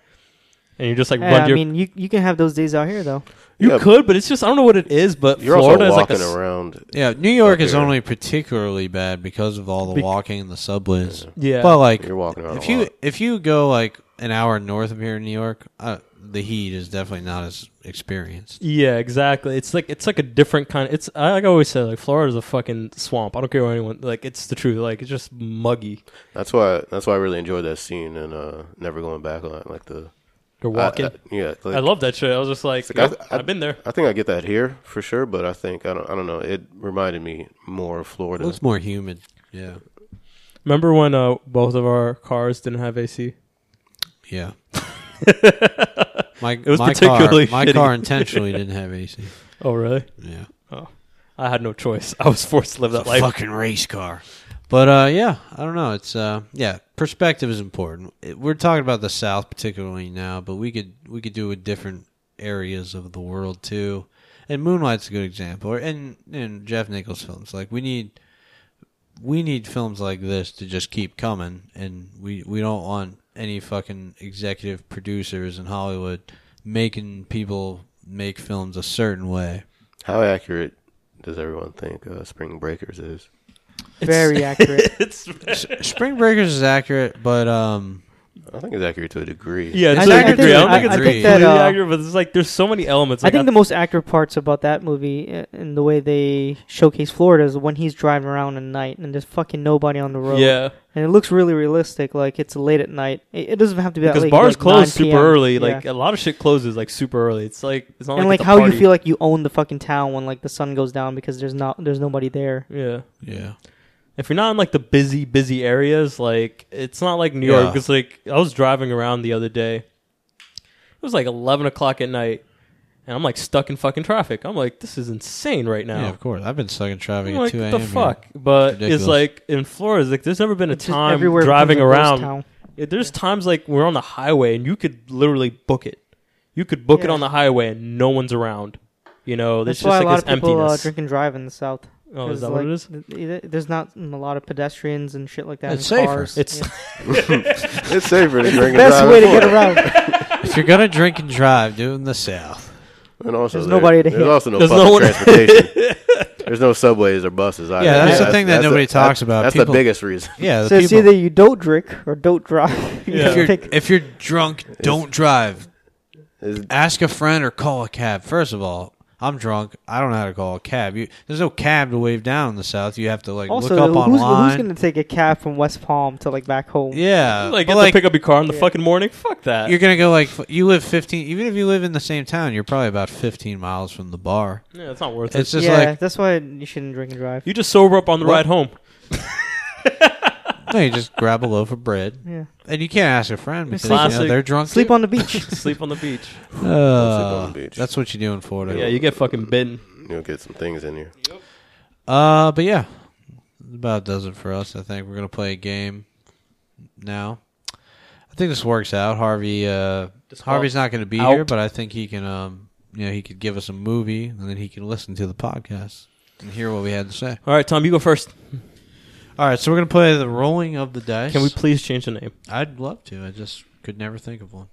and you just like
Hey,
run
I
your
mean, you you can have those days out here though.
you
Yeah,
could, but it's just I don't know what it is. But
You're
Florida
also
is like a
walking
s-
around.
Yeah, New York
Up
is
there.
only particularly bad because of all the
Bec-
walking and the subways.
Yeah.
but like
You're walking around.
if
a
you
lot.
if you go like an hour north of here in New York, uh, the heat is definitely not as experienced.
yeah, exactly. It's like it's like a different kind. It's I, like I always say, like Florida's a fucking swamp. I don't care what anyone like. It's the truth. Like it's just muggy.
that's why that's why I really enjoyed that scene and uh, never going back on that. Like the
You're
Uh,
I-
walking.
I- yeah, like,
I love that shit. I was just like,
It's like, I-
"Yep,
I-
I've been there.
I think I get that here for sure, but I think I don't. I don't know. It reminded me more of Florida.
It looks more humid. Yeah,
Remember when uh, both of our cars didn't have AC?
yeah. my
It was
my
particularly
car, my
shitty.
car intentionally didn't have AC.
Oh, really?
Yeah,
I had no choice. I was forced to live that
It's a
life.
fucking race car. But uh, yeah, I don't know. It's uh, yeah, perspective is important. It- We're talking about the South particularly now, but we could we could do it with different areas of the world too. And Moonlight's a good example, or and and Jeff Nichols films. Like we need we need films like this to just keep coming, and we we don't want any fucking executive producers in Hollywood making people make films a certain way.
How accurate does everyone think uh, Spring Breakers is?
*laughs*
Very accurate.
It's
S- Spring Breakers is accurate, but um.
I think it's accurate to a degree.
yeah,
I
it's like
think-
agree. I don't
I
think it's
agree.
completely
I think that, uh,
accurate, but it's like there's so many elements.
I
Like,
think the most accurate parts about that movie uh, and the way they showcase Florida is when he's driving around at night and there's fucking nobody on the road.
yeah,
and it looks really realistic. Like it's late at night. It, it doesn't have to be that
because
late,
bars
like,
close
9
super
PM.
early.
Yeah.
Like a lot of shit closes like super early. It's like it's not
and like
like, it's a
how
party.
you feel like you own the fucking town when like the sun goes down because there's not there's nobody there.
Yeah,
Yeah.
if you're not in like the busy busy areas, like it's not like New York.
Yeah.
Because like I was driving around the other day, it was like eleven o'clock at night, and I'm like stuck in fucking traffic. I'm like, this is insane right now.
Yeah, of course. I've been stuck in traffic
I'm
at
like,
2
what
a.m.
the
here.
fuck? But
Ridiculous.
it's like in Florida, it's like there's never been a
It's just
time
everywhere
driving
becomes a ghost
around.
town.
Yeah, there's times like we're on the highway and you could literally book it. You could book it
Yeah.
on the highway and no one's around. You know, there's
That's why
just
a
like
lot
this
of people uh,
emptiness.
drink and drive in the south.
oh,
'Cause,
is that
like,
what it is?
th- th- There's not mm, a lot of pedestrians and shit like that.
It's
and
safer.
Cars. *laughs*
It's
Yeah.
*laughs* It's safer to drink and
best
drive
way to
in
get
Florida.
*laughs*
around.
If you're gonna drink and drive, do it in the south.
And also,
There's nobody to
There's
hit.
also no
There's
public
no one-
transportation. there's no subways or buses. Either.
Yeah, that's
the
thing that
that's
nobody talks about.
That's
People-
the biggest reason. *laughs*
Yeah, the
so it's
people-
either you don't drink or don't drive. *laughs* You
Yeah.
if
gotta
you're
pick.
if you're drunk, don't drive.
Is-
Ask a friend or call a cab. First of all, I'm drunk. I don't know how to call a cab. You, there's no cab to wave down in the south. You have to like
also,
look up
who's,
online.
who's gonna take a cab from West Palm to like back home?
yeah,
like,
but,
you have
like
to pick up your car in the
Yeah.
fucking morning. Fuck that.
you're gonna go like f- you live 15. Even if you live in the same town, you're probably about 15 miles from the bar.
yeah, it's not worth it.
It's just
yeah,
like
that's why you shouldn't drink and drive.
You just sober up on the
What?
ride home.
no, you just grab a loaf of bread,
Yeah,
and you can't ask a friend because you know,
Classic.
they're drunk.
sleep on the
*laughs*
beach.
*laughs* Sleep on the beach.
Uh,
the beach.
That's what you do in Florida.
Yeah, you get fucking bitten.
You'll get some things in here.
Uh, but yeah, that about does it for us. I think we're gonna play a game now. I think this works out. Harvey, uh,
Just call
Harvey's not gonna be
out.
here, but I think he can, um, you know, he could give us a movie and then he can listen to the podcast and hear what we had to say.
All right, Tom, you go first.
All right, so we're gonna play the rolling of the dice.
Can we please change the name?
I'd love to. I just could never think of one.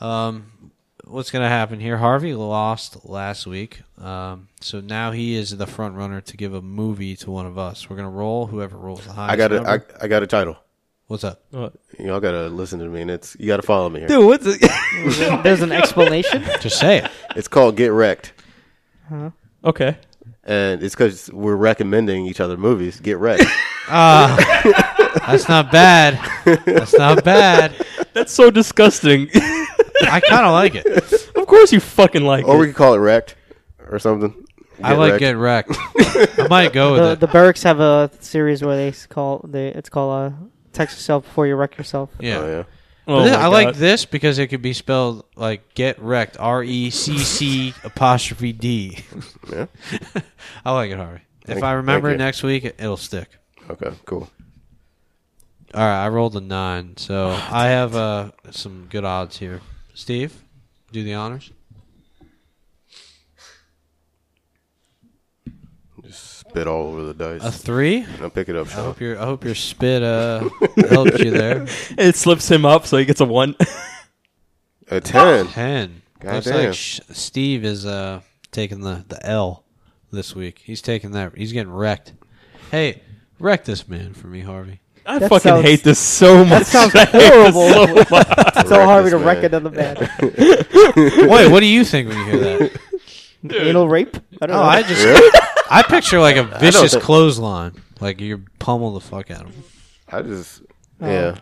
Um, what's going to happen here? Harvey lost last week, um, so now he is the front runner to give a movie to one of us. We're going to roll whoever rolls the highest.
I got a,
number.
I, I got a title.
what's up?
Y'all gotta listen to me, and it's you gotta follow me here.
Dude, what's it?
There's an explanation.
Just say it.
It's called Get Wrecked,
*laughs* okay.
and it's because we're recommending each other movies. Get Wrecked.
Uh, *laughs* That's not bad. That's not bad.
That's so disgusting.
I kind of like it.
*laughs* of course you fucking like
or we
it.
could call it Wrecked or something.
I like
Wrecked.
get wrecked. I
*laughs*
might
Oh,
go with
the,
it.
the barracks have a series where they s- call they it's called uh, text yourself before you wreck yourself.
yeah.
Oh, yeah.
Oh
But thi-
my
I like
God.
this because it could be spelled like get wrecked. R E C C apostrophe D.
Yeah.
I like it, Harvey. if
Thank-
I remember
thank you.
next week, it- it'll stick.
Okay. Cool.
All right, I rolled a nine, so I have uh, some good odds here. Steve, do the honors.
Just spit all over the dice.
A three.
Now pick it up,
I
Sean.
hope your I hope your spit
*laughs*
uh helped you there.
It slips him up, so he gets a one.
*laughs*
A ten.
Ten.
God
Looks
damn.
like sh- Steve is uh taking the the L this week. He's taking that. He's getting wrecked. Hey, wreck this man for me,
*laughs*
Harvey.
I
That
*laughs* fucking
sounds- *laughs*
hate this so much.
sounds
*laughs* I hate this
horrible.
so much.
Tell Harvey
this
to wreck
man.
another
*laughs*
man.
Wait, what do you think when you hear that?
*laughs*
Anal rape? I don't
Oh,
know.
I just I picture like a vicious
think-
clothesline. Like you pummel the fuck out of him.
I just yeah.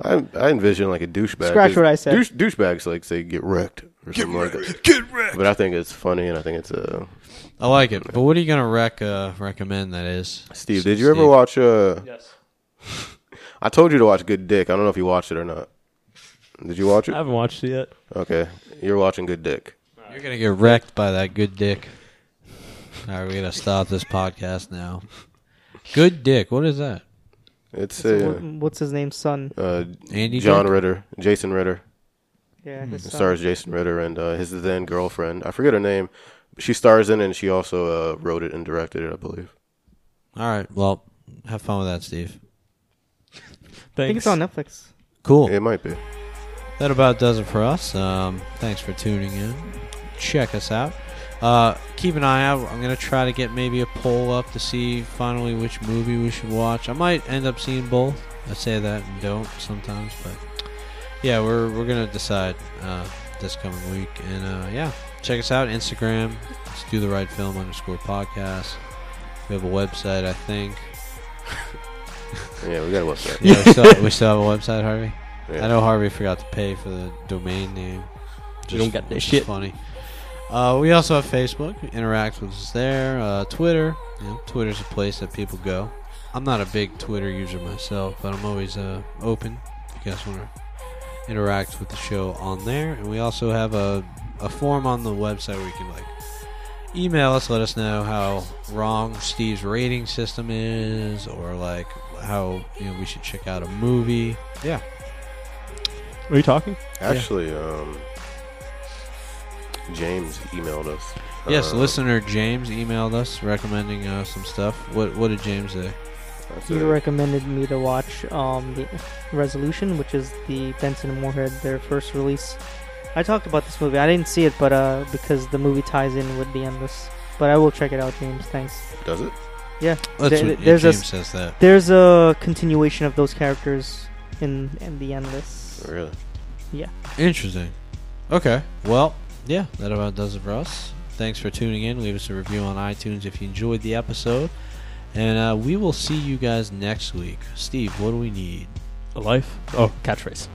I I envision like a douchebag.
Oh. Scratch what I said.
Douche, douchebags like say get wrecked or something like that. Get wrecked. But I think it's funny and I think it's uh
I like it. But what are you gonna rec uh, recommend that is?
Steve. Did you ever
Steve.
watch uh?
Yes.
I told you to watch Good Dick. I don't know if you watched it or not. Did you watch
I
it?
haven't watched it yet.
Okay, you're watching Good Dick.
You're gonna get wrecked by that good dick. All right, we gotta stop this podcast now. Good dick. What is that?
It's
What-
uh,
What's his name's son?
uh
Andy
John
Dick?
Ritter, Jason Ritter.
Yeah,
Hmm,
his son.
stars Jason Ritter and uh, his then girlfriend. I forget her name. She stars in it and she also uh, wrote it and directed it, I believe.
All right. Well, have fun with that, Steve.
Thanks.
I think it's on Netflix.
Cool.
It might be.
That about does it for us. Um, thanks for tuning in. Check us out. Uh, keep an eye out. I'm gonna try to get maybe a poll up to see finally which movie we should watch. I might end up seeing both. I say that and don't sometimes, but yeah, we're we're gonna decide uh, this coming week. And uh, yeah, check us out Instagram. It's do the right film underscore podcast. We have a website, I think.
Yeah, we got a website.
Yeah, we still, we still have a website, Harvey.
Yeah.
I know Harvey forgot to pay for the domain name.
You don't get that
which is
shit.
Funny. Uh, we also have Facebook. Interact with us there. Uh, Twitter. You know, Twitter's a place that people go. I'm not a big Twitter user myself, but I'm always uh, open. If you guys want to interact with the show on there, and we also have a a form on the website where you can like email us, let us know how wrong Steve's rating system is, or like how you know we should check out a movie. Yeah,
Are you talking?
Actually, um, James emailed us.
yes.
Uh,
Listener James emailed us recommending uh, some stuff. What what did James say?
that's
He
it.
recommended me to watch um, the Resolution, which is the Benson and Moorhead their first release. I talked about this movie. I didn't see it, but uh, because the movie ties in with the Endless. But I will check it out, James. Thanks.
Does it?
That's
There-
what yeah,
there's a
James
s-
says that.
There's a continuation of those characters in in the Endless.
Really?
Interesting. Okay. Well, yeah, that about does it for us. Thanks for tuning in. Leave us a review on iTunes if you enjoyed the episode. And uh, we will see you guys next week. Steve, what do we need?
A life? Oh, catchphrase.